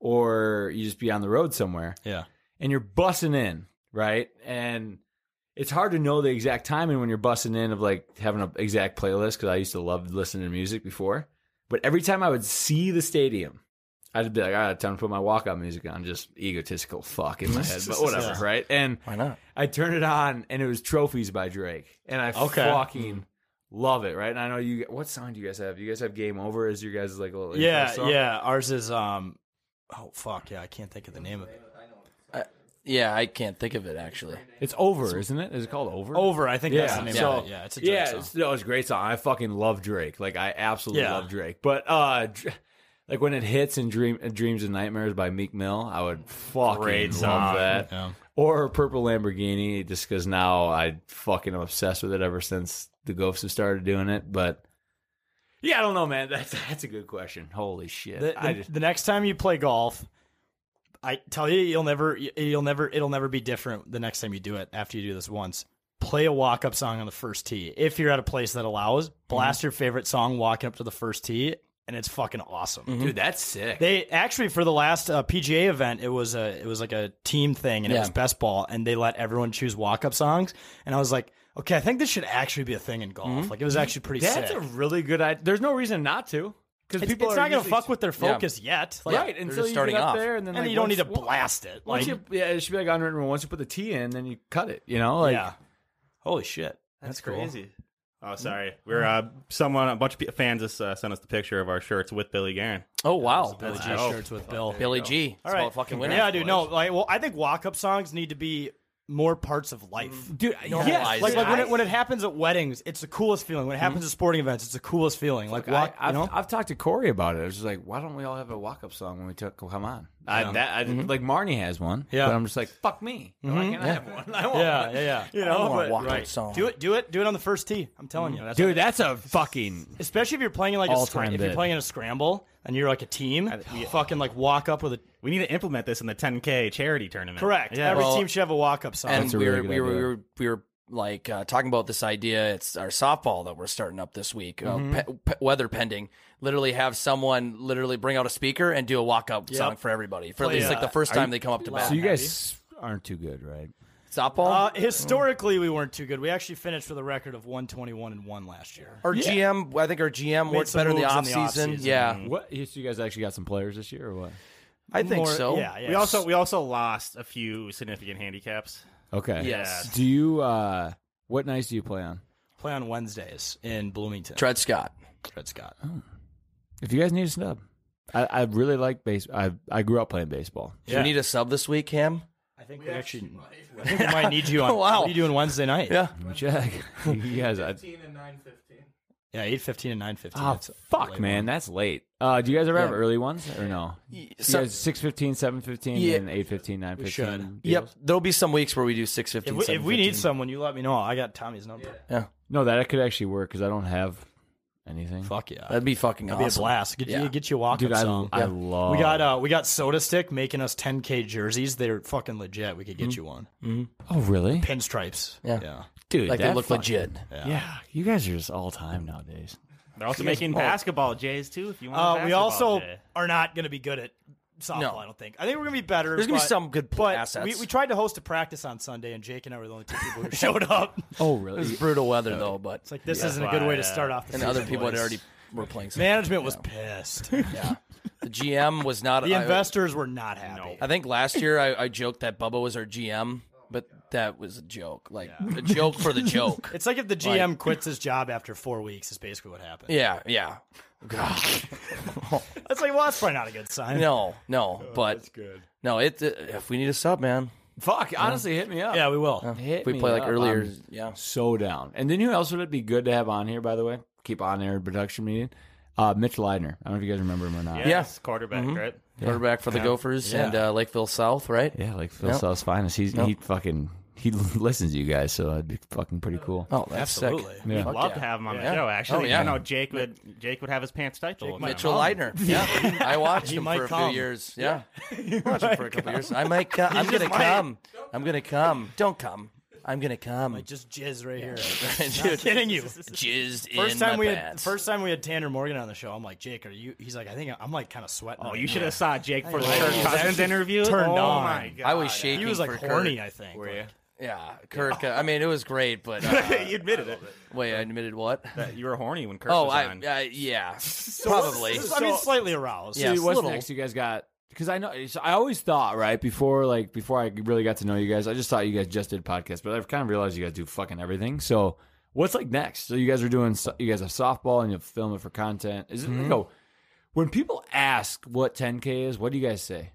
or you just be on the road somewhere.
Yeah.
And you're bussing in, right? And it's hard to know the exact timing when you're bussing in of like having an exact playlist because I used to love listening to music before. But every time I would see the stadium, I'd be like, all right, time to put my walkout music on, just egotistical fuck in my head, but whatever,
Yeah.
right? And
why not?
I turned it on and it was Trophies by Drake, and I
Okay.
fucking love it, right? And I know you. What song do you guys have? You guys have Game Over as your guys like a little intro
yeah,
song?
yeah. Ours is um. Oh fuck yeah! I can't think of the name of it.
Yeah, I can't think of it actually.
It's over, isn't it? Is it called Over?
Over, I think that's the name
So,
of it. Yeah, it's a Drake
yeah,
song.
It's, no, it's a great song. I fucking love Drake. Like I absolutely
Yeah.
love Drake. But uh, dr- like when it hits in Dream uh, Dreams and Nightmares by Meek Mill, I would fucking
Great
love
song.
that.
Yeah.
Or Purple Lamborghini, just because now I fucking am obsessed with it ever since the Ghosts have started doing it. But yeah, I don't know, man. [LAUGHS] That's that's a good question. Holy shit!
The, the,
I just,
the next time you play golf, I tell you, you'll never, you'll never, it'll never be different the next time you do it. After you do this once, play a walk up song on the first tee. If you're at a place that allows, blast
Mhm.
your favorite song walking up to the first tee, and it's fucking awesome,
dude, that's sick.
Mhm. They actually for the last uh, PGA event, it was a it was like a team thing, and it
Yeah.
was best ball, and they let everyone choose walk up songs, and I was like. Okay, I think this should actually be a thing in golf. Like it was actually pretty.
Mm-hmm. That's
sick.
a really good idea. There's no reason not to. Because
It's-
people
it's
are
not gonna
usually-
fuck with their focus yet. Like,
right,
They're
until
just
you
starting
get up
off.
there, and then
And
like,
you don't
once-
need to blast it,
Once
like-
you, yeah, it should be like unwritten rule. Once you put the T in, then you cut it. You know, like
Yeah. holy shit,
That's
cool. Mm-hmm.
crazy. Oh, sorry. We're uh, someone, a bunch of pe- fans just uh, sent us the picture of our shirts with Billy Garen.
Oh wow,
Billy
G shirts with Bill.
Billy G. It's
All right,
about fucking winning.
Yeah, dude. No, like, well, I think walk-up songs need to be more parts of life,
dude.
Yes,
Normalize
like, like when,
it.
it, when it happens at weddings, it's the coolest feeling. When it happens at sporting events, it's the coolest feeling. Like walk,
Mm-hmm. I,
you
I've,
know,
I've talked to Corey about it. I was just like, why don't we all have a walk up song when we took? Come on, I,
Yeah.
that I,
Mm-hmm.
Mhm.
like Marnie has one. Yeah, but I'm just like, fuck me. No, I
Mhm.
can't
Yeah.
have one. [LAUGHS] I want
Yeah,
one.
yeah, yeah.
You
I
know,
want a
but-
walk-up
right.
song. do it, do it, do it on the first tee. I'm telling you, that's
Mm-hmm. dude. That's
[LAUGHS]
a fucking.
Especially if you're playing like a
All-time
scram- if you're
bid.
playing in a scramble and you're like a team, you fucking like walk up with a.
We need to implement this in the 10K charity tournament.
Correct. Every
Well,
team should have a walk-up song.
and we, were, we, were, we were we were like uh, talking about this idea. It's our softball that we're starting up this week. Uh,
Mhm.
pe- pe- weather pending. Literally have someone literally bring out a speaker and do a walk up
Yep.
song for everybody for at
Play,
least like the
uh,
first
are
time
you-
they come up to bat.
So you guys aren't too good, right?
softball
Uh, historically, we weren't too good. We actually finished with a record of 121 and one last year.
Our GM, I think our GM
Made
works
some
better in the
moves in
off
the Mm-hmm. off
season.
season.
Yeah,
What? So you guys actually got some players this year, or what?
I think
More-
so.
Yeah, We also we also lost a few significant handicaps.
Okay.
Yes.
Do you? uh What nights do you play on?
Play on Wednesdays in Bloomington.
Dred Scott.
Dred Scott.
Oh. If you guys need a snub, I, I really like base. I I grew up playing baseball.
Do we need a sub this week, Cam?
I think we, actually, I think we might
[LAUGHS]
need you on.
Wow.
What are you doing Wednesday night?
Yeah.
Let me check. [LAUGHS] you guys, I,
Yeah, 8.15 and 9.15.
Ah,
oh
That's a
fuck,
late
man,
one.
that's late. Uh, do you guys ever have
Yeah.
early ones or no? You
so-
guys 6.15, 7.15,
Yeah.
and 8.15, 9.15.
Yep. There'll be some weeks where we do six
If
fifteen.
we, if we need someone, you let me know. I got Tommy's number.
Yeah.
No, that could actually work because I don't have anything.
Fuck yeah.
That'd be fucking
That'd be
awesome.
a blast. Get,
Yeah.
you, get you a walk-up
Dude, I,
song.
I love.
We got uh, we got Soda Stick making us 10k jerseys. They're fucking legit. We could get you one.
oh, really?
Pinstripes.
Hmm. Yeah.
yeah.
Dude,
Like, they
that
look
fucking-
legit.
Yeah. [SIGHS] you guys are just all time nowadays.
They're also
You guys-
making
oh.
basketball Jays too. If you want, a
Uh, we
basketball
also
Jay.
are not going to be good at softball.
No.
I don't think. I think we're gonna be better.
There's gonna be
but-
some good
but
assets.
We, we tried to host a practice on Sunday, and Jake and I were the only two people who
[LAUGHS]
showed up.
Oh, really? It was brutal weather though, but
It's like, this isn't a good way to start off the
and other
season,
people had
boys.
already were playing.
Management was
[LAUGHS]
pissed.
Yeah, the GM was not.
The
I-
investors were not happy.
I think last year I, I joked that Bubba was our GM, but that was a joke, like a joke for the joke.
[LAUGHS] It's like if the GM quits his job after four weeks. Is basically what happened.
Yeah, yeah. God.
It's like, well, that's probably not a good sign.
No, no, but No, it. uh, if we need a sub, man.
Fuck, honestly, hit me up.
Yeah, we will.
Hit
If we
me
play like
up.
earlier,
I'm
yeah.
so down. And then who else would it be good to have on here? By the way, keep on air production meeting. Uh, Mitch Leidner. I don't know if you guys remember him or not.
Yes, quarterback,
Mhm.
right?
Quarterback for the
Yeah.
Gophers
Yeah.
and uh, Lakeville South, right?
Yeah, like Phil
Yep.
South's finest. He's he fucking he [LAUGHS] listens to you guys, so that'd be fucking pretty cool.
Oh, that's sick.
Absolutely.
Yeah.
We'd love to have him on
Yeah.
the show. Actually,
Oh, yeah. Oh,
I know Jake would Jake would have his pants tight the whole time.
Mitchell
[LAUGHS]
Leitner. Yeah, I watched
He
him
might
for a
come.
few years.
Yeah.
Yeah,
He
watched him
might
for a couple
come.
years. I might. Come.
He
I'm gonna
just might.
come. I'm gonna come. Don't come. I'm gonna come.
Like just jizz right here.
[LAUGHS] Dude.
Not kidding
[LAUGHS]
you.
Jizzed
First
in
time
my
we had
pants.
first time we had Tanner Morgan on the show. I'm like, Jake, are you? He's like, I think I'm like kind of sweating.
Oh,
right
you should
now."
have saw Jake for
I
the
know.
Kirk Cousins interview.
Turned
Oh
on.
my God.
I was shaking.
He was like
for
horny.
Kirk.
I think.
Were
[LAUGHS]
you? Yeah, Kirk. I mean, it was great, but uh,
you admitted it.
Wait, I admitted what?
That you were horny when Kirk
oh,
was
I,
on.
I yeah, probably.
I mean, slightly aroused.
So what's next? You guys got because I know so I always thought right before like before I really got to know you guys, I just thought you guys just did podcasts, but I've kind of realized you guys do fucking everything. So what's like next? So you guys are doing so- you guys have softball and you film it for content. Is it
Mhm.
Mm-hmm.
no? When people ask what 10K is, what do you guys say?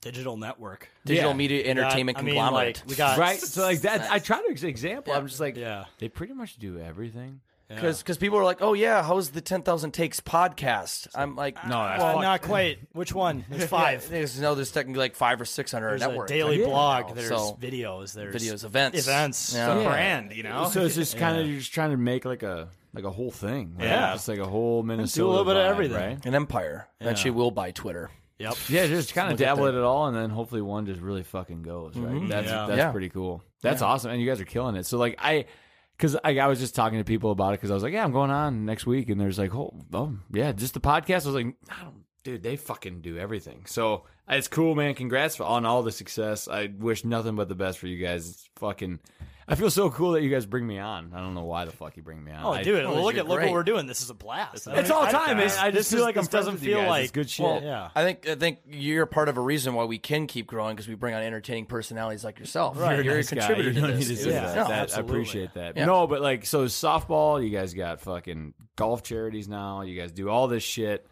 Digital network.
Digital
Yeah.
media
We got-
entertainment
I mean,
conglomerate.
like, we got
right. So like that, I try to ex- example. I'm just like,
yeah,
they pretty much do everything.
Because people are like, oh yeah, how's the Ten Thousand Takes podcast? I'm like,
No, that's
well, not quite. Which one? There's
Oh,
five.
Yeah, there's no, there's technically like five or six on our
There's
network.
a daily
right now.
blog. There's
So-
videos. There's
videos, events,
events.
So it's
[LAUGHS]
just kind of you're just trying to make like a like a whole thing. Right?
Yeah.
just like a whole Minnesota.
little bit of
vibe,
everything.
right?
An empire.
Yeah.
Eventually, we'll buy Twitter.
Yep.
Yeah, just kind of
Look at
dabble
that.
at it all, and then hopefully one just really fucking goes. Right.
Mhm.
That's
Yeah.
that's
Yeah.
pretty cool. That's
Yeah.
awesome, and you guys are killing it. So like I. Cause I, I was just talking to people about it because I was like, yeah, I'm going on next week, and there's like, oh, oh, yeah, just the podcast. I was like, I don't, dude, they fucking do everything. So it's cool, man. Congrats for, on all the success. I wish nothing but the best for you guys. It's fucking, I feel so cool that you guys bring me on. I don't know why the fuck you bring me on.
Oh,
I, I-
dude! Well, look
you're
at look
great.
what we're doing. This is a blast. I
It's
mean,
all
I-
time, man. I just
this
feel
is-
like I'm
this doesn't
friends with you
feel
guys.
like
It's good shit.
Well,
Yeah.
I think I think you're part of a reason why we can keep growing because we bring on entertaining personalities like yourself.
Right.
You're,
You're a
a
nice guy.
contributor
You
to
don't
this.
need to
dude.
say that.
No,
That- I
absolutely.
appreciate that.
Yeah.
No, but like, so softball, you guys got fucking golf charities now. You guys do all this shit.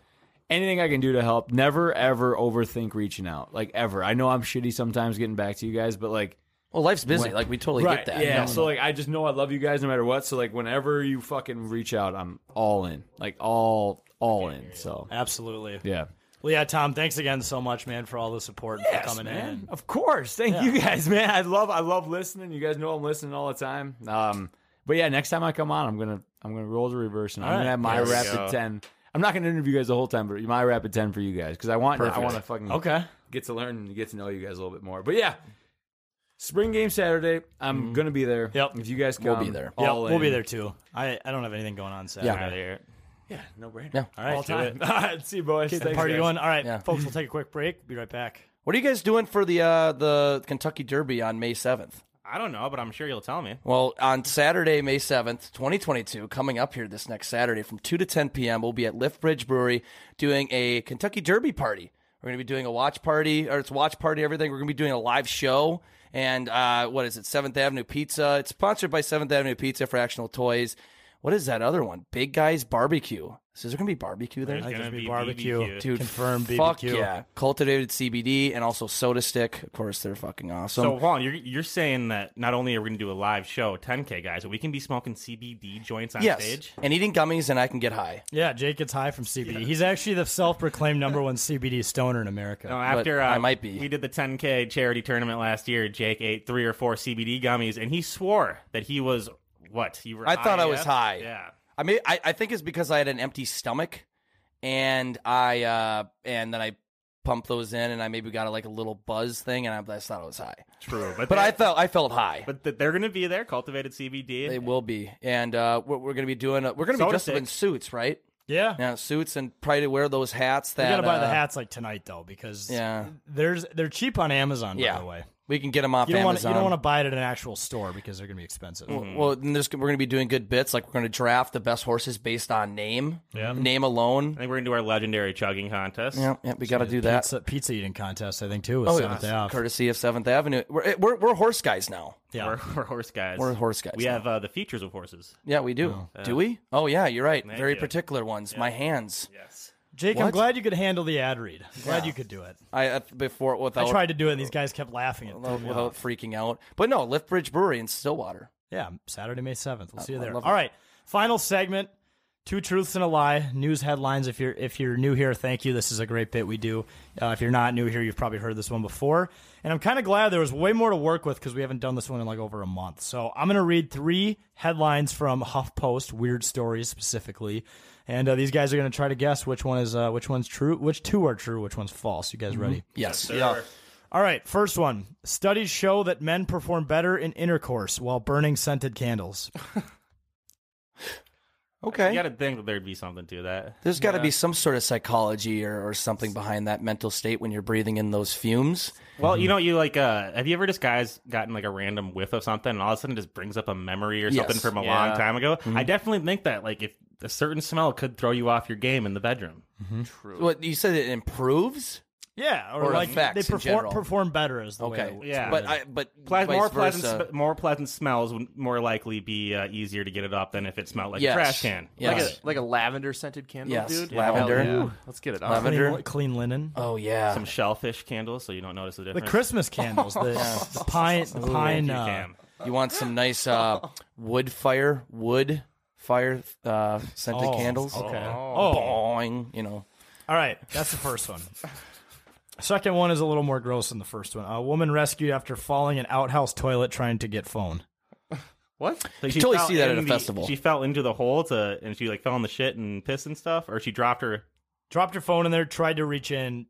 Anything I can do to help. Never ever overthink reaching out. Like ever. I know I'm shitty sometimes getting back to you guys, but like,
well, life's busy.
when-
Like we totally
Right,
get that.
Yeah.
No,
so
no.
like, I just know I love you guys no matter what. So like, whenever you fucking reach out, I'm all in. Like all all in. So
absolutely.
yeah.
Well, yeah, Tom. Thanks again so much, man, for all the support and for
Yes,
coming
man.
in.
Of course. Thank
Yeah.
you guys, man. I love I love listening. You guys know I'm listening all the time. Um, but yeah, next time I come on, I'm gonna I'm gonna roll the reverse and
All
I'm
right.
gonna have my
There we
rapid
go.
ten. I'm not gonna interview you guys the whole time, but my rapid ten for you guys because I want I
Perfect.
want to fucking
Okay.
get to learn and get to know you guys a little bit more. But yeah. Spring game Saturday. I'm gonna be there. Yep. If you guys come,
We'll be there. Mm-hmm. Yep,
all
we'll be
in.
there too. I, I don't have anything going on Saturday.
Yeah, no brainer.
Yeah.
All right,
All
do
time. [LAUGHS]
it.
All right, see you boys.
Get the
Thanks,
party
guys.
going. All right,
Yeah.
folks, we'll take a quick break. Be right back.
What are you guys doing for the uh, the Kentucky Derby on May seventh?
I don't know, but I'm sure you'll tell me.
Well, on Saturday, May 7th, 2022, coming up here this next Saturday from 2 to 10 p.m., we'll be at Lift Bridge Brewery doing a Kentucky Derby party. We're going to be doing a watch party, or it's a watch party, everything. We're going to be doing a live show. And uh, what is it? 7th Avenue Pizza. It's sponsored by 7th Avenue Pizza, Fractional Toys. What is that other one? Big Guys Barbecue. So is there going to be barbecue there?
There's I think gonna there's gonna be be barbecue. BBQ.
Dude,
Confirmed
fuck
BBQ.
yeah. Cultivated CBD and also Soda Stick. Of course, they're fucking awesome.
So, Juan, you're you're saying that not only are we going to do a live show, 10K guys, but we can be smoking CBD joints on
yes.
stage.
And eating gummies, and I can get high.
Yeah, Jake gets high from CBD. He's actually the self-proclaimed number one CBD stoner in America.
No, after uh, I might be. We did the 10K charity tournament last year. Jake ate three or four CBD gummies, and he swore that he was what? You were.
I thought I was
AF?
high.
Yeah.
I mean, I, I think it's because I had an empty stomach, and I uh, and then I pumped those in, and I maybe got a, like a little buzz thing, and I, I just thought I was high. [LAUGHS]
True,
but, I felt I felt high.
But th- they're going to be there, cultivated CBD.
They will be, and uh, we're, we're going to be doing. A, we're going to be
Soda
dressed up in
sticks.
suits, right?
Yeah.
Yeah, suits and probably to wear those hats
We
that
gotta buy the
uh,
hats like tonight though, because
Yeah.
there's they're cheap on Amazon.
Yeah.
by the way,
we can get them off
you don't wanna-
Amazon.
you don't want to buy it at an actual store because they're gonna be expensive.
Well, well, then there's, we're going to be doing good bits. Like we're going to draft the best horses based on name,
Yeah.
name alone. I
think we're going to do our legendary chugging contest.
Yeah, yeah, we got to do that.
pizza, pizza eating contest. I think too. With
Oh, yeah.
Seventh Ave.
courtesy of Seventh Avenue. We're, we're, we're horse guys now.
Yeah.
We're, we're horse guys.
We're horse guys
We
now.
have uh, the features of horses.
Yeah, we do.
Oh.
Do we? Oh yeah, you're right.
Thank
Very
you.
particular ones. My hands.
Yes.
Jake, I'm
What?
glad you could handle the ad read. I'm glad you could do it.
I uh, before without
I tried to do it, and these guys kept laughing at
without,
me.
without freaking out. But no, Liftbridge Brewery in Stillwater.
Yeah, Saturday, May seventh. We'll see you
I
there. All
love
right,
it.
final segment: two truths and a lie. News headlines. If you're if you're new here, thank you. This is a great bit we do. Uh, if you're not new here, you've probably heard this one before. And I'm kind of glad there was way more to work with because we haven't done this one in like over a month. So I'm gonna read three headlines from HuffPost, weird stories specifically, and uh, these guys are gonna try to guess which one is uh, which one's true, which two are true, which one's false. You guys
Mm-hmm.
ready?
Yes.
Yeah. All right, first one. Studies show that men perform better in intercourse while burning scented candles.
Okay.
You got to think that there'd be something to that.
There's got to
Yeah.
be some sort of psychology or, or something behind that mental state when you're breathing in those fumes.
Well, you know, you like, uh, have you ever just guys gotten like a random whiff of something and all of a sudden it just brings up a memory or
Yes.
something from a
Yeah.
long time ago? I definitely think that, like, if a certain smell could throw you off your game in the bedroom.
True. What you said it improves?
Yeah, or,
Or
like
effects
they
in
perform
general.
perform better as the
Okay.
way. it-
Yeah,
But I- but
Ple-
vice
more pleasant,
versa.
sm- more pleasant smells would more likely be uh, easier to get it up than if it smelled like
Yes.
a trash can.
Yes.
Like uh,
Like a lavender scented candle,
Yes,
dude.
lavender.
Hell yeah.
Ooh.
Let's get it
Clean-
on.
Lavender.
clean, linen.
Oh yeah.
a, some shellfish candles, so you don't notice the
The
difference.
Christmas candles, the, the pine, the
Ooh.
pine.
You
uh,
can.
You want some nice uh,
[LAUGHS]
wood fire, wood fire uh, scented
Oh,
candles?
okay.
Oh.
Oh.
Boing, you know.
All right, that's the first one. Second one is a little more gross than the first one. A woman rescued after falling an outhouse toilet trying to get phone.
What?
So
You
she
totally
fell
see that at
in
a
the-
festival.
She fell into the hole to, and she like fell in the shit and pissed and stuff, or she dropped her.
dropped her phone in there, tried to reach in.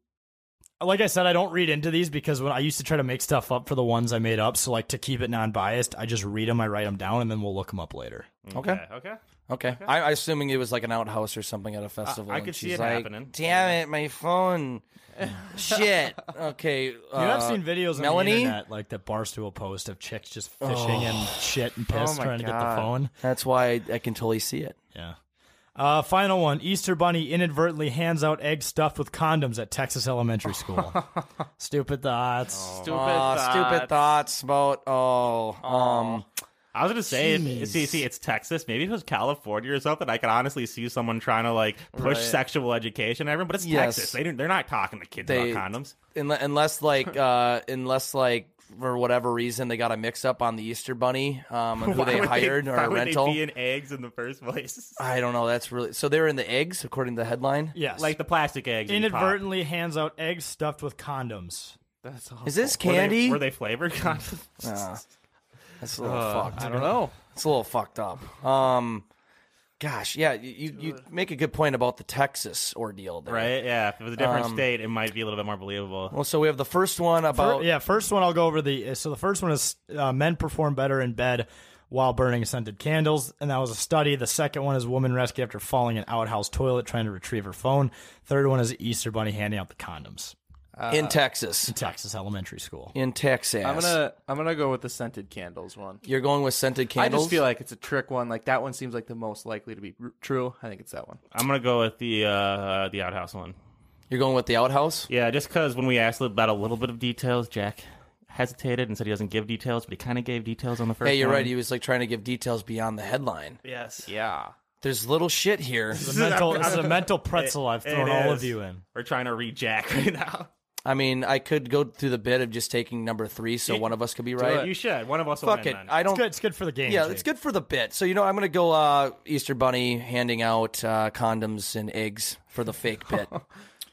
Like I said, I don't read into these because when I used to try to make stuff up for the ones I made up, so like to keep it non-biased, I just read them, I write them down, and then we'll look them up later.
Okay.
Okay.
Okay. I, I'm assuming it was like an outhouse or something at a festival.
I
and
could see
she's
it
like,
happening.
Damn it, my
[LAUGHS]
phone. Shit. Okay.
You have
uh,
seen videos
Melanie?
on the internet like that Barstool post of chicks just fishing and shit and
Oh
piss
my
trying to get the
God.
phone.
That's why I, I can totally see it.
Yeah. Uh, final one: Easter Bunny inadvertently hands out eggs stuffed with condoms at Texas
[LAUGHS]
elementary school. Stupid thoughts.
Stupid, stupid thoughts about oh, um
I was gonna say, if,
Jeez.
see, see, it's Texas. Maybe if it was California or something, I could honestly see someone trying to like push
Right.
sexual education. on Everyone, but it's
Yes.
Texas. They don't, they're not talking to kids
they
about condoms.
unle- unless
[LAUGHS]
like uh unless like for whatever reason they got a mix up on the Easter Bunny um and who
[LAUGHS] Why
they
would
hired or
why
a
would they
rental.
be in eggs in the first place? [LAUGHS]
I don't know. That's really so. They were in the eggs, according to the headline.
Yes.
like the plastic eggs. that you pop.
inadvertently hands out eggs stuffed with condoms.
That's
Is this
Were they-
candy?
Were they, flavored condoms? [LAUGHS]
Uh, that's a little
Uh,
fucked.
I don't know.
It's a little fucked up. Um, gosh, yeah, you you- you make a good point about the Texas ordeal, there.
Right? Yeah. If it was a different
Um,
state, it might be a little bit more believable.
Well, so we have the first one about
Fir- yeah, first one I'll go over the. So the first one is uh, men perform better in bed while burning scented candles, and that was a study. The second one is woman rescued after falling in outhouse toilet trying to retrieve her phone. Third one is Easter Bunny handing out the condoms
in Texas.
in Texas elementary school.
In Texas,
I'm gonna I'm gonna go with the scented candles one.
You're going with scented
I
candles.
just feel like it's a trick one. Like that one seems like the most likely to be r- true. I think it's that one.
I'm gonna go with the uh, the outhouse one.
you're going with the outhouse.
Yeah, just because when we asked about a little bit of details, Jack hesitated and said he doesn't give details, but he kind of gave details on the first.
hey, you're
one.
right. He was like trying to give details beyond the headline.
yes.
Yeah.
There's little shit here.
This is a mental, this is a mental pretzel I've
It
thrown all of
is.
you in.
We're trying to read Jack right now.
I mean, I could go through the bit of just taking number three, so
You-
one of us could be right.
You should. One of us. will
Fuck
win,
it.
then.
I
It's
don't.
good. It's good for the game.
Yeah,
Jake.
it's good for the bit. So you know, I'm gonna go uh, Easter Bunny handing out uh, condoms and eggs for the fake
[LAUGHS]
bit.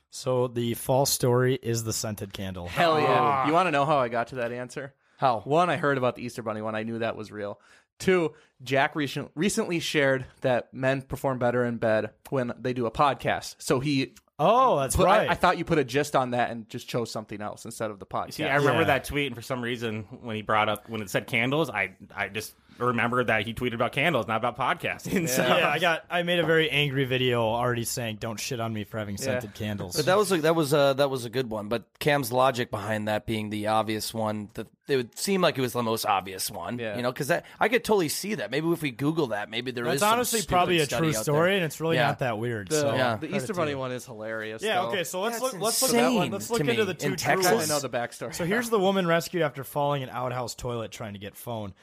So the false story is the scented candle.
Hell yeah. You want to know how I got to that answer?
How?
One, I heard about the Easter Bunny one. I knew that was real. Two, Jack recent, recently shared that men perform better in bed when they do a podcast. So he.
Oh, that's
put- I-
right.
I, thought you put a gist on that and just chose something else instead of the podcast.
See, I remember
Yeah.
that tweet, and for some reason, when he brought up when it said candles, I I just remembered that he tweeted about candles, not about [LAUGHS] podcasting.
Yeah.
So-
I got. I made a very angry video already saying, "Don't shit on me for having scented candles."
But that was a, that was a, that was a good one. But Cam's logic behind that being the obvious one, that it would seem like it was the most obvious one.
Yeah.
You know, because that I could totally see that. Maybe if we Google that, maybe there is.
That's
some
honestly
stupid
probably a
study
true
out there.
story, and it's really
Yeah.
not that weird.
The-
so
yeah.
The Easter Bunny one is hilarious.
Yeah.
though.
Okay. So let's
That's
look. Let's look into
insane
Let's
to
look
me.
into the two
In Texas,
truths.
I know the backstory. [LAUGHS]
So here's the woman rescued after falling in outhouse toilet trying to get phone.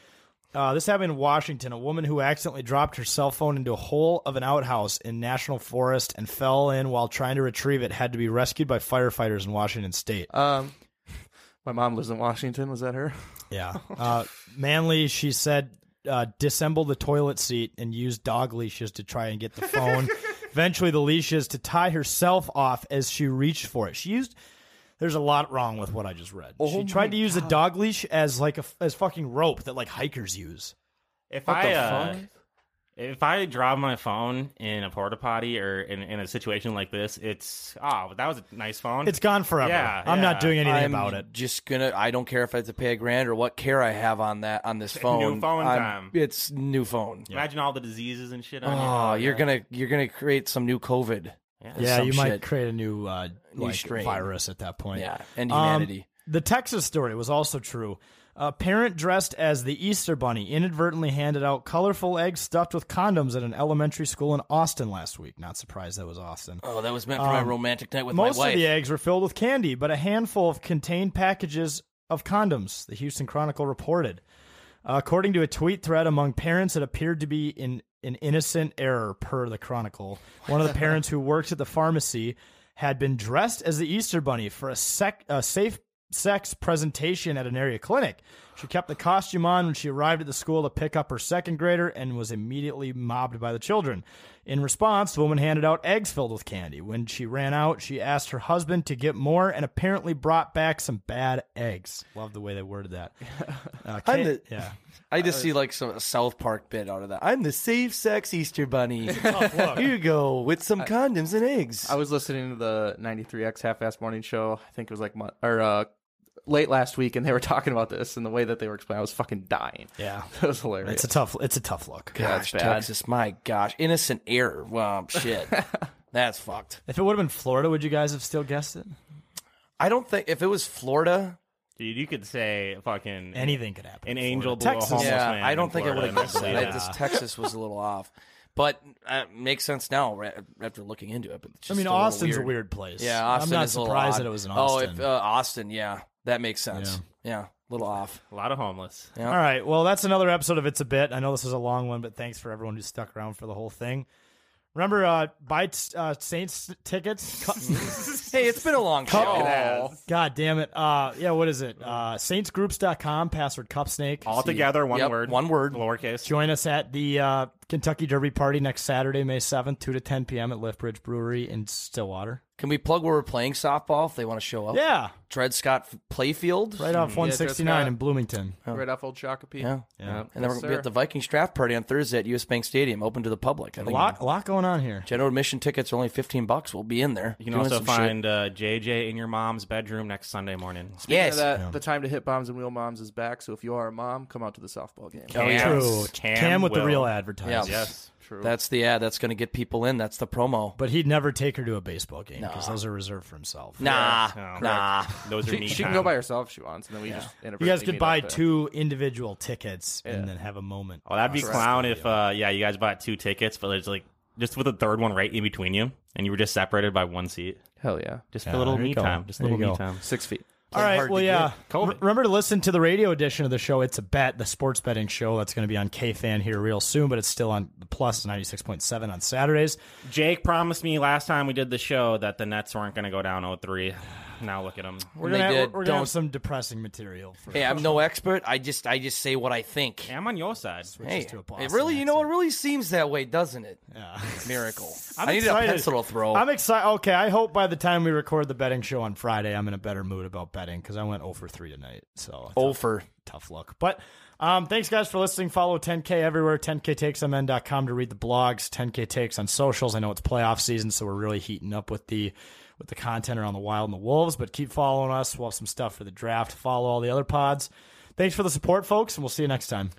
Uh, this happened in Washington. A woman who accidentally dropped her cell phone into a hole of an outhouse in National Forest and fell in while trying to retrieve it had to be rescued by firefighters in Washington State.
Um, my mom lives in Washington. Was that her?
[LAUGHS]
Yeah.
Oh.
Uh, Manley, she said, uh, dissemble the toilet seat and use dog leashes to try and get the phone.
[LAUGHS]
Eventually, the leashes to tie herself off as she reached for it. She used. There's a lot wrong with what I just read.
Oh
she tried
my
to use a
God.
dog leash as like a f- as fucking rope that like hikers use.
If
What
I
the
uh,
fuck?
if I drop my phone in a porta potty or in, in a situation like this, it's ah, but that was a nice phone.
It's gone forever.
Yeah,
I'm not
yeah.
doing anything
I'm
about it.
Just gonna. I don't care if I have to pay a grand or what care I have on that on this phone.
New phone
I'm-
time.
It's new phone.
Imagine all the diseases and shit. On
Oh,
you.
you're gonna you're gonna create some new COVID. or
Yeah,
some
you might
shit.
create a new uh,
New
like
strain.
virus at that point.
Yeah, and
Um,
humanity.
the Texas story was also true. A parent dressed as the Easter Bunny inadvertently handed out colorful eggs stuffed with condoms at an elementary school in Austin last week. Not surprised that was Austin.
oh, that was meant for my
Um,
romantic night with
Most
my wife.
of the eggs were filled with candy, but a handful of contained packages of condoms, the Houston Chronicle reported. Uh, according to a tweet thread among parents, it appeared to be in an innocent error, per the Chronicle. One of the parents who works at the pharmacy had been dressed as the Easter Bunny for a, sec- a safe sex presentation at an area clinic. She kept the costume on when she arrived at the school to pick up her second grader and was immediately mobbed by the children. In response, the woman handed out eggs filled with candy. When she ran out, she asked her husband to get more and apparently brought back some bad eggs. Love the way they worded that. Uh,
I'm
can-
the,
yeah.
I
Uh,
just see like some a South Park bit out of that. I'm the safe sex Easter [LAUGHS] bunny. Here you go with
Uh,
some condoms and eggs.
I was listening to the 93X Half Ass Morning Show. I think it was like mon- or uh, late last week, and they were [LAUGHS] talking about this and the way that they were explaining. I was fucking dying.
Yeah,
[LAUGHS] that was hilarious.
It's a tough. It's a tough look.
Yeah, it's
Gosh,
bad.
Texas, my gosh, innocent error. Wow, [LAUGHS] shit, that's fucked.
If it would have been Florida, would you guys have still guessed it?
I don't think if it was Florida,
dude, you could say fucking
Anything could happen
An
in
angel
Florida.
blew
Texas.
a homeless
yeah,
man.
I don't
in
think I would
Florida,
have guessed that.
and
I-
I
This
believe
Texas was a little off, but uh, makes sense now right, after looking into it. But it's
I
just
mean,
a little
Austin's a
weird.
weird place.
Yeah,
I'm
Austin
not
is a little
surprised
odd.
that it was in
Oh, if,
Austin.
uh, Austin, yeah, that makes sense. Yeah, a little
[LAUGHS]
off.
A lot of homeless.
Yeah.
All right. Well, that's another episode of It's a Bit. I know this is a long one, but thanks for everyone who stuck around for the whole thing. Remember, uh, buy t- uh, Saints
[LAUGHS]
tickets. [LAUGHS] Cu-
Hey, it's been a long
Cup-
time.
God damn it. Uh, yeah, what is it? Uh, saintsgroups.com, password cupsnake.
All together, one
Yep,
word.
One word.
Lowercase.
Join us at the uh, Kentucky Derby party next Saturday, May 7th, 2 to 10 p.m. at Liftbridge Brewery in Stillwater.
Can we plug where we're playing softball if they want to show up?
Yeah.
Dred Scott F- Playfield.
Right off 169 in Bloomington.
Right off Old Shakopee.
Yeah.
Yeah.
And then we're
Yes,
going to be
sir.
at the Vikings draft party on Thursday at US Bank Stadium, open to the public. I
A
think
lot, a lot going on here.
general admission tickets are only 15 bucks. We'll be in there.
You can
doing
also
some shit.
find uh, JJ in your mom's bedroom next Sunday morning.
Speaking
Yes.
of that,
Yeah.
the time to hit bombs and wheel moms is back. So if you are a mom, come out to the softball game.
Oh, yeah.
True. Cam Cam with the will. real advertising.
Yeah.
Yes.
True.
That's the ad that's going to get people in. That's the promo.
But he'd never take her to a baseball game because those are reserved for himself.
Oh,
Nah. Nah.
she, she can go by herself if she wants, and then we
Yeah.
just
You guys
inadvertently
could
meet
buy
up there.
two individual tickets and then have a moment.
Oh, that'd be
Correct.
clown if, uh, yeah, you guys bought two tickets, but it's like just with the third one right in between you, and you were just separated by one seat.
Hell yeah!
Just
Yeah,
a little
there you
me
go.
time. Just a
There
little
you
me
go.
time.
Six feet.
All right. Well, yeah.
COVID.
R- remember to listen to the radio edition of the show. It's a bet, the sports betting show that's going to be on KFan here real soon, but it's still on the plus 96.7 on Saturdays.
Jake promised me last time we did the show that the Nets weren't going to go down 0-3. [SIGHS] Now look at them.
We're
They
going to
did.
we're gonna
Don't-
have some depressing material. For
Hey, I'm no expert. I just I just say what I think.
I'm on your side.
Hey,
to a
it
Boston
really you know it really seems that way, doesn't it?
Yeah. [LAUGHS]
Miracle.
I'm
I needed
excited.
a pencil to throw.
I'm excited. Okay, I hope by the time we record the betting show on Friday, I'm in a better mood about betting because I went 0 for 3 tonight. So tough,
Oh for
tough luck. But um, thanks, guys, for listening. Follow 10K everywhere, 10KTakesMN.com to read the blogs, 10K Takes on socials. I know it's playoff season, so we're really heating up with the with the content around the Wild and the Wolves. But keep following us. We'll have some stuff for the draft. Follow all the other pods. Thanks for the support, folks, and we'll see you next time.